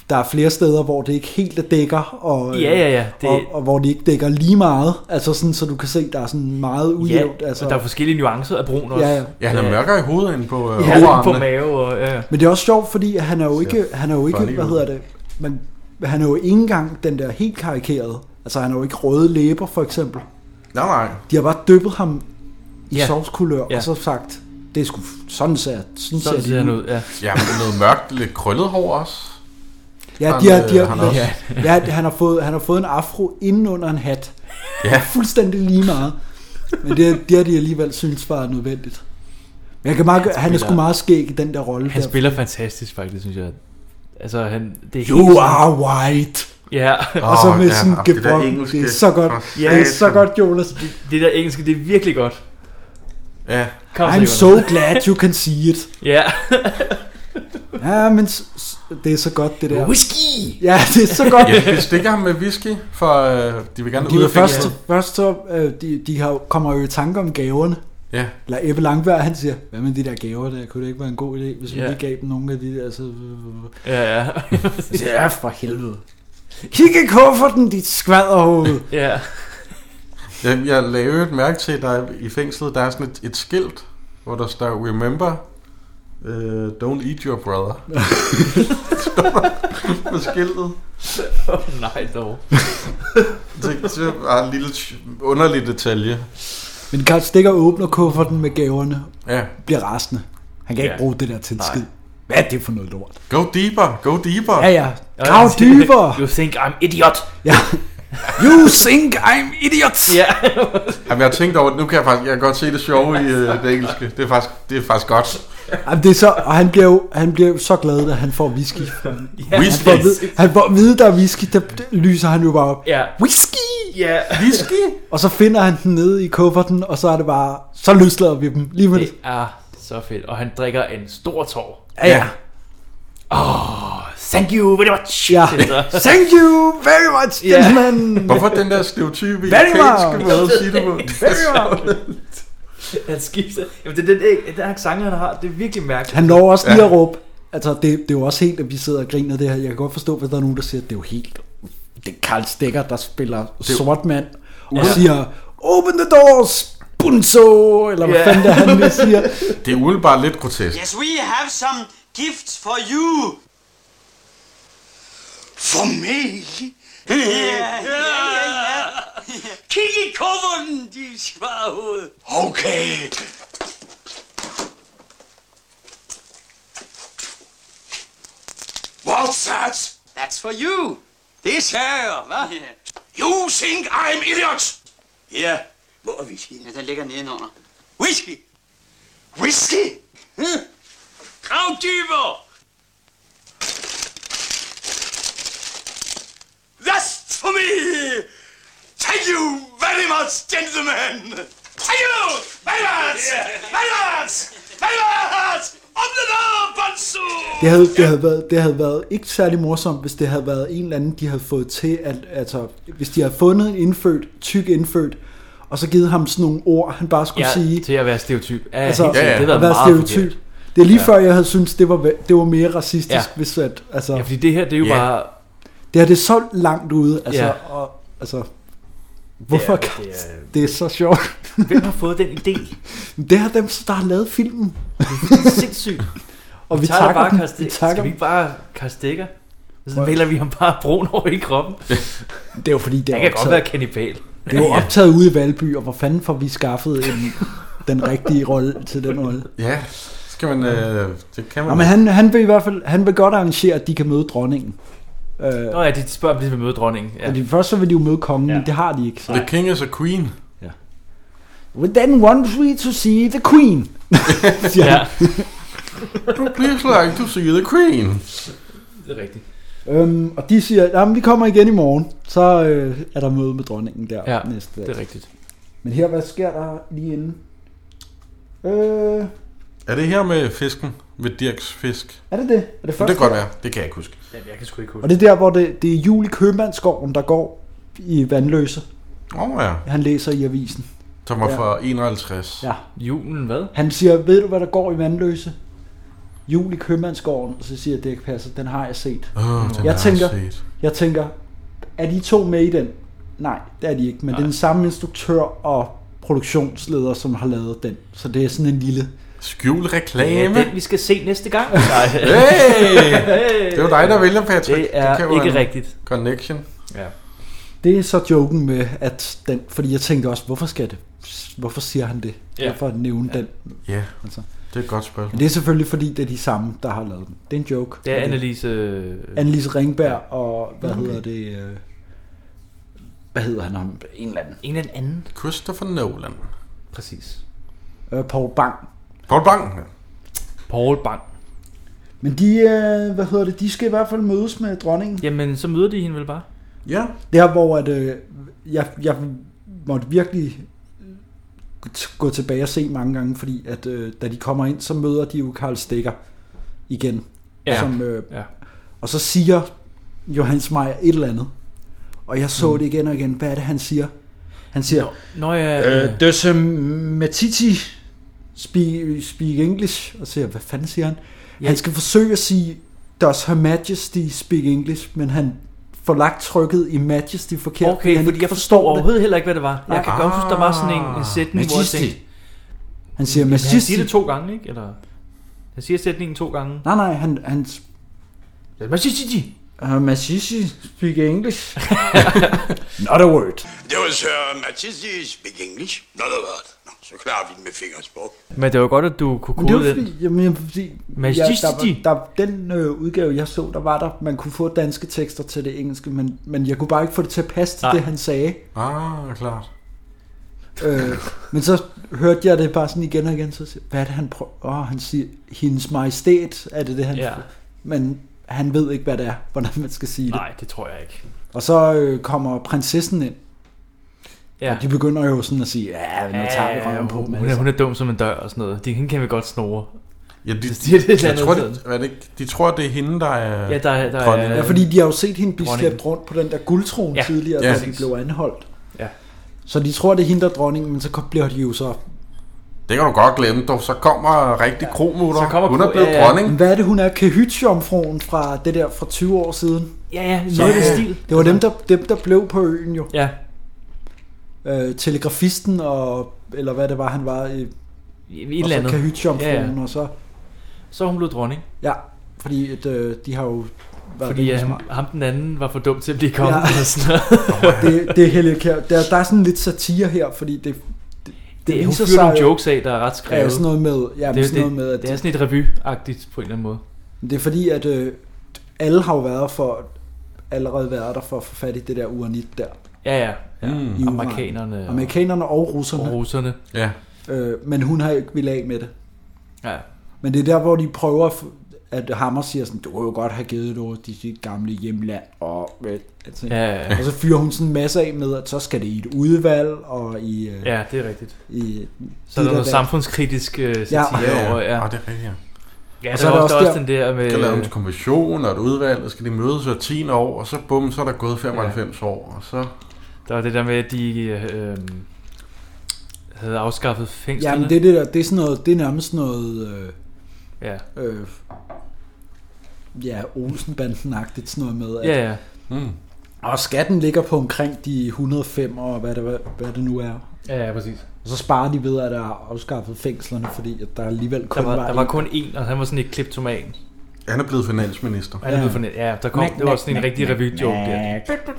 S2: Der er flere steder, hvor det ikke helt er dækker, og, øh,
S3: Ja, ja, ja, det-
S2: og, og hvor det ikke dækker lige meget. Altså sådan, så du kan se, der er sådan meget ujævnt.
S3: Ja,
S2: altså.
S3: og der er forskellige nuancer af brun også.
S2: Ja, ja.
S4: Ja, han er mørkere i hovedet end på øh,
S3: Ja,
S4: overarmene.
S3: på mave og... Ja. ja.
S2: Men det er også sjovt, fordi han er jo ikke, han er jo ikke
S3: farlig
S2: hvad
S3: ud.
S2: hedder det, man, han er jo ikke engang den der helt karikerede. Altså han har jo ikke røde læber, for eksempel.
S4: Nej, nej.
S2: De har bare dyppet ham i
S4: Ja.
S2: yeah. sovskulør,
S4: Ja.
S2: og så sagt, det er sgu sådan ser, sådan
S4: Sådan
S2: ser
S4: ser
S2: det
S4: han ud,
S3: ja.
S4: Ja, men noget mørkt, lidt krøllet hår også.
S2: Ja,
S4: Han,
S2: de har,
S4: øh,
S2: de har,
S4: han
S2: han,
S4: er også-
S2: ja, ja, han, har fået, han har fået en afro inden under en hat.
S4: Ja.
S2: Fuldstændig lige meget. Men det, det har de alligevel synes var nødvendigt. Men jeg kan meget, han, han er
S3: spiller-
S2: sgu meget skæg i den der rolle.
S3: Han
S2: der.
S3: spiller fantastisk, faktisk, synes jeg. Altså, han... Det er helt
S2: You
S3: sådan-
S2: are white.
S3: Ja.
S2: Og så med sådan en gebrokken. Det er så godt. Det er så godt, Jonas.
S3: Det, det der engelske, det er virkelig godt.
S4: Ja.
S2: I'm so glad you can see it.
S3: Ja.
S2: Ja, men s- s- det er så godt det der.
S3: Whisky!
S2: Ja, det er så godt.
S4: Ja, vi stikker ham med whisky, for øh, de vil gerne
S2: De
S4: ud
S2: var
S4: af
S2: først,
S4: fængslet.
S2: først så, øh, de, de har, kommer jo i tanke om gaverne.
S4: Ja.
S2: Eller Ebbe Langberg, han siger, hvad med de der gaver der, kunne det ikke være en god idé, hvis vi
S3: Ja.
S2: lige gav dem nogle af de der, Altså, øh, så...
S3: Ja, ja.
S2: Jeg siger, ja, for helvede. Kig øh. i kufferten, dit skvaderhoved.
S3: Ja.
S4: Jeg, jeg lavede et mærke til, at der i fængslet, der er sådan et, et skilt, hvor der står, remember, uh, don't eat your brother. står der på skiltet.
S3: Oh, nej dog.
S4: Det, det var en lille underlig detalje.
S2: Men Karl Stikker åbner kufferten med gaverne,
S4: Ja.
S2: bliver rasende. Han kan ikke
S4: Ja.
S2: bruge det der til en
S4: Nej.
S2: skid. Hvad er det for noget lort?
S4: Go deeper, go deeper.
S2: Ja, ja. Grav dybere.
S3: You think I'm idiot.
S2: Ja. You think I'm idiot.
S3: Ja.
S4: Jamen, jeg har tænkt over det. Nu kan jeg faktisk jeg kan godt se det sjove i øh, det engelske. Det er faktisk, det er faktisk godt.
S2: Jamen, det er så, og han bliver, jo, han bliver jo så glad, da han får whisky.
S4: Ja.
S2: Han får, at vide, han får at vide, der er whisky, der der lyser han jo bare op.
S3: Ja.
S2: Whisky!
S3: Ja.
S4: Whisky?
S2: Og så finder han den nede i kufferten, og så er det bare, så løslader vi dem lige med det.
S3: Det er så fedt. Og han drikker en stor tår.
S2: Ja, ja.
S3: Oh, thank you very much.
S2: Ja.
S3: siger han så.
S2: Thank you very much,
S3: Ja.
S2: gentlemen.
S4: Hvorfor den der stereotype i
S2: Very
S4: japanske
S2: much.
S4: måde at sige det på?
S2: Very much.
S3: Han skifter. Jamen, det er den, æg- den her sang, han har. Det er virkelig mærkeligt.
S2: Han når også lige at råbe, altså det, det er jo også helt, at vi sidder og griner det her. Jeg kan godt forstå, hvis der er nogen, der siger, at det er jo helt, det er Karl Stikker, der spiller
S3: er jo-
S2: sort mand, og
S3: Ja.
S2: siger, open the doors, bunso, eller hvad
S3: Ja.
S2: fanden det er, han lige siger.
S4: Det er umiddelbart lidt grotesk.
S10: Yes, we have some gifts for you.
S11: For mig? Ja, ja, ja. Kig i kufferten, de svarhoved. Okay.
S10: What's that? That's for you.
S6: Det er sager, hvad?
S11: You think I'm idiot?
S6: Ja. Hvor er whiskyen? Ja, den ligger nedenunder. Whisky?
S11: Whisky? Hmm?
S6: Hm?
S11: Grav dybere! That's for me! Thank you very much, gentlemen! Thank you very much! Very much! Very much! Om det der, Bonsu!
S2: Det havde, det, havde været, det havde været ikke særlig morsomt, hvis det havde været en eller anden, de havde fået til, at, altså, hvis de havde fundet en indfødt, tyk indfødt, og så givet ham sådan nogle ord, han bare skulle
S3: Ja,
S2: sige.
S3: til at være stereotyp. Ja,
S2: altså,
S3: helt sikkert. Det havde
S2: at
S3: været
S2: være
S3: meget
S2: stereotyp.
S3: forkert.
S2: Det er lige
S3: Ja.
S2: før, jeg havde syntes, det var, det var mere racistisk,
S3: Ja.
S2: ja. hvis at, altså...
S3: Ja, fordi det her, det er jo bare-
S2: Det her, det er så langt ude, altså,
S3: Ja.
S2: og, altså... Hvorfor
S3: Det
S2: det er,
S3: er- det
S2: det,
S3: er-
S2: er, det er så sjovt.
S3: Hvem har fået den idé?
S2: Det er dem, der har lavet filmen.
S3: Det er sindssygt.
S2: og vi, takker
S3: bare
S2: dem.
S3: Karl
S2: Vi
S3: Stig-
S2: takker
S3: Skal vi
S2: dem.
S3: ikke bare kastikker? Så vælger vi ham bare brun over i kroppen.
S2: Det er jo fordi, det er
S3: Han kan godt
S2: optaget-
S3: være kanibal.
S2: Det er jo optaget ude i Valby, og hvor fanden får vi skaffet en, den rigtige rolle til den rolle?
S4: Ja, skal man... Øh, det kan man
S2: Nå, men han, han vil i hvert fald han vil godt arrangere, at de kan møde dronningen. Øh,
S3: Nå ja, de spørger, om de vil møde dronningen. Ja.
S2: og de, først så vil de jo møde kongen, ja. men det har de ikke. Så.
S4: The king is a queen.
S3: Ja.
S2: We then want we to see the queen. siger han.
S4: du bliver slaget, du siger the queen.
S3: Det er rigtigt.
S2: øhm, og de siger, at vi kommer igen i morgen. Så øh, er der møde med dronningen der
S3: Ja,
S2: næste dag.
S3: det er rigtigt.
S2: Men her, hvad sker der lige inden? Øh,
S4: Er det her med fisken? Med Dirks fisk?
S2: er det det? Er det
S4: det
S2: første
S4: kan godt
S2: her?
S4: være. Det kan jeg ikke huske.
S3: Ja, jeg kan sgu ikke
S2: Og det er der, hvor det, det er jul i Købmandsgården, der går i Vandløse.
S4: Åh oh, ja.
S2: Han læser i avisen.
S4: Som var fra 51.
S2: Ja.
S3: Julen hvad?
S2: Han siger, ved du hvad der går i Vandløse? Jul i Købmandsgården. Og så siger Dirk Passer, den har jeg set.
S4: Åh, den har
S2: jeg
S4: jeg
S2: tænker,
S4: set.
S2: Jeg tænker, er de to med i den? Nej, det er de ikke. Men Nej. det er den samme instruktør og produktionsleder, som har lavet den. Så det er sådan en lille...
S4: Skjul
S3: Det er den, vi skal se næste gang. Nej.
S4: Hey! Det er jo dig, der vælger, Patrick.
S3: Det er
S4: Du kan jo
S3: ikke
S4: en
S3: rigtigt.
S4: Connection.
S3: Ja.
S2: Det er så joken med, at den... Fordi jeg tænkte også, hvorfor skal det? Hvorfor siger han det?
S4: Ja.
S2: Hvorfor nævne den?
S4: Ja,
S2: altså.
S4: det er et godt spørgsmål.
S2: Men det er selvfølgelig, fordi det er de samme, der har lavet den. Det er en joke.
S3: Det er
S2: Men
S3: Annelise... øh,
S2: Annelise Ringberg og, hvad
S3: Okay.
S2: hedder det... øh, Hvad hedder han om? En eller anden.
S3: En eller anden.
S4: Christopher Nolan.
S3: Præcis.
S2: Øh, Paul Bang.
S4: Paul Bang.
S3: Paul Bang.
S2: Men de, øh, hvad hedder det, de skal i hvert fald mødes med dronningen.
S3: Jamen, så møder de hende vel bare?
S4: Ja.
S2: Der hvor at, øh, jeg, jeg måtte virkelig gå tilbage og se mange gange, fordi at, øh, da de kommer ind, så møder de jo Karl Stikker igen.
S3: Ja.
S2: Som, øh,
S3: Ja.
S2: Og så siger Johannes Meyer et eller andet. Og jeg så mm. det igen og igen. Hvad er det, han siger? Han siger,
S3: Nå ja,
S2: øh, Døsse Matiti speak, speak English. Og så siger jeg, hvad fanden siger han?
S3: Ja.
S2: Ja. Han skal forsøge at sige, Does Her Majesty speak English? Men han får lagt trykket i Majesty forkert.
S3: Okay,
S2: han
S3: fordi
S2: ikke
S3: jeg forstår
S2: det.
S3: overhovedet heller ikke, hvad det var. Jeg
S2: Nej.
S3: kan godt huske, der var sådan en, en sætning, hvor jeg
S2: Majesty.
S3: tænkte...
S2: Han siger
S3: Men Han
S2: Majesty.
S3: siger det to gange, ikke? Eller... Han siger sætningen to gange.
S2: Nej, nej, han... han
S3: Majesty.
S2: Uh, Majesty speak English. Not a word.
S11: Det var så Matisse uh, speak English. Nå, det var det. Nå, så klarer vi den med fingersprog.
S3: Men det var godt, at du kunne
S2: Men det var
S3: kode den.
S2: fordi, jamen, jeg- fordi
S3: Majesty.
S2: Ja, der, var- der, den øh, udgave, jeg så, der var der, man kunne få danske tekster til det engelske, men, men jeg kunne bare ikke få det til at passe til
S4: Nej.
S2: det, han sagde.
S4: Ah, klart.
S2: Øh, men så hørte jeg det bare sådan igen og igen, så siger, jeg, hvad er det, han prøver? Åh, han siger, hendes majestæt, er det det, han
S3: Ja.
S2: Men han ved ikke, hvad det er, hvordan man skal sige det.
S3: Nej, det tror jeg ikke.
S2: Og så øh, kommer prinsessen ind,
S3: Ja.
S2: og de begynder jo sådan at sige, ja, nu tager vi røven på dem.
S3: hun,
S2: alle
S3: er,
S2: sammen."
S3: hun er dum som en dør og sådan noget. De, hende kan vi godt snore.
S4: Ja, de,
S3: Så siger det et
S4: jeg
S3: andet
S4: tror,
S3: sted.
S4: det, er det ikke, de tror, det er hende, der er
S3: Ja, der er- der er-
S4: dronningen.
S2: Ja, fordi de har jo set hende blive
S4: Dronningen.
S2: slæbt rundt på den der guldtrone
S4: Ja,
S2: ja, tidligere,
S4: ja.
S2: ja, da de
S4: præcis.
S2: blev anholdt.
S3: Ja.
S2: Så de tror, det er hende, der er dronningen, men så kom- bliver de jo så...
S4: Det kan du godt glemme, dog. Så kommer rigtig kromutter. Så kommer hun er blevet dronning.
S3: Mm.
S2: Hvad er det, hun er? Kahytjomfruen fra det der fra 20 år siden. Øh,
S3: Ja, ja, noget af den stil.
S2: Det var dem der, dem, der blev på øen jo.
S3: Ja.
S2: Øh, telegrafisten og... Eller hvad det var, han var... Øh,
S3: et
S2: og
S3: eller andet.
S2: så Kahytjomfruen,
S3: Ja,
S2: ja,
S3: ja.
S2: ja. og så...
S3: Så er hun blev dronning.
S2: Ja, fordi at, øh, de har jo... været
S3: Fordi øh,
S2: rimelig
S3: ja,
S2: smarte.
S3: ham den anden var for dum til at blive konge.
S2: Ja.
S3: Ja. Sådan noget.
S2: det, det er Helge Kjær. Der, der er sådan lidt satire her, fordi det... Det,
S3: Det, hun
S2: viser
S3: fyrer nogle
S2: jo-
S3: jokes af, der er ret skrevet.
S2: Ja, sådan noget med... Ja,
S3: det, er jo
S2: sådan noget
S3: det,
S2: med at,
S3: det er sådan lidt revy-agtigt på en eller anden måde.
S2: Det er fordi, at øh, alle har jo været for allerede været der for at få fat i det der uranit der.
S3: Ja, ja. ja.
S2: I
S3: Mm.
S2: Uran.
S3: Amerikanerne. og-
S2: Amerikanerne og russerne.
S3: Og russerne.
S4: Ja.
S2: Øh, men hun har ikke ville af med det.
S3: Ja.
S2: Men det er der, hvor de prøver, at f- at Hammer siger sådan, du kunne jo godt have givet det over til sit gamle hjemland. Og, øh, altså,
S3: Ja, ja, ja.
S2: og så fyrer hun sådan en masse af med, at så skal det i et udvalg, og i... øh,
S3: Ja, det er rigtigt.
S2: I,
S3: Så er der noget samfundskritisk øh, satire
S4: Ja, ja.
S3: over. Ja.
S4: Ah, det er rigtigt, ja.
S3: Ja, og så er der også, der er også den der med...
S2: Øh.
S4: Der lavede en kommission og et udvalg, og skal de mødes hver 10 år, og så bum, så er der gået 95 ja. år, og så...
S3: Der var det der med, at de øh, havde afskaffet fængslerne.
S2: Jamen, det, er det, der, det er sådan noget, det er nærmest noget... Øh,
S3: ja.
S2: Øh, ja, Olsenbanden-agtigt sådan noget med, at,
S3: Ja, ja.
S4: Mm.
S2: og skatten ligger på omkring de 105 og hvad det, hvad det nu er.
S3: Ja, ja, præcis.
S2: Og så sparer de ved, at der er afskaffet fængslerne, fordi at der alligevel kun
S3: der var, der var
S2: en.
S3: kun én, og han var sådan et kliptoman.
S4: Han er blevet finansminister.
S3: Han er blevet fornet. Ja, der kom,
S2: Knak,
S3: det var sådan en
S2: knak,
S3: rigtig
S2: knak,
S3: revy-joke
S2: knak.
S3: der.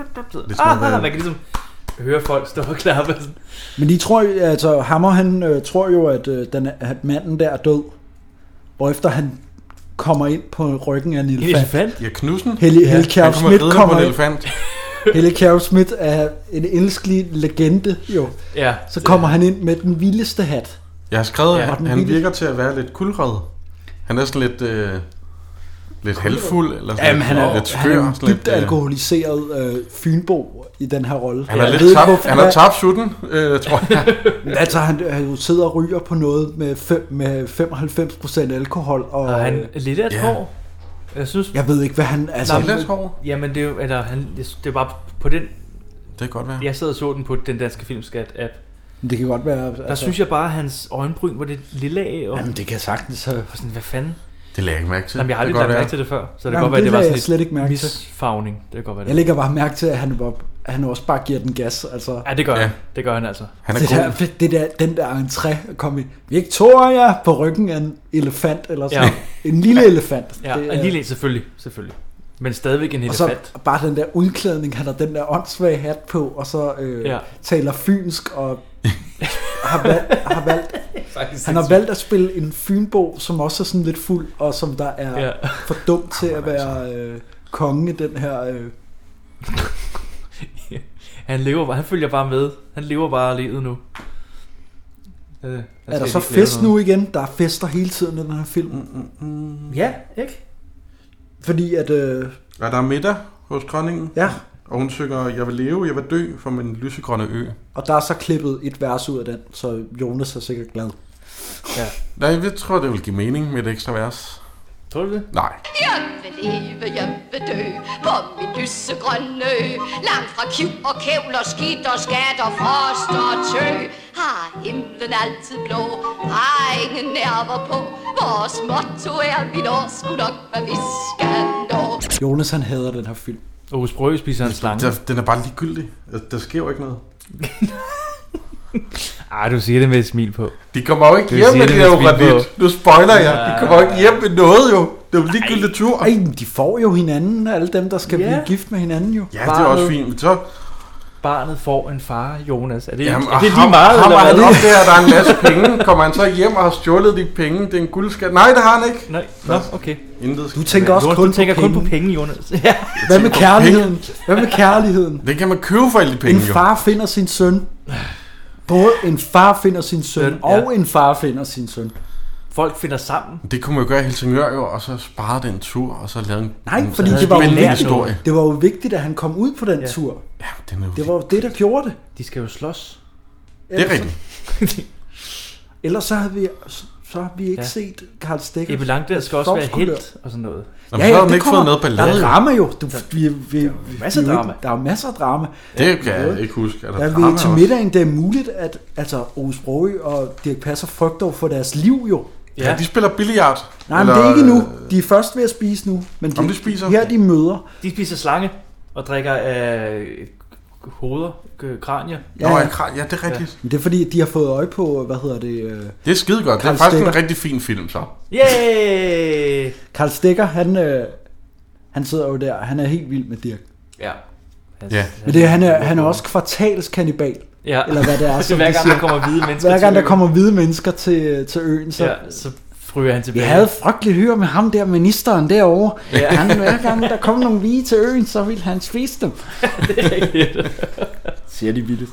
S4: Det er sådan noget,
S3: Ah,
S4: hvad-
S3: man kan ligesom høre folk stå og klappe.
S2: Men de tror, jo- altså Hammer han øh, tror jo, at, øh, den, at manden der er død, efter han kommer ind på ryggen af en elefant.
S3: elefant?
S4: Ja, Knudsen.
S2: Helle,
S4: Ja,
S2: Helle
S4: han
S2: Kjær
S4: kommer
S2: Schmidt
S4: ridende på
S2: kommer
S4: en
S2: ind.
S4: elefant.
S2: Helle Kjær Schmidt er en elskelig legende, jo.
S3: Ja.
S2: Så kommer han ind med den vildeste hat.
S4: Jeg har skrevet, ja,
S2: Og den
S4: at han
S2: vilde-
S4: virker til at være lidt kulrød. Han er sådan lidt... Øh, lidt halvfuld, eller sådan
S2: Jamen,
S4: lidt,
S2: han er,
S4: lidt skør.
S2: han er en
S4: sådan
S2: dybt
S4: lidt, øh,
S2: alkoholiseret øh, Fynbo i den her rolle.
S4: Han er
S2: Jeg
S4: lidt
S2: ved ikke,
S4: tabt-
S2: hvorfor-
S4: han er tabt sutten, øh, tror jeg.
S2: Men altså, han, han sidder og ryger på noget med, fem, med 95% alkohol. Og, øh,
S3: Og han er lidt af et hår. Jeg synes...
S2: Jeg ved ikke, hvad han... Altså,
S3: Nå, men- Jamen, det er jo... Eller, han, jeg synes, det var på den...
S4: Det kan godt være.
S3: Jeg sad og så den på den danske filmskat-app.
S2: Men det kan godt være... altså,
S3: Der synes jeg bare, at hans øjenbryn var lidt lille af. Og
S2: Jamen, det kan sagtens have...
S3: Sådan, hvad fanden?
S4: Det lagde jeg ikke mærke til.
S3: Jamen, jeg har
S4: Det
S3: aldrig
S4: kan godt
S3: lagt mærke til
S4: være.
S3: det før. Så
S2: Jamen,
S3: det kan godt være,
S2: det
S3: det var
S2: lagde
S3: sådan
S2: jeg slet ikke mærke til.
S3: misfagning. Det kan godt være, det
S2: Jeg lægger bare mærke til, at han, var, at han også bare giver den gas. Altså.
S3: Ja, det gør ja. han. Det gør han altså.
S2: det der, det- det der, den der entré at komme i Victoria på ryggen af en elefant eller sådan ja. En lille elefant.
S3: Ja,
S2: Det
S3: det,
S2: er-
S3: en lille en, selvfølgelig, selvfølgelig. Men stadigvæk en
S2: og så
S3: elefant.
S2: bare den der udklædning, han har den der åndssvage hat på, og så øh,
S3: Ja.
S2: ja. taler fynsk og har valgt, har valgt
S3: Faktisk
S2: han har
S3: sindssygt.
S2: valgt at spille en fynbo, som også er sådan lidt fuld, og som der er
S3: Ja. altså.
S2: ja. for dum til at være øh, kongen i den her... Øh,
S3: Han, lever, bare- han følger bare med. Han lever bare livet nu. Øh, han
S2: er der
S3: skal
S2: så
S3: ikke lave
S2: fest
S3: noget. Mm.
S2: nu igen? Der er fester hele tiden i den her film.
S3: Ja, ikke?
S2: Fordi at... Øh,
S4: Ja, der er middag hos dronningen.
S2: Ja.
S4: Og hun synger, jeg vil leve, jeg vil dø for min lysegrønne ø.
S2: og der er så klippet et vers ud af den, så Jonas er sikkert glad.
S3: Ja.
S4: Nej, jeg tror, det vil give mening med et ekstra vers.
S3: Tror du det?
S4: Nej.
S16: Jeg vil leve, jeg vil dø på min lysegrønne ø. Langt fra kiv og kævler, skidt og skat og frost og tø. Har himlen altid blå, har ingen nerver på. Vores motto er, vi når sgu nok, hvad vi skal nå.
S2: Jonas han hader den her film.
S3: Aarhus Brøge spiser en slange.
S4: Der, den er bare ligegyldig. Altså, Der sker jo ikke noget.
S3: Ej, du siger det med et smil på.
S4: De kommer jo ikke
S3: Du
S4: hjem
S3: siger
S4: med det der
S3: et smil på.
S4: uranit. Nu spoiler jeg. De
S3: Ja.
S4: kommer ikke hjem med noget jo. Det er jo ligegyldigt tur.
S2: Ej, men de får jo hinanden, alle dem, der skal
S3: Ja.
S2: yeah. blive gift med hinanden jo.
S4: Ja, det er også fint. Men så...
S3: Barnet får en far, Jonas. Er det,
S4: Jamen,
S3: Jamen, er det
S4: ham-
S3: lige meget?
S4: Ham,
S3: eller
S4: han
S3: hvad?
S4: opdager, at der er en masse penge. Kommer han så hjem og har stjålet de penge? Det er en guldskat. Nej, det har han ikke.
S3: Nej, nå, okay.
S4: Intet
S2: Du tænker også
S3: Jonas,
S2: kun,
S3: du tænker
S2: på
S3: kun på
S2: penge.
S3: penge, Jonas. Ja.
S2: Hvad med kærligheden? Hvad med kærligheden?
S4: Det kan man købe for alle de
S2: En
S4: penge, jo.
S2: far finder sin søn. Både en far finder sin søn,
S3: Søn, ja.
S2: og en far finder sin søn.
S3: Folk finder sammen.
S4: Det kunne man jo gøre i Helsingør jo, og så spare den tur, og så lave en...
S2: Nej,
S4: en,
S2: fordi
S4: en
S2: det var, jo
S4: spændende
S2: vigtigt,
S4: historie.
S2: det var jo vigtigt, at han kom ud på den tur.
S4: den er jo-
S2: det var jo det, der gjorde det.
S3: De skal jo slås.
S4: Det er
S2: Ellers-
S4: rigtigt.
S2: Ellers så havde vi, så har vi ikke
S3: Ja.
S2: ja. set Karl Stikker.
S3: Ebbe Langdal skal også være helt og sådan noget.
S4: Jamen, så har hun ikke fået noget ballade,
S2: Der
S4: jo.
S2: er drama jo. Du, vi, vi, vi,
S3: masser af
S2: vi er jo
S3: drama.
S2: Ikke, der er masser af drama.
S4: Det kan jeg ikke huske, at der
S2: Der
S4: er
S2: er
S4: drama
S2: ved til
S4: også.
S2: middagen, det er muligt, at altså, Aarhus Brogø og Dirk Passer frygter jo for deres liv jo.
S4: Ja, de spiller billiard.
S2: Nej, men det er ikke nu. De er først ved at spise nu. Men de,
S4: øh, Om de spiser?
S2: Her de møder.
S3: De spiser slange og drikker øh, hoveder, øh, kranier.
S4: Nå, ja, kran- ja, det er rigtigt.
S2: Men det er fordi, at de har fået øje på, hvad hedder det? øh,
S4: Det er skide godt. Det er
S2: Karl
S4: faktisk en
S2: Stegger.
S4: rigtig fin film, så.
S3: Yay!
S2: Karl Stikker, han, øh, han sidder jo der. Han er helt vild med Dirk.
S3: Ja. Hans,
S4: Ja.
S2: Men det, er- han, er, han er også kvartalskannibal.
S3: Ja.
S2: Eller hvad det er.
S3: Det er
S2: som
S3: hver
S2: de
S3: gang, der
S2: siger.
S3: kommer hvide mennesker
S2: Hver gang
S3: til
S2: der
S3: øen.
S2: kommer hvide mennesker til, til øen, så,
S3: Ja, så ryger han tilbage.
S2: Vi havde frygtelig hyre med ham der, ministeren derovre.
S3: Ja.
S2: Ja. Han, hver gang der kom nogle vige til øen, så ville han spise dem.
S3: Siger de vildt.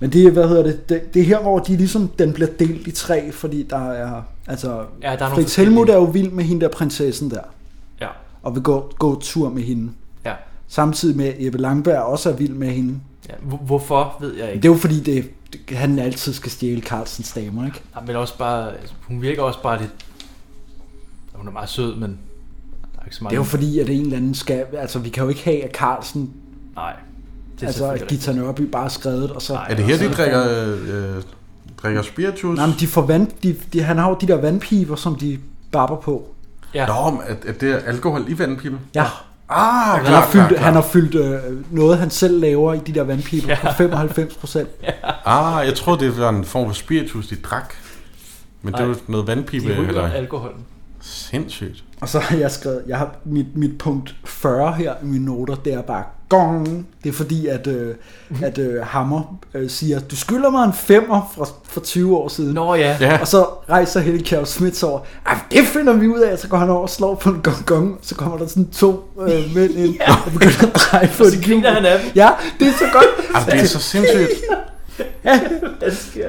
S2: Men det, er, hvad hedder det, det, det er her, hvor de ligesom, den bliver delt i tre, fordi der er, altså,
S3: Ja, der er nogle
S2: Fritz Helmut er jo vild med hende der prinsessen der,
S3: Ja.
S2: og vil gå, gå tur med hende.
S3: Ja.
S2: Samtidig med, at Jeppe Langberg også er vild med hende.
S3: ja. Hvor- Hvorfor, ved jeg ikke.
S2: Det er jo fordi, det, det- han altid skal stjæle Carlsens damer, ikke?
S3: Ja, men også bare, altså, hun virker også bare lidt... Hun er meget sød, men der er ikke så meget...
S2: Det er jo fordi, at en eller anden skal... Altså, vi kan jo ikke have, at Carlsen...
S3: Nej.
S2: Det altså, at Gita Nørby bare er skrevet, og så...
S4: Er det her, de drikker, øh, øh, drikker spiritus?
S2: Nej, men de får vand... De, de, han har jo de der vandpiber, som de barber på.
S3: Ja.
S4: Nå, men at, at det er alkohol i vandpipen?
S2: Ja.
S4: Ah,
S2: han,
S4: klart,
S2: har fyldt,
S4: klart, klart.
S2: han har fyldt øh, noget, han selv laver i de der vandpiber ja. på 95 procent.
S4: Ah, jeg troede, det var en form for spiritus, de drak. Men det
S3: Nej.
S4: var noget vandpipe,
S3: De ryger
S4: eller...
S3: alkoholen.
S4: Sindssygt.
S2: Og så har jeg skrevet, jeg har mit, mit punkt 40 her i mine noter, det er bare gong. Det er fordi, at, øh, at øh, Hammer øh, siger, du skylder mig en femmer fra, fra 20 år siden.
S3: Nå ja.
S2: Og så rejser Helle Kjær Smits over, "Ej, det finder vi ud af, så går han over og slår på en gong gong, så kommer der sådan to øh, mænd ind ja. og begynder at dreje på det. Så griner
S3: han af dem.
S2: Ja, det er så godt.
S4: Ah, det er så sindssygt.
S2: ja,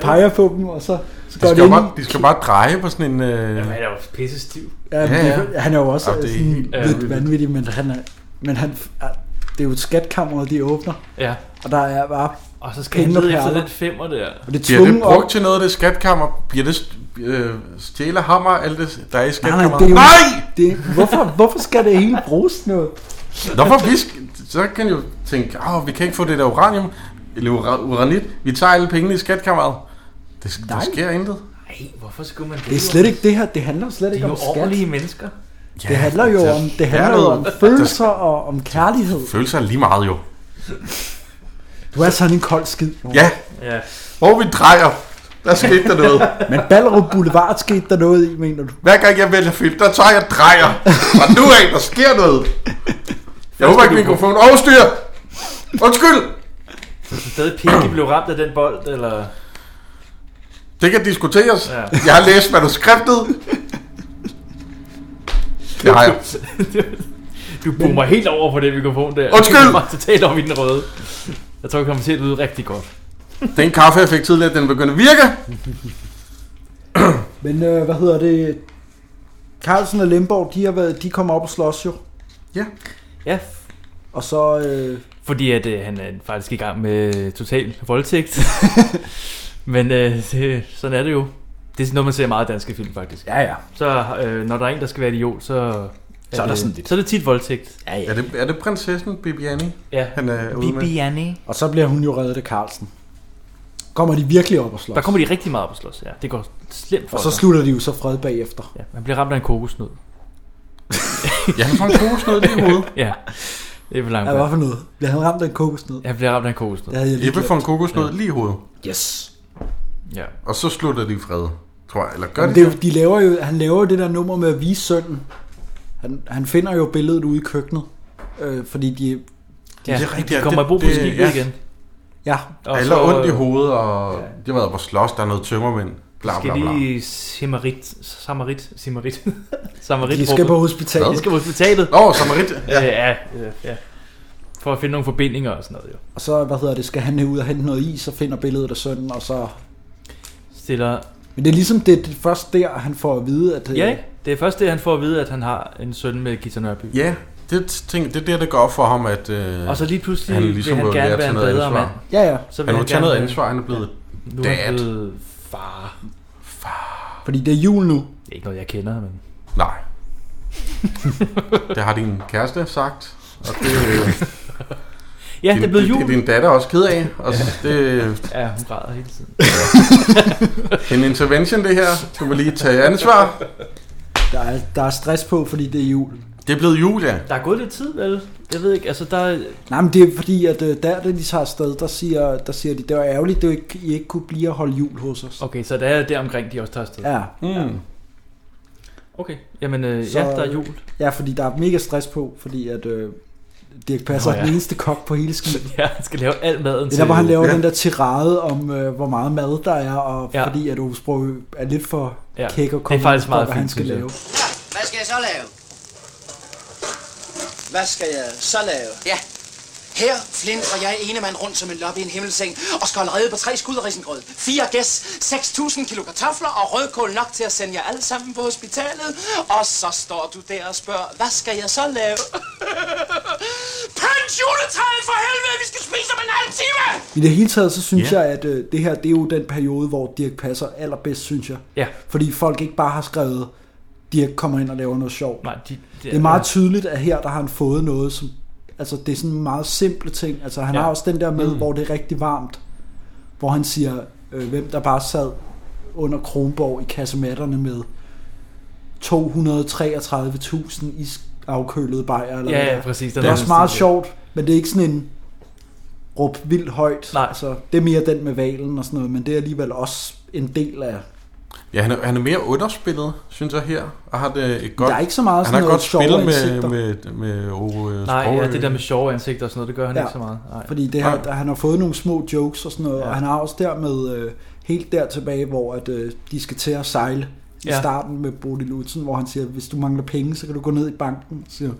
S2: peger på dem, og så, så
S4: De
S2: går
S4: skal,
S2: det
S4: jo
S2: ind.
S4: bare, de skal bare dreje på sådan en... Øh...
S3: Jamen, han er jo pisse stiv.
S2: Ja, men ja, ja. Han er jo også
S4: Ah,
S2: ja,
S4: det er
S2: sådan
S4: helt
S2: lidt
S4: vanvittigt.
S2: vanvittig, men han er... Men han, er- det er jo et skatkammer, de åbner.
S3: Ja.
S2: Og der er bare
S3: Og så skal han
S2: penge og
S3: ned efter
S2: perler.
S3: den femmer der.
S2: Og det er
S4: Bliver det
S2: tvunget
S4: brugt
S2: op.
S4: til noget af det skatkammer? Bliver det st- øh, stjælehammer, alt det, der er
S2: Nej,
S4: i
S2: nej,
S4: skatkammeret?
S2: det er jo,
S4: Nej!
S2: Det, hvorfor, hvorfor skal det hele bruges til noget?
S4: Nå, for vi sk- så kan jeg jo tænke, oh, vi kan ikke få det der uranium, eller ura- uranit, vi tager alle pengene i skatkammeret. Det, der
S2: Nej.
S4: sker intet.
S3: Nej, hvorfor skulle man det?
S2: Det er slet ikke det her, det handler jo slet
S3: Det
S2: ikke
S3: er jo
S2: om skat.
S3: ordentlige mennesker.
S2: Ja, det handler jo
S4: det-
S2: om, det handler
S4: Ja,
S2: jo
S4: det-
S2: om følelser og om kærlighed.
S4: Følelser er altså lige meget jo.
S2: Du er sådan en kold skid.
S4: Ja.
S3: Ja.
S4: Hvor vi drejer, der skete der noget.
S2: Men Ballerup Boulevard skete der noget i, mener du?
S4: Hver gang jeg vælger film, der tager jeg drejer. Og nu af, der sker noget. Jeg håber ikke, mikrofonen overstyrer. Undskyld!
S3: Så stadig Pinky blev ramt af den bold, eller...
S4: Det kan diskuteres.
S3: Ja.
S4: Jeg har læst manuskriptet. Det har jeg.
S3: Du boomer helt over på den mikrofon der.
S4: Undskyld!
S3: Du er bare totalt op i den røde. Jeg tror, det kommer til at lyde rigtig godt.
S4: Den kaffe, jeg fik tidligere, den begynder at virke.
S2: Men øh, hvad hedder det? Carlsen og Lemborg, de, har været, de kommer op og slås jo.
S4: Ja.
S3: Ja.
S2: Og så... Øh,
S3: Fordi at øh, han er faktisk i gang med total voldtægt. Men øh, det, sådan er det jo. Det er noget, man ser i meget i danske film, faktisk.
S2: Ja, ja.
S3: Så øh, når der er en, der skal være idiot, så...
S2: Så er der
S3: det,
S2: sådan lidt-
S3: Så er det tit voldtægt.
S2: Ja,
S4: Er det, er det prinsessen Bibiani?
S3: Ja.
S4: Han er ude med.
S2: Og så bliver hun jo reddet af Carlsen. Kommer de virkelig op og slås?
S3: Der kommer de rigtig meget op at slås, ja. Det går slemt for
S2: og så
S3: sig.
S2: slutter de jo så fred bagefter.
S3: Ja, man bliver ramt af en kokosnød.
S4: Ja, han får en kokosnød lige i hovedet.
S3: ja, det er for langt.
S2: Ja, hvad for noget? Bliver han ramt af en kokosnød?
S3: Jeg bliver ramt af en kokosnød.
S2: Det havde jeg lige
S4: Jeppe får en
S2: glemt.
S4: kokosnød lige i hovedet.
S2: Yes.
S3: Ja.
S4: Og så slutter de i fred, tror jeg. Eller gør
S2: Jamen,
S4: de
S2: det, er
S4: det?
S2: jo- de laver jo, han laver jo det der nummer med at vise sønnen. Han, han finder jo billedet ude i køkkenet, øh, fordi de... de
S3: Ja, Det er rigtigt, de ja, kommer det- i brug på det- skibet ja. igen.
S2: Ja.
S4: Alle har ondt i hovedet, og de har været på slås, der er noget tømmermænd. Bla,
S3: Skal
S4: bla, bla.
S3: lige Simarit, Samarit, Simarit, Samarit.
S2: De skal på hospitalet.
S3: De skal på hospitalet.
S4: Åh, oh, Samarit.
S3: Ja. ja, ja, ja. For at finde nogle forbindinger og sådan noget, jo.
S2: Og så, hvad hedder det, skal han ud og hente noget is og finder billedet af sønnen, og så...
S3: Stiller...
S2: Men det er ligesom det, det første der, han får at vide, at... øh,
S3: Ja, ikke? det er først det, han får at vide, at han har en søn med Gita Nørby.
S4: Ja, det, ting, det er der, det går op for ham, at øh,
S3: Og så lige pludselig vil
S4: må
S3: han gerne
S4: lære at
S3: være
S4: tage
S3: en
S4: noget
S3: bedre
S4: ansvar.
S3: mand.
S2: Ja, ja.
S3: Så vil
S4: han
S3: han
S4: vil tage
S3: gerne
S4: noget
S3: være-
S4: ansvar, han er blevet
S3: Nu er
S4: dad.
S3: han blevet far.
S2: Fordi det er jul nu.
S3: Det er ikke noget, jeg kender, men...
S4: Nej. det har din kæreste sagt. Og det, øh,
S3: Ja, det er blevet
S4: Det,
S3: jul.
S4: det er din datter også ked af. Og ja. det,
S3: Ja, hun græder hele tiden.
S4: Ja. en intervention, det her. Du må lige tage ansvar.
S2: Der er, der er stress på, fordi det er jul.
S4: Det er blevet jul, ja.
S3: Der er gået lidt tid, vel? Jeg ved ikke, altså der er...
S2: Nej, men det er fordi, at øh, der, da de tager afsted, der siger, der siger de, det var ærgerligt, at I ikke kunne blive og holde jul hos os.
S3: Okay, så der er der omkring, de også tager afsted.
S2: Ja.
S4: Mm.
S3: Okay, jamen øh, ja, der er jul.
S2: Ja, fordi der er mega stress på, fordi at øh, Dirk Passer
S3: Nå
S2: oh,
S3: ja.
S2: ja. den eneste kok på hele skibet.
S3: Ja, han skal lave al maden
S2: Det er der, hvor han laver
S3: ja.
S2: ja. den der tirade om, øh, hvor meget mad der er, og
S3: Ja.
S2: ja. fordi at Aarhus Brø er lidt for
S3: Ja.
S2: ja. kæk og
S3: Det er faktisk meget
S2: hvad han
S3: fint,
S2: skal
S3: synes jeg.
S2: lave.
S13: Hvad skal jeg så lave?
S15: Hvad skal jeg så lave?
S13: Ja.
S15: Her flint og jeg ene mand rundt som en lop i en himmelseng og skal holde rede på tre skud af risengrød, fire gæs, 6.000 kilo kartofler og rødkål nok til at sende jer alle sammen på hospitalet. Og så står du der og spørger, hvad skal jeg så lave? Pøns juletræet for helvede, vi skal spise om en halv time!
S2: I det hele taget, så synes
S3: Ja.
S2: yeah. jeg, at øh, det her, det er jo den periode, hvor Dirk Passer allerbedst, synes jeg.
S3: Ja.
S2: Fordi folk ikke bare har skrevet, Dirk kommer ind og laver noget sjovt.
S3: Nej, de,
S2: Det er meget tydeligt, at her der har han fået noget, som, altså det er sådan meget simple ting. Altså han
S3: Ja.
S2: ja. har også den der med,
S3: Mm.
S2: mm. hvor det er rigtig varmt, hvor han siger, øh, hvem der bare sad under Kronborg i kassematterne med 233.000 isafkølede bajer. Eller
S3: Ja,
S2: hvad
S3: ja,
S2: det er.
S3: præcis. Den
S2: Det er
S3: er
S2: også
S3: den
S2: meget
S3: stil, ja.
S2: sjovt, men det er ikke sådan en råb vildt højt.
S3: Nej.
S2: Altså, det er mere den med valen og sådan noget, men det er alligevel også en del af...
S4: Ja, han er, han er mere underspillet, synes jeg her. Og har det et godt,
S2: Der er ikke så meget
S4: han har
S2: sådan
S4: godt
S2: noget sjove
S4: spillet med,
S2: ansigter.
S4: med, med, med Ove øh,
S3: Nej,
S4: Sprogøe.
S3: ja, det der med sjove ansigter og sådan noget, det gør han ja. ikke så meget. Nej.
S2: Fordi det her, der, han har fået nogle små jokes og sådan noget, ja. og han har også dermed øh, helt der tilbage, hvor at, øh, de skal til at sejle i
S3: Ja.
S2: starten med Bodil Lutzen, hvor han siger, hvis du mangler penge, så kan du gå ned i banken. Så siger, jeg,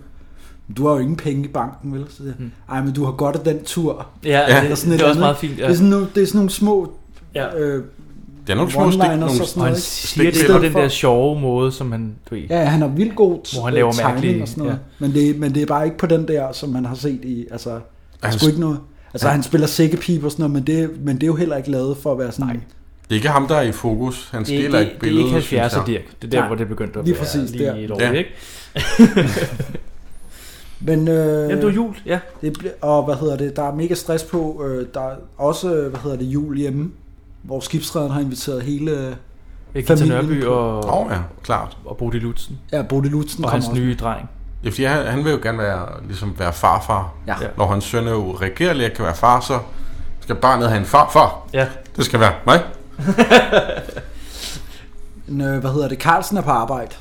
S2: "Men du har jo ingen penge i banken, vel? Så siger jeg, ej, men du har godt af den tur.
S3: Ja,
S2: Eller
S3: Mm. det-
S2: sådan et
S3: det er
S2: andet.
S3: også meget fint, ja.
S2: Det, er sådan nogle, det er sådan nogle små...
S3: Ja.
S2: Øh,
S4: Det er nogle små stik-
S2: one-liners og
S4: nogle
S2: sådan
S3: Og
S2: noget,
S3: han
S2: ikke?
S3: siger
S2: I
S3: det på
S2: stedet
S3: den
S2: for-
S3: der sjove måde, som han... Du ved,
S2: Ja, han har vildt god
S3: Hvor han laver
S2: øh, timing
S3: mærkelige-
S2: og sådan noget. Ja. Men, det, men det er bare ikke på den der, som man har set i... Altså, han, sgu ikke noget. Altså,
S4: Ja.
S2: han spiller sækkepip og sådan noget, men det, men det er jo heller ikke lavet for at være sådan... Nej.
S4: Det er ikke ham, der er i fokus. Han
S3: Det er
S4: stiller
S3: ikke-
S4: ikke
S3: det er ikke
S4: billedet,
S3: 70'er
S4: synes jeg.
S3: Dirk. Det er der, hvor det begyndte at
S2: lige
S3: være
S2: præcis
S3: lige
S2: der.
S3: lovligt, Ja. ikke?
S2: Men, øh,
S3: Jamen, det var jul, ja.
S2: Det, ble- og hvad hedder det, der er mega stress på. Øh, der er også, øh, hvad hedder det, jul hjemme, hvor skibsrederen har inviteret hele øh,
S3: Gita Nørby
S2: på.
S3: og...
S4: Åh oh, ja, klart.
S3: Og Bodil Lutzen.
S2: Ja, Bodil Lutzen
S3: Og
S2: kommer
S3: hans
S2: også.
S3: nye dreng.
S4: Ja, fordi han, han vil jo gerne være, ligesom være farfar.
S2: Ja.
S4: Når hans søn er jo regerlig og kan være far, så skal barnet have en farfar.
S3: Ja.
S4: Det skal være mig.
S2: Men, øh, hvad hedder det, Carlsen er på arbejde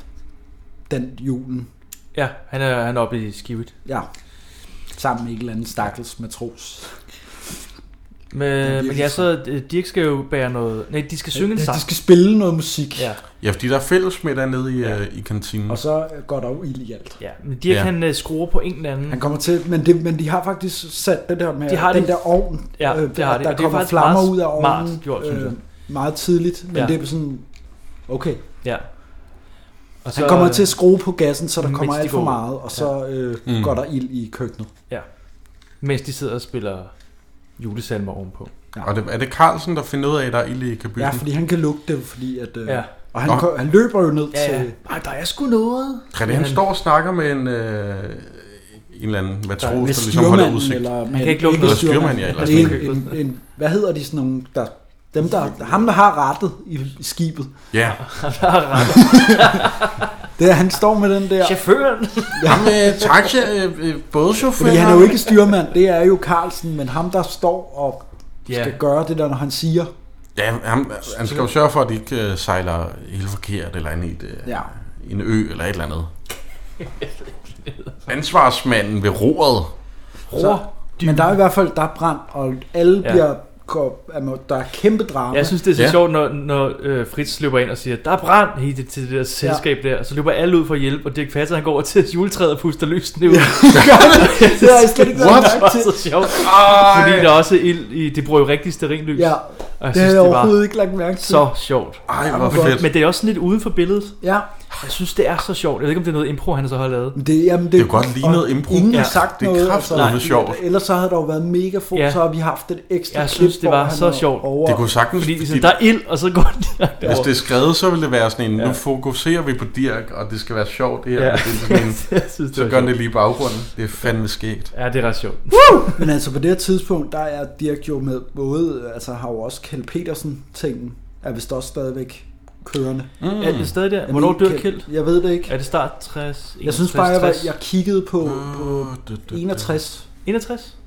S2: den julen.
S3: Ja, han er, han er oppe i skivet.
S2: Ja. Sammen med en eller anden stakkels matros.
S3: Men, men ja, så øh, Dirk skal jo bære noget... Nej, de skal synge en
S2: Ja,
S3: sang.
S2: de skal spille noget musik.
S3: Ja.
S4: Ja, fordi der er fællesmiddag nede i, ja. i kantinen.
S2: Og så øh, går der jo ild i alt.
S3: Ja, men Dirk,
S4: Ja.
S3: ja. han øh, skruer på en eller anden...
S2: Han kommer til, men, det, men de har faktisk sat det der med
S3: De
S2: de
S3: har
S2: har den
S3: det.
S2: der ovn,
S3: Ja, det
S2: der,
S3: har de,
S2: der
S3: og det er
S2: kommer
S3: faktisk
S2: flammer
S3: meget
S2: ud af
S3: smart
S2: ovnen øh,
S3: gjort, synes jeg.
S2: meget tidligt, men
S3: Ja.
S2: ja. det er sådan, okay.
S3: Ja.
S2: Og så, han kommer til at skrue på gassen, så der
S3: mens
S2: kommer
S3: de
S2: alt for
S3: går.
S2: meget, og så
S3: Ja.
S2: øh,
S3: Mm.
S2: mm. går der ild i køkkenet.
S3: Ja. Mens de sidder og spiller julesalmer ovenpå.
S2: Ja.
S4: Og det, er det Carlsen, der finder ud af, at der er ild i kabylen?
S2: Ja, fordi han kan lugte det, fordi at... Øh,
S4: Ja.
S2: ja. Og han,
S4: Nå.
S2: ko- han løber jo ned
S3: Ja, ja.
S2: til... Ej, der er sgu noget.
S4: Kan det, han står og snakker med en, øh, en eller anden matros, der ligesom holder
S2: styrmanden,
S4: udsigt?
S2: Eller,
S4: han kan ikke lukke noget. Styrmand, ja. Eller
S2: en,
S4: sådan noget.
S2: en, en, hvad hedder de sådan nogle, der, dem der, ham der har rettet i, i skibet.
S4: Ja.
S3: Ham, der har
S2: det er, han står med den der.
S3: Chaufføren.
S4: Ham, øh, taxa, øh, øh, bådchauffør.
S2: Fordi han er jo ikke styrmand, det er jo Carlsen, men ham der står og
S4: Ja.
S2: skal gøre det der, når han siger.
S4: Ja, han, han skal jo sørge for, at de ikke øh, sejler helt forkert, eller en, et, øh,
S2: Ja.
S4: en ø, eller et eller andet. Ansvarsmanden ved roret.
S2: Så, men der er i hvert fald, der er brand, og alle
S3: Ja.
S2: ja. bliver går- altså, der er kæmpe drama.
S3: Jeg synes, det er så
S2: Ja.
S3: ja. sjovt, når, når øh, Fritz løber ind og siger, der er brand i det, til det der selskab der, og så løber alle ud for at hjælpe, og Dirk Passer, han går over til juletræet og puster løsene ud. Ja.
S2: det har jeg slet ikke lagt
S3: What?
S2: mærke
S3: Det
S2: til.
S3: er så sjovt,
S2: Ej.
S3: fordi der er også ild i, det bruger jo rigtig sterinlys.
S2: Ja,
S3: Og
S2: det har jeg overhovedet ikke lagt mærke til.
S3: Så sjovt.
S2: Ej, hvor fedt.
S3: Men det er også sådan lidt uden for billedet.
S2: Ja.
S3: Jeg synes, det er så sjovt. Jeg ved ikke, om det er noget impro, han så har lavet.
S2: Det, jamen, det,
S3: Det er jo
S4: godt lige noget
S2: og
S4: impro.
S2: Ingen
S3: Ja.
S2: har sagt
S3: Det er
S2: noget. altså,
S3: kraftedeme sjovt.
S2: Ellers så havde der jo været mega få,
S3: Ja.
S2: ja. så har vi haft et ekstra
S3: Jeg
S2: klip,
S3: synes, det
S2: hvor
S3: var
S2: han
S3: så
S2: er
S3: sjovt.
S2: Over.
S4: Det kunne sagtens...
S3: Fordi sådan, der er ild, og så går de
S4: Hvis det er skrevet, så ville det være sådan en, ja. nu fokuserer vi på Dirk, og det skal være sjovt det her.
S3: Ja.
S4: Ja. Det er sådan en,
S3: Jeg synes, det
S4: så
S3: var
S4: gør han
S3: sjovt.
S4: det lige i baggrunden. Det er fandme sket.
S3: Ja, det er ret sjovt.
S2: Woo! Men altså på det her tidspunkt, der er Dirk jo med både, øh, altså har jo også Kjeld Petersen-tingen, er vist også stadigvæk kørende.
S3: Mm. Er det stadig der?
S2: Jeg
S3: Hvornår
S2: ved
S3: dør
S2: Hmm. ikke,
S3: Kjeld?
S2: Jeg ved det ikke.
S3: Er det start 60?
S2: Jeg synes
S3: 61,
S2: bare, jeg, var,
S3: 60?
S2: jeg kiggede på, på 61.
S3: 61?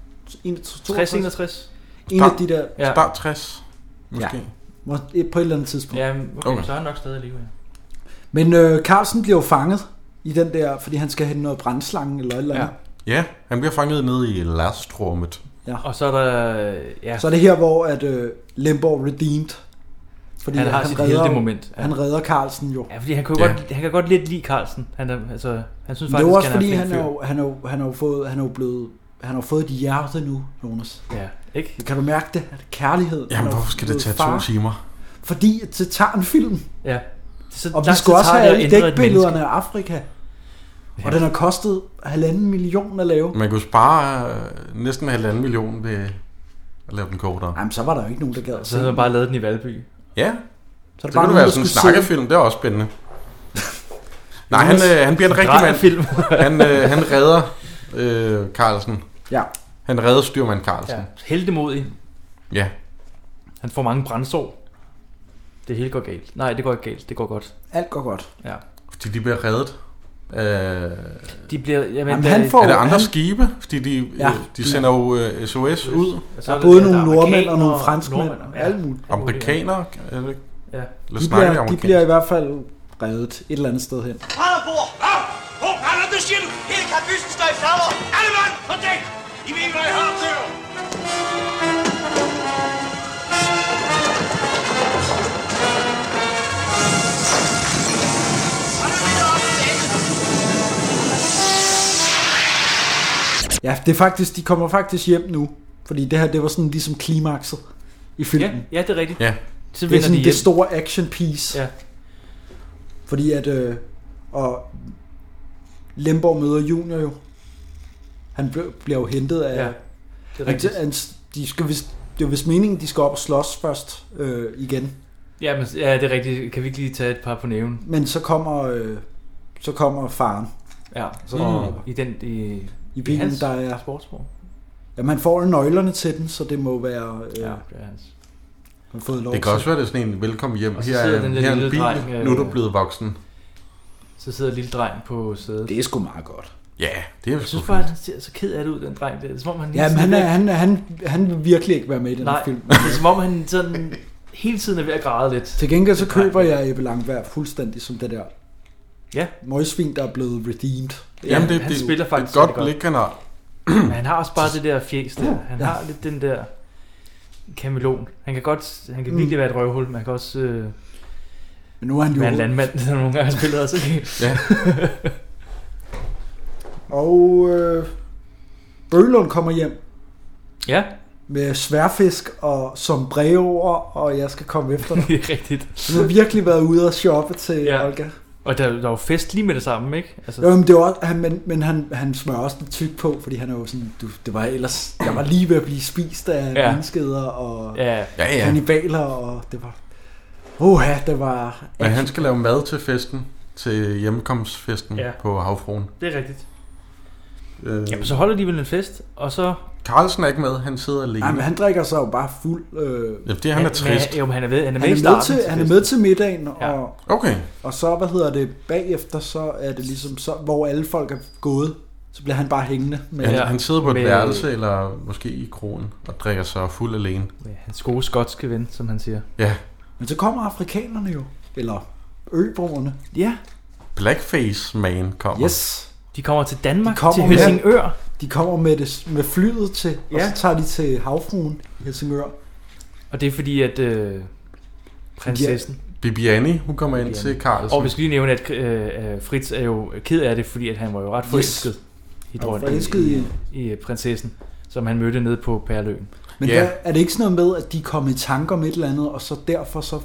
S3: 60, 61?
S2: En af de der...
S3: Ja.
S4: Start 60, måske.
S2: Ja. Må- eh, På et eller andet tidspunkt.
S3: Ja, okay, okay. så er han nok stadig i live. ja.
S2: Men øh, Carlsen bliver jo fanget i den der, fordi han skal hente noget brændslange eller et eller
S3: Ja.
S2: andet.
S4: Ja, han bliver fanget ned i lastrummet.
S2: Ja.
S3: Og så er der... Ja.
S2: Så er det her, hvor at, øh, Lemborg redeemed.
S3: Han har sit
S2: redder-
S3: heltemoment. Ja.
S2: Han redder Carlsen jo.
S3: Ja, fordi han, kan jo godt, han kan godt lidt lide Carlsen. Han, er, altså, han synes
S2: Men det
S3: faktisk,
S2: er jo også
S3: han
S2: fordi,
S3: er
S2: han, er jo, han, er jo, han er jo fået, han er jo blevet, han har fået et hjerte nu, Jonas.
S3: Ja, ikke?
S2: Kan du mærke det? At Kærlighed.
S4: Jamen, hvorfor skal det tage to timer?
S2: Fordi at det tager en film.
S3: Ja. Så
S2: og vi
S3: lang
S2: skal
S3: tid
S2: også
S3: tager
S2: have
S3: det at
S2: alle
S3: ændre et
S2: dækbillederne af
S3: menneske.
S2: Afrika. Og den har kostet halvanden million at
S3: Mm.
S2: lave.
S4: Man kunne spare øh, næsten halvanden million ved at lave den kortere.
S2: Jamen, så var der jo ikke nogen, der gad at
S3: Så havde man bare lavet den i Valby.
S4: Ja,
S2: Så
S4: så
S2: er der
S4: det,
S2: bare
S4: kunne
S2: nogen,
S4: være
S2: der
S4: sådan en
S2: skulle sidde-
S4: snakkefilm. Det er også spændende. Nej, han,
S2: Jonas,
S4: øh, han bliver
S2: en
S4: en rigtig mand.
S2: drejefilm.
S4: han, øh, han redder øh, Carlsen.
S2: Ja.
S4: Han redder styrmand Carlsen.
S3: Ja. Heldemodig.
S4: Ja.
S3: Han får mange brændsår. Det hele går galt. Nej, det går ikke galt. Det går godt.
S2: Alt går godt.
S3: Ja.
S4: Fordi de bliver reddet. Øh,
S3: De bliver... Jamen,
S4: Jamen,
S3: der-
S4: han får, er der andre han, skibe? Fordi de,
S3: Ja.
S4: ja, de sender jo øh, SOS ud.
S3: så er Der er både det- nogle der er nordmænd og
S2: amerikanere nogle og franskmænd, nordmænd, ja. alt muligt.
S4: Amerikanere? Er det ikke?
S3: Ja.
S4: Eller
S2: De
S4: snakker de
S2: bliver, de
S4: amerikansk?
S2: bliver i hvert fald reddet et eller andet sted hen.
S10: Brænder bord! Hvad? Hvor brænder, det siger du? Hele kabysen står i flammer! Alle mand på dæk! I ved, hvad jeg har til jer!
S2: Ja, det er faktisk, de kommer faktisk hjem nu. Fordi det her, det var sådan ligesom klimakset i filmen.
S3: Ja, ja, det er rigtigt.
S4: Ja.
S3: Så
S2: det er
S3: vinder
S2: sådan
S3: de
S2: det
S3: hjem.
S2: store action piece.
S3: Ja.
S2: Fordi at... Øh, og Lemborg møder Junior jo. Han blev, bliver jo hentet af...
S3: Ja, det er
S2: han,
S3: rigtigt.
S2: han, de skal, vist- det er vist meningen, de skal op og slås først øh, igen.
S3: Ja, men, ja, det er rigtigt. Kan vi ikke lige tage et par på næven?
S2: Men så kommer, øh, så kommer faren.
S3: Ja,
S2: Så,
S3: og i den... I,
S2: I bilen,
S3: hans
S2: Mm. der er...
S3: Sportsvogn.
S2: Jamen, han får jo nøglerne til den, så det må være... Øh, ja,
S3: det er hans.
S2: Han har fået lov
S4: Det kan
S2: til.
S4: også være, det er sådan en velkommen hjem.
S3: Og så
S4: Her er,
S3: sidder den der
S4: her er
S3: lille
S4: en bil,
S3: dreng, øh,
S4: nu er du blevet voksen.
S3: Så sidder lille dreng på sædet.
S2: Det er sgu meget godt.
S4: Ja, det er
S3: Jeg
S4: sgu
S3: synes bare, at han ser så ked af det ud, den dreng der. Det er, som om, han hele
S2: Jamen,
S3: tiden
S2: han,
S3: er
S2: er,
S3: ved-
S2: han, han, han vil virkelig ikke være med i den her
S3: Nej,
S2: film.
S3: det er som om, han sådan hele tiden er ved at græde lidt.
S2: Til gengæld så køber jeg Ebbe Langberg fuldstændig som det der
S3: Ja.
S2: møgsvin, der er blevet redeemed.
S4: Jamen, det,
S3: han
S4: det,
S3: spiller faktisk
S4: det er et
S3: rigtig
S4: godt
S3: godt.
S4: blik, han har.
S3: Men han har også bare det der fjes der. Han
S2: Ja.
S3: har lidt den der kamelon. Han kan godt, han kan virkelig
S2: Mm.
S3: være et røvhul, men han kan også... Øh,
S2: men nu er han jo-
S3: Være en landmand, som nogle gange har spillet også.
S4: ja.
S2: Og øh, Bølund kommer hjem
S3: ja,
S2: med sværfisk og som brever, og jeg skal komme efter dig.
S3: det er rigtigt.
S2: Han har virkelig været ude og shoppe til ja. Olga.
S3: Og der, der var fest lige med det samme, ikke? Altså,
S2: Jo, men, det var, også- han, men, men han, han smører også lidt tyk på, fordi han er jo sådan, du, det var ellers, jeg var lige ved at blive spist af
S3: Ja.
S2: ja. menneskeder og
S3: Ja. Ja, ja.
S2: kannibaler, og det var, oha, det var...
S4: Men han skal lave mad til festen, til hjemmekomstfesten
S3: Ja.
S4: ja. på Havfruen.
S3: det er rigtigt.
S4: Øh,
S3: Jamen, så holder de vel en fest, og så...
S4: Carlsen er ikke med, han sidder alene.
S2: Nej, men han drikker sig jo bare fuld. Øh,
S4: Ja, det er, han er trist.
S3: Men, jo, men han er, ved, han er
S2: han
S3: med, i
S2: er med
S3: starten
S2: til, han er
S3: festen.
S2: med til middagen, og,
S4: okay.
S2: og så, hvad hedder det, bagefter, så er det ligesom, så, hvor alle folk er gået, så bliver han bare hængende. Med,
S4: han, han sidder på et
S3: Med-
S4: værelse, eller måske i krogen, og drikker sig fuld alene.
S3: Ja, hans gode skotske ven, som han siger.
S4: Ja,
S2: Men så kommer afrikanerne jo, eller øboerne.
S3: Ja.
S4: Blackface Man kommer.
S2: Yes.
S3: De kommer til Danmark,
S2: de kommer
S3: til
S2: med-
S3: Helsingør.
S2: De kommer med, det, med flyet til, ja. og
S3: Ja.
S2: så tager de til havfruen i Helsingør.
S3: Og det er fordi, at øh, prinsessen...
S4: Bibiani, hun kommer ind til Carlsen.
S3: Og vi skal lige nævne, at øh, øh, Fritz er jo ked af det, fordi at han var jo ret forelsket yes. i
S2: Han var
S3: dronningen,
S2: forelsket
S3: i,
S2: i-
S3: i, i prinsessen, som han mødte nede på Perløen.
S2: Men yeah. der, er det ikke sådan noget med, at de kommer i tanker om et eller andet, og så derfor så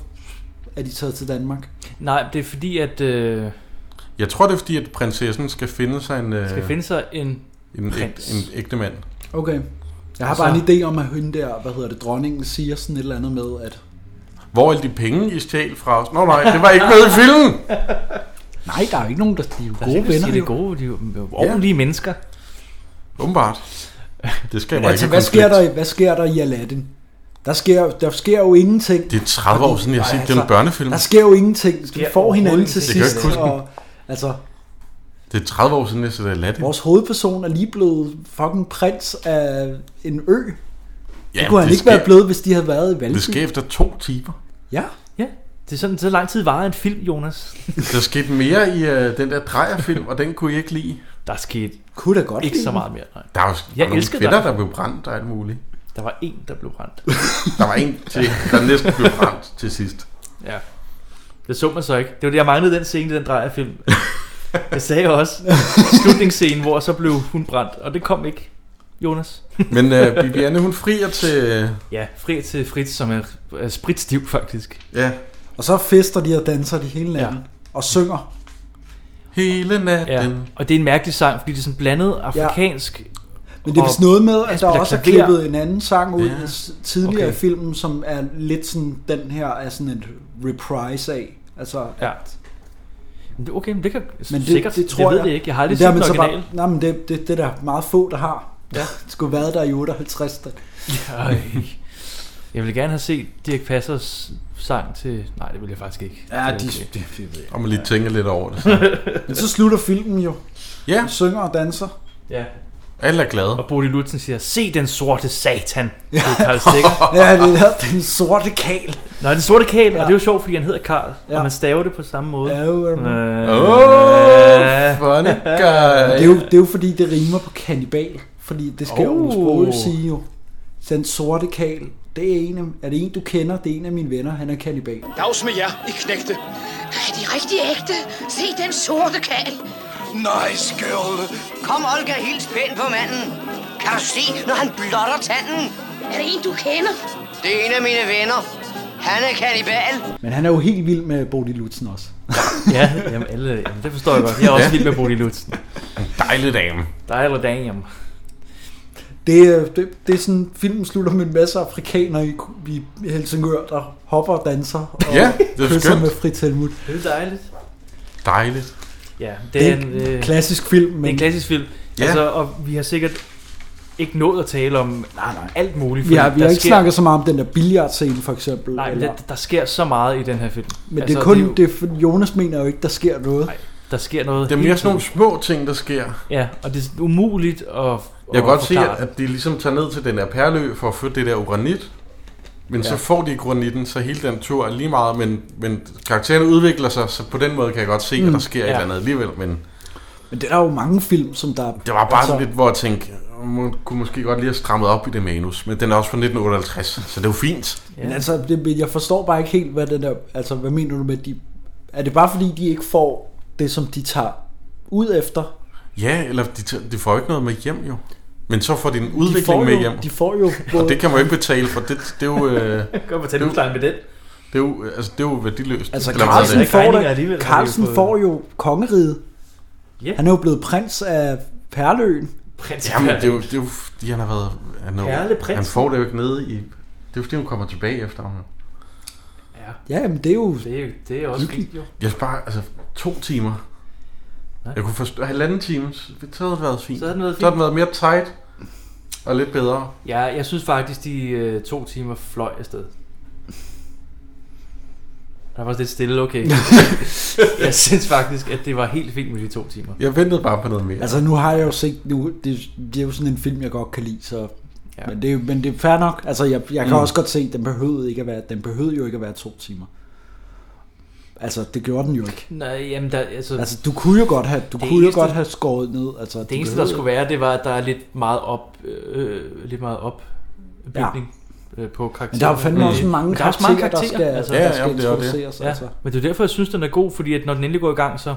S2: er de taget til Danmark?
S3: Nej, det er fordi, at øh,
S4: Jeg tror, det er fordi, at prinsessen skal finde sig en... øh,
S3: skal finde sig en,
S4: en,
S3: prins.
S4: ægte, en ægte mand.
S2: Okay. Altså- Jeg har
S3: Og så-
S2: bare en idé om, at hende der, hvad hedder det, dronningen siger sådan et eller andet med, at
S4: Hvor er alle de penge, I stjal fra os? Nå nej, det var ikke med i filmen!
S2: nej, der er jo ikke nogen, der de er jo
S3: Der
S2: gode
S3: skal
S2: venner.
S3: vi Altså, sige, det er
S2: jo.
S3: gode, de er jo ordentlige mennesker.
S4: Åbenbart. Det skal
S2: Men
S4: bare
S2: altså,
S4: ikke
S2: hvad sker, der, hvad sker der i Aladdin? Der sker, der sker jo ingenting.
S4: Det er 30 år siden, jeg har set
S2: altså,
S4: den børnefilm.
S2: Der sker jo ingenting. Vi
S3: sker
S2: får hinanden til
S4: ingenting. Det kan jeg
S2: sidst.
S4: ikke huske den.
S2: Og, altså,
S4: Det er 30 år siden, jeg så det Aladdin.
S2: vores hovedperson er lige blevet fucking prins af en ø. Ja,
S4: Ja,
S2: det kunne han
S4: det
S2: ikke være
S4: sker-
S2: blevet, hvis de havde været i Valby.
S4: Det sker efter to timer.
S2: Ja.
S3: ja. Det er sådan, så lang tid varer en film, Jonas.
S4: Der skete mere i øh, den der drejerfilm, og den kunne I ikke lide.
S3: Der skete
S2: kunne da godt
S3: ikke så meget mere. Nej.
S4: Der var,
S3: Jeg
S4: jeg nogle
S3: elsker
S4: fætter,
S3: dig.
S4: der blev brændt og alt muligt.
S3: Der var en, der blev brændt.
S4: Der var en, til, der næsten blev brændt til sidst.
S3: Ja. Det så man så ikke. Det var det, jeg manglede den scene i den drejerfilm. Jeg sagde også slutningsscenen, hvor så blev hun brændt, og det kom ikke, Jonas.
S4: Men øh, Bibiane, hun frier til...
S3: Ja, frier til Fritz, som er, er spritstiv faktisk.
S4: Ja.
S2: Og så fester de og danser de hele natten. Ja. Og synger.
S4: Hele natten.
S3: Ja, og det er en mærkelig sang, fordi det er sådan blandet afrikansk. Ja.
S2: Men det er vist noget med, at der også er
S3: klaver.
S2: klippet en anden sang ud
S3: altså, Ja,
S2: ja. tidligere okay.
S3: okay.
S2: i filmen, som er lidt sådan, den her er sådan en reprise af. Altså,
S3: Ja. Men det- Okay, men det kan
S2: men det,
S3: sikkert,
S2: det tror jeg,
S3: jeg ved det ikke. Jeg har aldrig
S2: Men der
S3: set
S2: er man
S3: den
S2: så bare-
S3: original.
S2: Nej, men det, det, det er der meget få, der har.
S3: Ja.
S2: det skulle have været der i 58. Da.
S3: Ej. Jeg ville gerne have set Dirk Passers sang til... Nej, det ville jeg faktisk ikke.
S2: Ja,
S3: Det er
S2: de-
S3: okay.
S4: Og man lige tænker lidt over det. Så.
S2: Men så slutter filmen jo.
S4: Ja.
S2: Synger og danser.
S3: Ja.
S4: Alle er glade.
S3: Og Bodil Lutzen siger, se den sorte satan. Ja, Karl Stikker.
S2: ja det er den sorte kal.
S3: Nej, den sorte kæl, ja. og det er jo sjovt, fordi han hedder Karl, ja. og man staver det på samme måde. Øh,
S2: Ja, jo,
S4: Oh. Åh, funny
S2: Men
S4: guy.
S2: det, er jo, det er jo fordi, det rimer på kannibal. Fordi det skal
S3: Oh.
S2: oh. Sprogøe sige jo. Den sorte kal, det er en af, er det en, du kender? Det er en af mine venner, han er kannibal.
S11: Dags med jer, I knægte.
S17: Er de rigtig ægte? Se den sorte kal.
S11: Nice girl.
S17: Kom, Olga, hils pænt på manden. Kan du se, når han blotter tanden? Er det en, du kender? Det er en af mine venner. Han er kannibal.
S2: Men han er jo helt vild med Bodil Lutzen også.
S3: ja, jamen, alle, jamen, det forstår jeg godt. Jeg er også
S2: Ja.
S3: vild med Bodil Lutzen.
S4: Dejlig dame.
S3: Dejlig dame.
S2: Det, er- det, det er sådan, filmen slutter med en masse afrikanere i, i Helsingør, der hopper og danser. Og
S4: Ja, det er
S2: kysser
S4: skønt.
S2: med Fritz Helmut.
S3: Det er dejligt.
S4: Dejligt.
S3: Ja,
S2: Det er en klassisk film,
S3: øh, Det er en
S2: men-
S3: klassisk film. Ja.
S2: Ja.
S3: Altså, og vi har sikkert ikke nået at tale om nej, nej. alt muligt.
S2: Vi har,
S3: fordi
S2: vi
S3: der
S2: har ikke
S3: sker-
S2: snakket så meget om den der billardscene for eksempel.
S3: Nej, men der, der sker så meget i den her film.
S2: men det er kun,
S3: det
S2: det, er for- Jonas mener jo ikke, der sker noget. Nej,
S3: der sker noget
S4: Det er
S3: hele
S4: mere sådan nogle
S3: tiden.
S4: små ting, der sker.
S3: Ja, og det er umuligt at at
S4: Jeg kan godt se,
S3: forklare.
S4: at de ligesom tager ned til den der perlø for at flytte det der uranit. Men ja.
S3: Ja.
S4: så får de granitten, så hele den tur er lige meget, men, men karakteren udvikler sig, så på den måde kan jeg godt se, at
S2: Mm.
S4: der sker ja. et
S2: Ja.
S4: eller andet alligevel. Men Altså,
S2: Men det er der jo mange film, som der... altså,
S4: det var bare sådan lidt, hvor jeg tænkte, man kunne måske godt lige have strammet op i det manus, men den er også fra 1958, så det er jo fint.
S2: Men altså, det, men jeg forstår bare ikke helt, hvad den der... Altså, hvad mener du med, at de... Er det bare fordi, de ikke får det, som de tager ud efter?
S4: Ja, eller de, t- de får ikke noget med hjem jo. Men så får de en udvikling
S2: får
S4: med
S2: jo-
S4: hjem.
S2: de får jo
S4: Og
S2: både-
S4: det kan man jo ikke betale for. Det, det er jo... Øh,
S3: Kom og
S4: det
S3: tag
S4: er jo-
S3: huslejen med den.
S4: Det er jo, altså, det er jo værdiløst.
S2: Altså,
S4: Eller hvad hedder
S2: Carlsen får,
S4: det?
S2: da, Carlsen får jo kongeriget.
S3: Ja.
S2: Han er jo blevet prins af Perløen.
S3: Prins
S4: Jamen, det er jo, det er jo fordi, han har været... Han, er jo,
S2: Perleprinsen.
S4: han får det jo ikke nede i... Det er jo fordi, hun kommer tilbage efter ham.
S2: Ja, men det er jo...
S3: Det er, det er også fint, jo.
S4: Jeg sparer altså to timer.
S3: Nej.
S4: Jeg kunne forstå halvanden time. så- Så havde det været fint.
S3: Så havde det været
S4: Så havde det været mere tight og lidt bedre.
S3: Ja, jeg synes faktisk, de øh, to timer fløj afsted. Der var også lidt stille, okay. jeg synes faktisk, at det var helt fint med de to timer.
S4: Jeg ventede bare på noget mere.
S2: Altså, nu har jeg jo set... Nu, det, det er jo sådan en film, jeg godt kan lide, så... Ja. Men, det, er- men det er fair nok. Altså, jeg, jeg kan
S4: Mm.
S2: mm. også godt se, at den behøvede, ikke at være, den behøvede jo ikke at være to timer. Altså, det gjorde den jo ikke.
S3: Nej, jamen der, altså,
S2: Altså, du kunne jo godt have, du
S3: Det
S2: kunne jo
S3: eneste-
S2: godt have skåret ned. Altså,
S3: Det eneste, der skulle være, det var, at der er lidt meget op, øh, lidt meget opbygning ja. øh, på karaktererne.
S2: Men der er jo fandme også
S3: Øh,
S2: mange
S3: men der er også mange
S2: karakterer, der
S3: karakterer,
S2: skal- der Ja, skal jamen, det er jo det. introduceres,
S3: Ja,
S2: altså.
S3: men det er jo derfor, jeg synes, den er god, fordi at når den endelig går i gang, så,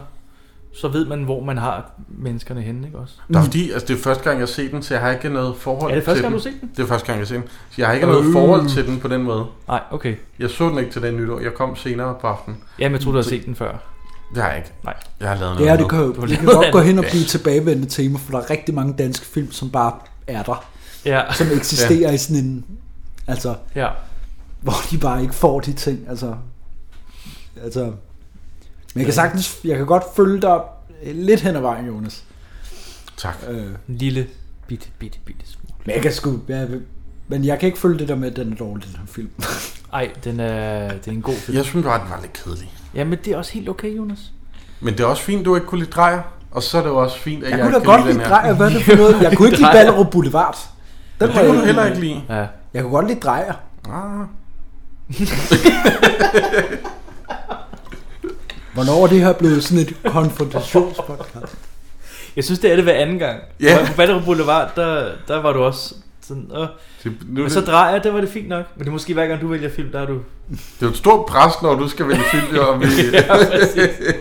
S3: så ved man, hvor man har menneskerne henne, ikke også?
S4: Der er fordi, altså det er første gang, jeg ser den, så jeg har ikke noget forhold
S3: mm. Er det første
S4: til
S3: gang,
S4: den.
S3: du har set den?
S4: Det er første gang, jeg ser den. Så jeg har ikke
S3: Øh.
S4: noget forhold til den på den måde.
S3: Nej, okay.
S4: Jeg så den ikke til den nytår. Jeg kom senere på aftenen.
S3: Jamen, jeg troede, du
S4: Så-
S2: Mm,
S3: havde set den før.
S4: Det har jeg ikke.
S3: Nej.
S4: Jeg har lavet
S2: Det
S4: noget
S2: er, det
S4: andet.
S2: kan, jo- det kan godt gå hen og blive tilbagevendende tema, for der er rigtig mange danske film, som bare er der.
S3: Ja.
S2: Som eksisterer ja. i sådan en... Altså,
S3: ja.
S2: hvor de bare ikke får de ting. Altså, altså, men jeg kan sagtens, jeg kan godt følge dig lidt hen ad vejen, Jonas.
S4: Tak.
S2: Øh,
S3: En lille, bitte, bitte, bitte smule.
S2: men jeg kan sgu, jeg, men jeg kan ikke følge det der med, at den er dårlig, den her film.
S3: Ej, den er, det er en god film.
S4: Jeg synes bare, den var lidt kedelig.
S3: Jamen, det er også helt okay, Jonas.
S4: Men det er også fint, du ikke kunne lide drejer. Og så er det jo også fint, at jeg,
S2: Jeg kunne da
S4: ikke
S2: godt
S4: kan lide
S2: lide
S4: den
S2: drejer,
S4: her.
S2: hvad er det for noget? Jeg kunne ikke lide
S4: Drejer.
S2: Ballerup Boulevard.
S4: Den
S2: var
S4: det kunne
S2: jeg-
S4: du heller ikke lide.
S3: Ja.
S2: Jeg kunne godt lide drejer.
S4: Ah.
S2: Hvornår er det her blevet sådan et konfrontationspodcast?
S3: Jeg synes, det er det hver anden gang.
S2: Ja.
S3: Yeah. På Ballerup Boulevard, der, der var du også sådan, øh.
S4: Det- nu er
S3: Men så
S4: det-
S3: drejer jeg, der var det fint nok. Men det er måske hver gang, du vælger film, der er du...
S4: Det er jo et stort pres, når du skal vælge film, og vi...
S3: Ja,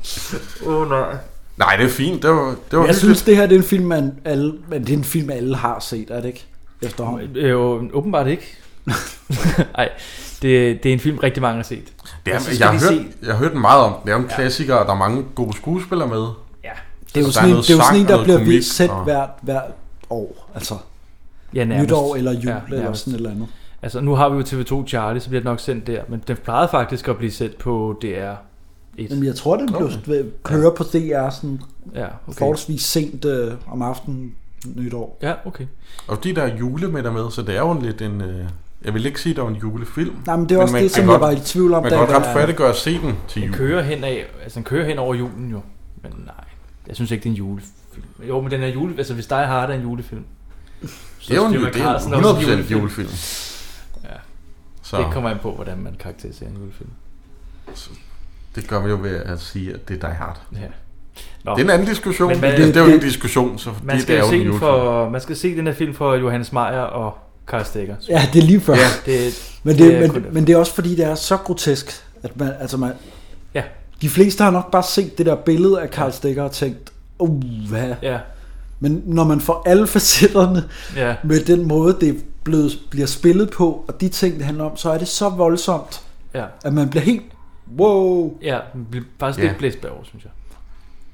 S3: præcis. Åh, oh, nej.
S4: Nej, det er fint. Det var, det var
S2: jeg
S4: hyggeligt.
S2: synes, det her det er en film, man alle, men det er en film, alle har set, er det ikke? Efterhånden.
S3: Øh, Jo, åbenbart ikke. Nej, det, det er en film, rigtig mange har set.
S4: Det
S3: Og så
S4: er,
S3: skal
S4: jeg,
S3: vi
S4: har hørt,
S3: se-
S4: jeg har hørt meget om den. Det er jo en klassiker, og der er mange gode skuespillere med. Ja.
S2: Det er
S4: Altså,
S2: jo sådan en, det er jo sådan en der bliver vist sendt hvert, hvert år. Altså,
S3: Ja, nærmest.
S2: nytår eller jul
S3: Ja,
S2: eller
S3: nærmest.
S2: sådan et eller andet.
S3: Altså, nu har vi jo TV2 Charlie, så bliver det nok sendt der. Men den plejede faktisk at blive sendt på DR. Et.
S2: Jamen, jeg tror, den blev okay. kører på DR sådan
S3: Ja,
S4: okay.
S2: forholdsvis sent øh, om aftenen nytår.
S3: Ja, okay.
S4: Og fordi der er julemiddag med, så det er jo en lidt en... Øh, jeg vil ikke sige, at det er en julefilm.
S2: Nej, men det er også
S4: man
S2: det,
S4: kan
S2: som jeg
S4: godt-
S2: var i tvivl om,
S4: Man
S2: da
S4: kan godt
S2: jeg var-
S4: retfærdiggøre at se den til
S3: Den
S4: jul.
S3: kører hen af, altså den kører hen over julen jo. Men nej, jeg synes ikke, det er en julefilm. Jo, men den er jule, altså hvis dig har, det er en julefilm. Så
S4: Det er jo en
S3: Stephen
S4: jule- det er
S3: Carlsen
S4: jo
S3: også en
S4: 100% julefilm.
S3: Ja.
S4: Så-
S3: Så. Det kommer an på, hvordan man karakteriserer en julefilm.
S4: Det gør vi jo ved at sige, at det er Die Hard.
S3: Ja.
S4: Det er en anden diskussion. Altså, det, det, er jo en diskussion, så
S3: man
S4: fordi
S3: skal
S4: det er jo
S3: se
S4: en
S3: den
S4: julefilm.
S3: for, Man skal se den her film for Johannes Meyer og Karl Stegger.
S2: Ja, det er lige før.
S3: Ja, det,
S2: men, det,
S3: er
S2: det
S3: kun
S2: men, men det er også fordi, det er så grotesk, at man, altså man,
S3: Ja.
S2: de fleste har nok bare set det der billede af Karl Stikker og tænkt, oh, hvad?
S3: Ja.
S2: Men når man får alle facetterne
S3: Ja.
S2: med den måde, det er blevet, bliver spillet på, og de ting, det handler om, så er det så voldsomt,
S3: Ja.
S2: at man bliver helt, wow.
S3: Ja, man bliver faktisk
S2: Ja.
S3: lidt blæst bagover, synes jeg.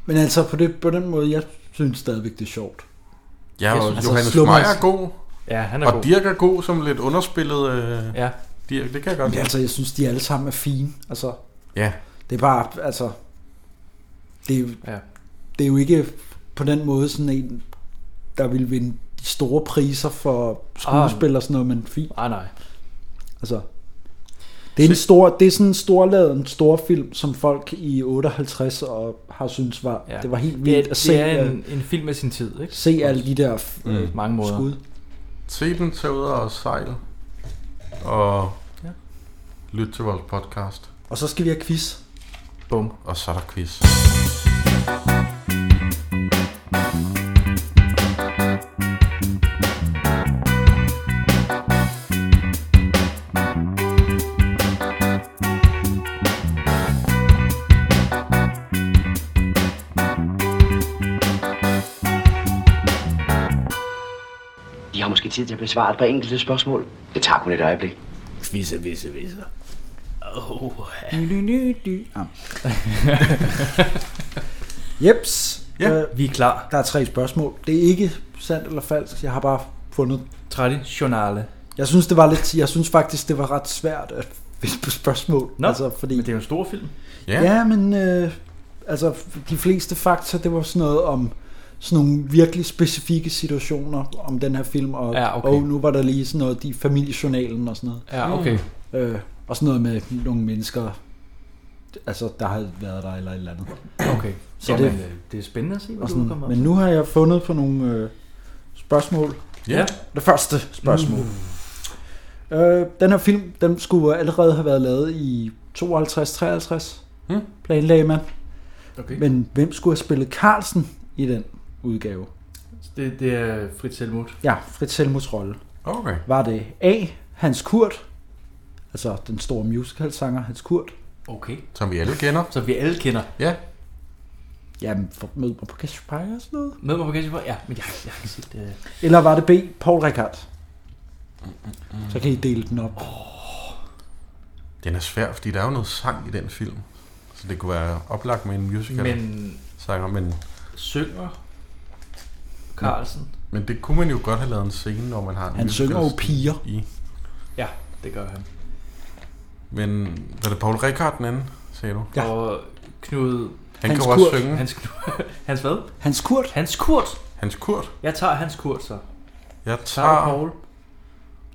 S2: Men altså på, det, på den måde, jeg synes stadigvæk, det er sjovt.
S4: Ja, og altså, Johannes
S2: slå mig-
S4: Meyer er god.
S3: Ja, han er
S4: og
S3: god.
S4: Og Dirk er god som lidt underspillet. Øh,
S3: ja.
S4: Dirk, det kan jeg godt
S2: Men altså, jeg synes, de alle sammen er fine. Altså,
S4: Ja.
S2: Det er bare, altså... Det er, jo,
S3: ja.
S2: det er jo ikke på den måde sådan en, der vil vinde de store priser for skuespil og sådan noget, men fint.
S3: Ah, nej.
S2: Altså, det er, en stor, det er sådan en storladen stor film, som folk i 58 og har synes var, ja. det var helt vildt
S3: det er,
S2: at se,
S3: det er
S2: øh,
S3: en, en film af sin tid, ikke?
S2: se alle de der mm.
S3: Mange måder.
S2: skud.
S4: Se den, tag ud og sejl. Og ja. lyt til vores podcast.
S2: Og så skal vi have quiz.
S3: Bum.
S4: Og så er der quiz.
S17: De har måske tid til at besvare et par enkelte spørgsmål. Det tager kun et øjeblik. Visse, visse, visse.
S3: Oh,
S2: Ja. Jeps.
S3: Ja,
S2: vi er
S3: klar.
S2: Der er tre spørgsmål. Det er ikke sandt eller falsk. Jeg har bare fundet...
S3: Traditionale.
S2: Jeg synes, det var lidt... Jeg synes faktisk, det var ret svært at finde på spørgsmål.
S3: Nå,
S2: altså, fordi... men
S3: det er jo en stor film.
S2: Ja, ja men... Øh, altså, de fleste fakta, det var sådan noget om sådan nogle virkelig specifikke situationer om den her film, og,
S3: Ja, okay.
S2: og nu var der lige sådan noget i familiejournalen og sådan noget.
S3: Ja, okay.
S2: Øh, og sådan noget med nogle mennesker, altså der havde været der eller et eller andet.
S3: Okay.
S2: Så
S3: Jamen,
S2: det,
S3: øh, det er spændende at se, hvad
S2: og
S3: du
S2: sådan,
S3: kommer op
S2: Men nu har jeg fundet på nogle øh, spørgsmål.
S3: Ja.
S2: Det første spørgsmål. Mm. Øh, den her film, den skulle allerede have været lavet i 52-53,
S4: hmm.
S3: Hm?
S2: planlagde man.
S3: Okay.
S2: Men hvem skulle have spillet Carlsen i den udgave?
S3: Det, det er Fritz Helmut.
S2: Ja, Fritz Helmuts rolle.
S4: Okay.
S2: Var det A. Hans Kurt, altså den store musicalsanger Hans Kurt.
S3: Okay.
S4: Som vi alle kender.
S3: Som vi alle kender.
S4: Ja.
S2: Jamen, for, mød mig på Casper og sådan noget.
S3: Med mig på Casper? Ja, men jeg, jeg har ikke set øh, det.
S2: Eller var det B. Paul Rickard? Så kan I dele den op.
S4: Den er svær, fordi der er jo noget sang i den film. Så det kunne være oplagt med en musical.
S3: Men-
S4: Sanger, men...
S3: Synger Carlsen.
S4: Men det kunne man jo godt have lavet en scene, når man har en
S2: Han
S4: musical
S2: synger jo
S4: scene
S2: piger.
S4: I.
S3: Ja, det gør han.
S4: Men var det Paul Rickard den anden, sagde du?
S3: Ja. Og Knud...
S4: Han Hans kan jo også Kurt. synge.
S3: Hans, Knud- Hans hvad?
S2: Hans Kurt.
S3: Hans Kurt.
S4: Hans Kurt.
S3: Jeg tager Hans Kurt så. Tager
S4: Jeg
S3: du
S4: tager-
S3: Paul.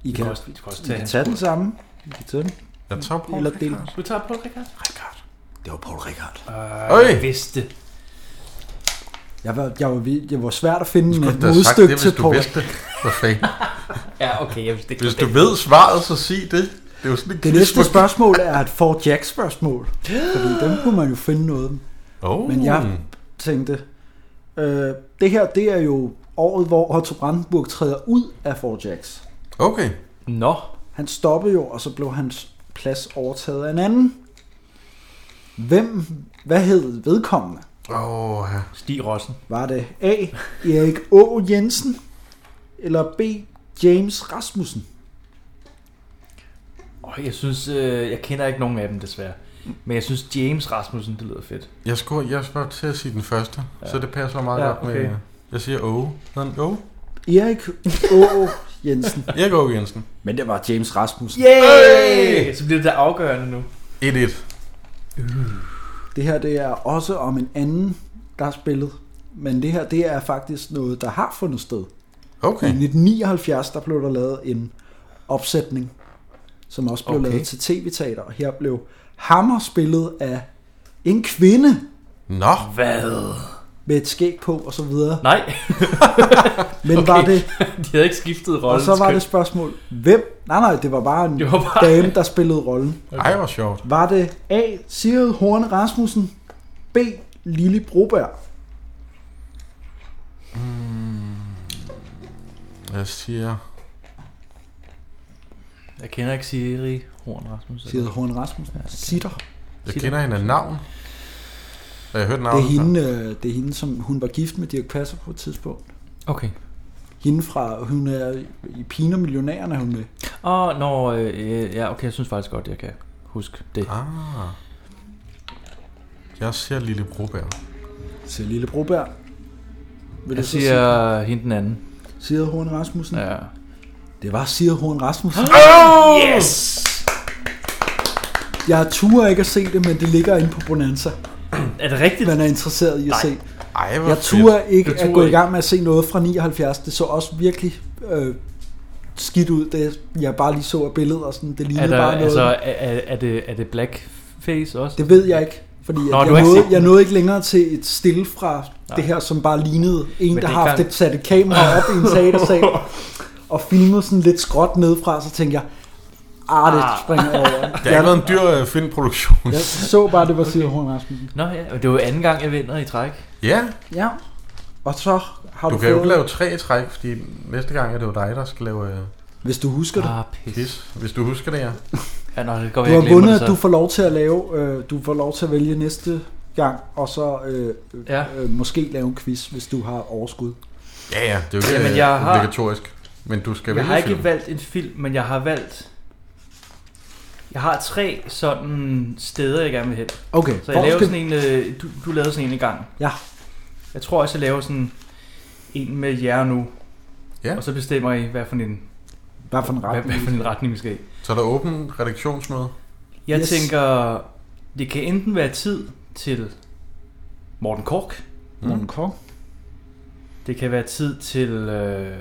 S2: I
S3: kan
S2: kan,
S3: også- Ah, vi kan også
S2: I
S3: tage
S2: kan
S3: Hans
S2: tage den
S3: Kurt.
S2: samme. I kan tage den.
S4: Jeg tager Paul
S2: Eller del.
S3: Du tager Paul Rickard?
S2: Det var Paul Rickard.
S3: Øh, jeg vidste.
S2: Jeg var, jeg var, vild- jeg var svært at finde en
S4: Du skulle da have sagt
S2: modstykke
S4: det, hvis
S2: til
S4: du
S2: Paul.
S4: vidste det. For fanden.
S3: Ja, okay, jeg vidste ikke.
S4: Hvis du ved svaret, så sig det. Det er jo sådan en
S2: Det næste
S4: quiz, hvor-
S2: spørgsmål er et Fort Jack spørgsmål. Fordi dem kunne man jo finde noget om.
S4: Oh.
S2: Men jeg tænkte, øh, det her det er jo året, hvor Otto Brandenburg træder ud af Fort Jacks.
S4: Okay.
S3: Nå.
S2: Han stoppede jo, og så blev hans plads overtaget af en anden. Hvem, hvad hed vedkommende?
S4: Åh, oh, ja.
S3: Stig Rossen.
S2: Var det A. Erik Å. Jensen, eller B. James Rasmussen?
S3: Åh, jeg synes, øh, jeg kender ikke nogen af dem desværre. Men jeg synes, James Rasmussen, det lyder fedt.
S4: Jeg skulle, jeg skulle til at sige den første, ja. så det passer meget
S3: Ja,
S4: ja, godt
S3: okay.
S4: med... Jeg siger Åge. Hedder han Åge?
S2: Erik Å. Jensen.
S4: Erik Åge Jensen.
S2: Men det var James Rasmussen.
S3: Yay! Så bliver det der afgørende nu.
S4: 1-1.
S2: Det her det er også om en anden, der har spillet. Men det her det er faktisk noget, der har fundet sted.
S4: Okay.
S2: I 1979 der blev der lavet en opsætning, som også blev
S4: Okay.
S2: okay. lavet til tv-teater. Og her blev Hammer spillet af en kvinde
S4: Nå.
S3: Hvad?
S2: med et skæg på og så videre.
S3: Nej.
S2: Men var det-
S3: De havde ikke skiftet
S2: og
S3: rollen.
S2: så var det spørgsmål, hvem? Nej, nej, det var bare en
S3: Det
S2: det
S3: var
S2: var
S3: bare-
S2: dame, der spillede rollen.
S4: Okay. Ej, hvor sjovt.
S2: Var det A. Sigrid Horne Rasmussen, B. Lili Broberg,
S4: Jeg siger...
S3: Jeg kender ikke Siri Horn Rasmussen.
S2: Sigrid Horne Rasmussen, Sitter.
S4: Jeg kender hende af navn. Og jeg hørte
S2: Det
S4: navnet.
S2: er, hende, øh, det er hende, som hun var gift med Dirk Passer på et tidspunkt.
S3: Okay.
S2: Hende fra, hun er i Piner Millionæren er hun med.
S3: Åh, oh, nå, øh, ja, okay, jeg synes faktisk godt, jeg kan huske det.
S4: Ah. Jeg siger Lille Broberg.
S2: Til Lille Broberg. Vil
S3: Jeg
S2: du så sige
S3: siger hende den anden.
S2: Sigrid Horn Rasmussen?
S3: Ja.
S2: Det var Sigrid Horn Rasmussen.
S3: Oh! Yes!
S2: Jeg turer ikke at se det, men det ligger inde på Bonanza.
S3: Er det rigtigt?
S2: Man er interesseret i at se.
S4: Ej, hvor
S2: jeg
S4: fedt.
S2: turer ikke
S4: Du
S2: at
S4: turer
S2: gå i
S4: ikke.
S2: gang med at se noget fra 79. Det så også virkelig øh, skidt ud. Det, jeg bare lige så af billeder. Sådan, det
S3: Er,
S2: lignede
S3: der,
S2: bare noget.
S3: altså, er, er, er, det, er det blackface også?
S2: Det ved jeg ikke, fordi
S3: Nå,
S2: Nå,
S3: du har
S2: jeg,
S3: ikke
S2: nåede,
S3: set den.
S2: jeg nåede ikke længere til et stille fra
S3: Nej.
S2: Nej. det her, som bare lignede en,
S3: Men
S2: der
S3: det
S2: har
S3: kan-
S2: haft et, sat et kamera op i en teatersal og filmet sådan lidt skråt nedefra, så tænkte jeg, ah, det
S3: Ah.
S2: springer jeg over.
S4: Det er ikke været en dyr øh, filmproduktion.
S2: Jeg så bare, det var Sigurd Horn Rasmussen.
S3: Nå ja, men det er jo anden gang, jeg vinder i træk.
S4: Ja,
S2: Ja, og så har du,
S4: du kan jo
S2: fået-
S4: ikke lave tre i træk, fordi næste gang er det jo dig, der skal lave... øh,
S2: Hvis du husker det.
S3: Ah, pis.
S4: Quiz. Hvis du husker det, ja.
S3: Ja, nå, det går
S2: Du har vundet, at du får lov til at lave, øh, du får lov til at vælge næste gang, og så øh,
S3: ja.
S2: øh, måske lave en quiz, hvis du har overskud.
S4: Ja, ja, det er jo ikke
S3: Jamen,
S4: Jamen,
S3: jeg har-
S4: obligatorisk. Men du skal
S3: jeg
S4: vælge
S3: har ikke
S4: film.
S3: valgt en film, men jeg har valgt... Jeg har tre sådan steder, jeg gerne vil hen.
S2: Okay,
S3: Så jeg
S2: hvor
S3: laver
S2: skal-
S3: sådan en... øh, Du, du lavede sådan en i gang.
S2: Ja.
S3: Jeg tror også, jeg laver sådan en med jer nu.
S4: Ja.
S3: Og så bestemmer I, hvad for en...
S2: Hvad for en retning,
S3: hvad, hvad for en retning vi skal i.
S4: Så er der åben redaktionsmøde.
S3: Jeg yes. tænker, det kan enten være tid til Morten Kork.
S4: Mm. Morten
S2: Kork.
S3: Det kan være tid til... Øh,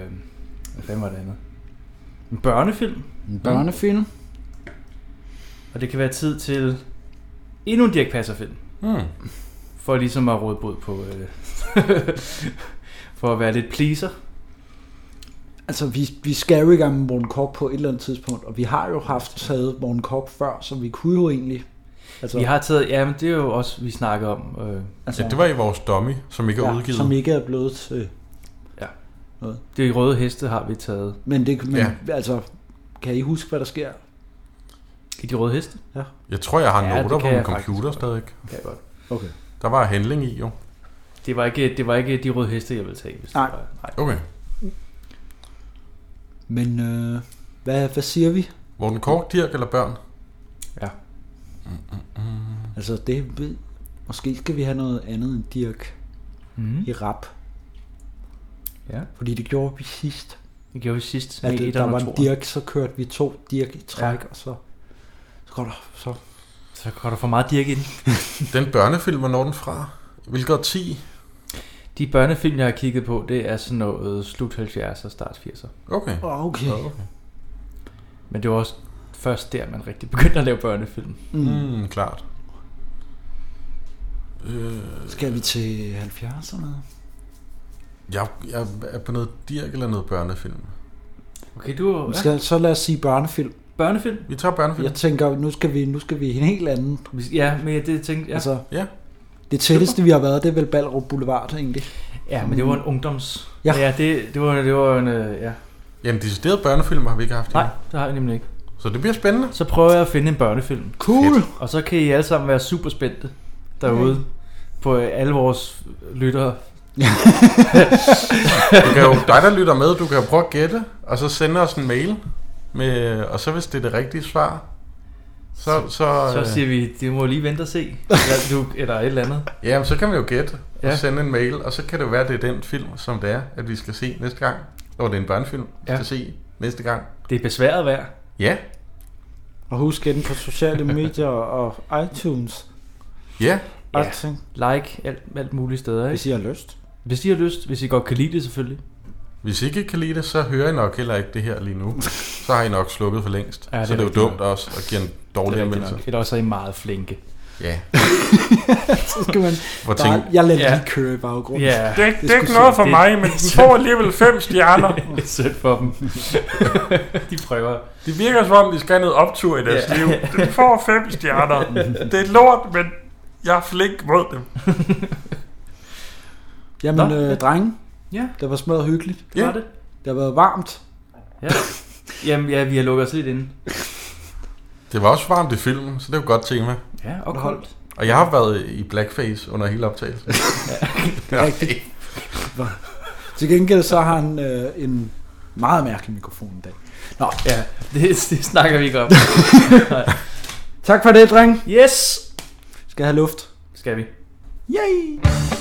S3: hvad fanden var det andet? En børnefilm.
S2: En børnefilm.
S3: Og det kan være tid til endnu en Dirk Passer-film.
S4: Mm.
S3: For ligesom at råde bod på... Øh, for at være lidt pleaser.
S2: Altså, vi, vi skal jo i gang med Morten Kork på et eller andet tidspunkt, og vi har jo haft taget Morten Kork før, så vi kunne jo egentlig...
S3: Altså, vi har taget... Ja, men det er jo også, vi snakkede om. Øh,
S4: Altså, ja, det var i vores dummy, som ikke er
S2: ja,
S4: udgivet.
S2: Som ikke er blevet til
S3: ja.
S2: noget.
S3: Det røde heste har vi taget.
S2: Men, det, men
S3: Ja.
S2: ja. altså, kan I huske, hvad der sker?
S3: I de røde heste?
S2: Ja.
S4: Jeg tror, jeg har
S3: Ja, det
S4: ja, noter på
S3: kan
S4: min
S3: jeg faktisk
S4: computer
S3: godt.
S4: stadig.
S3: Kan jeg godt.
S2: Okay.
S4: Der var handling i, jo.
S3: Det var ikke, det var ikke de røde heste, jeg ville tage. Hvis
S2: Nej.
S3: Det var, nej.
S4: Okay.
S2: Men øh, hvad, hvad siger vi?
S4: Morten Kork, Dirk eller børn?
S3: Ja.
S2: Altså, det ved... Måske skal vi have noget andet end Dirk
S3: mm.
S2: i rap.
S3: Ja.
S2: Fordi det gjorde vi sidst.
S3: Det gjorde vi sidst
S2: At
S3: med
S2: det,
S3: etteren
S2: der
S3: og
S2: var en
S3: toeren.
S2: Dirk, så kørte vi to Dirk i træk, ja. og så, så går der... Så.
S3: Så går der for meget Dirk ind.
S4: Den børnefilm, hvornår er den fra? Hvilket årti?
S3: De børnefilm, jeg har kigget på, det er sådan noget slut 70'er og start 80'er.
S4: Okay.
S2: Åh, okay. okay.
S3: Men det var også først der, man rigtig begyndte at lave børnefilm.
S4: Mm, mm klart. Øh,
S2: Skal vi til 70'erne?
S4: jeg, jeg er på noget Dirk eller noget børnefilm.
S3: Okay, du...
S2: Skal, så lad os sige børnefilm.
S3: Børnefilm?
S4: Vi tager børnefilm.
S2: Jeg tænker, nu skal vi, nu skal vi en helt anden.
S3: Ja, men det tænkte jeg.
S2: Altså,
S4: ja.
S2: Det tætteste, vi har været, det er vel Ballerup Boulevard egentlig.
S3: Ja, men det var en ungdoms...
S2: Ja.
S3: ja det, det, var, det var en... øh, Ja.
S4: Ja, en decideret børnefilm har vi ikke haft.
S3: Nej, det har jeg nemlig ikke.
S4: Så det bliver spændende.
S3: Så prøver jeg at finde en børnefilm.
S2: Cool. Fedt.
S3: Og så kan I alle sammen være super spændte derude
S4: Okay.
S3: på øh, alle vores lyttere.
S4: Du kan jo, dig der lytter med, du kan jo prøve at gætte, og så sende os en mail. Med, og så hvis det er det rigtige svar, så... Så,
S3: så
S4: øh,
S3: siger vi, det må lige vente og se. Eller, du, eller et eller andet.
S4: Jamen, så kan vi jo gætte ja.
S3: Ja.
S4: og sende en mail, og så kan det jo være, at det er den film, som det er, at vi skal se næste gang. Når det er en børnefilm, vi
S3: Ja.
S4: skal se næste gang.
S3: Det er besværet værd.
S4: Ja.
S2: Og husk den på sociale medier og iTunes.
S4: Ja.
S3: ja.
S2: Alting.
S3: Like alt, alt muligt steder. Ikke? Hvis
S2: I har lyst.
S3: Hvis I har lyst. Hvis I godt kan lide det, selvfølgelig.
S4: Hvis I ikke kan lide det, så hører I nok heller ikke det her lige nu. Så har I nok slukket for længst.
S3: Ja,
S4: Ja,
S3: det
S4: det
S3: er
S4: så det er jo
S3: rigtigt.
S4: dumt også at give en dårlig
S3: Det er rigtigt
S4: anmeldelse.
S3: nok. Eller også er I meget flinke.
S4: altså. Ja.
S2: så skal man...
S4: Hvor
S2: Bare-
S4: tænk-
S2: jeg lader lige køre i baggrunden.
S18: Det, er ikke- det er ikke noget for mig, men den får alligevel fem stjerner.
S3: Det er sødt for dem. de prøver.
S18: Det virker som om, de skal have noget optur i deres
S3: Ja.
S18: liv. Den får fem stjerner. Det er lort, men jeg er flink mod dem.
S2: Jamen,
S18: Nå, ja.
S2: øh, drenge.
S3: Ja.
S2: Det var smadret hyggeligt.
S3: Det var Ja. det.
S2: Det har været varmt.
S3: Ja. Jamen, ja, vi har lukket os lidt inde.
S4: Det var også varmt i filmen, så det var et godt tema.
S3: Ja, og koldt.
S4: Og jeg har været i blackface under hele optagelsen.
S2: Det er rigtigt. Nå. Til gengæld så har han øh, en meget mærkelig mikrofon i dag. Nå.
S3: Ja, det, det snakker vi ikke om.
S2: tak for det, dreng.
S3: Yes.
S2: Skal have luft.
S3: Skal vi.
S2: Yay!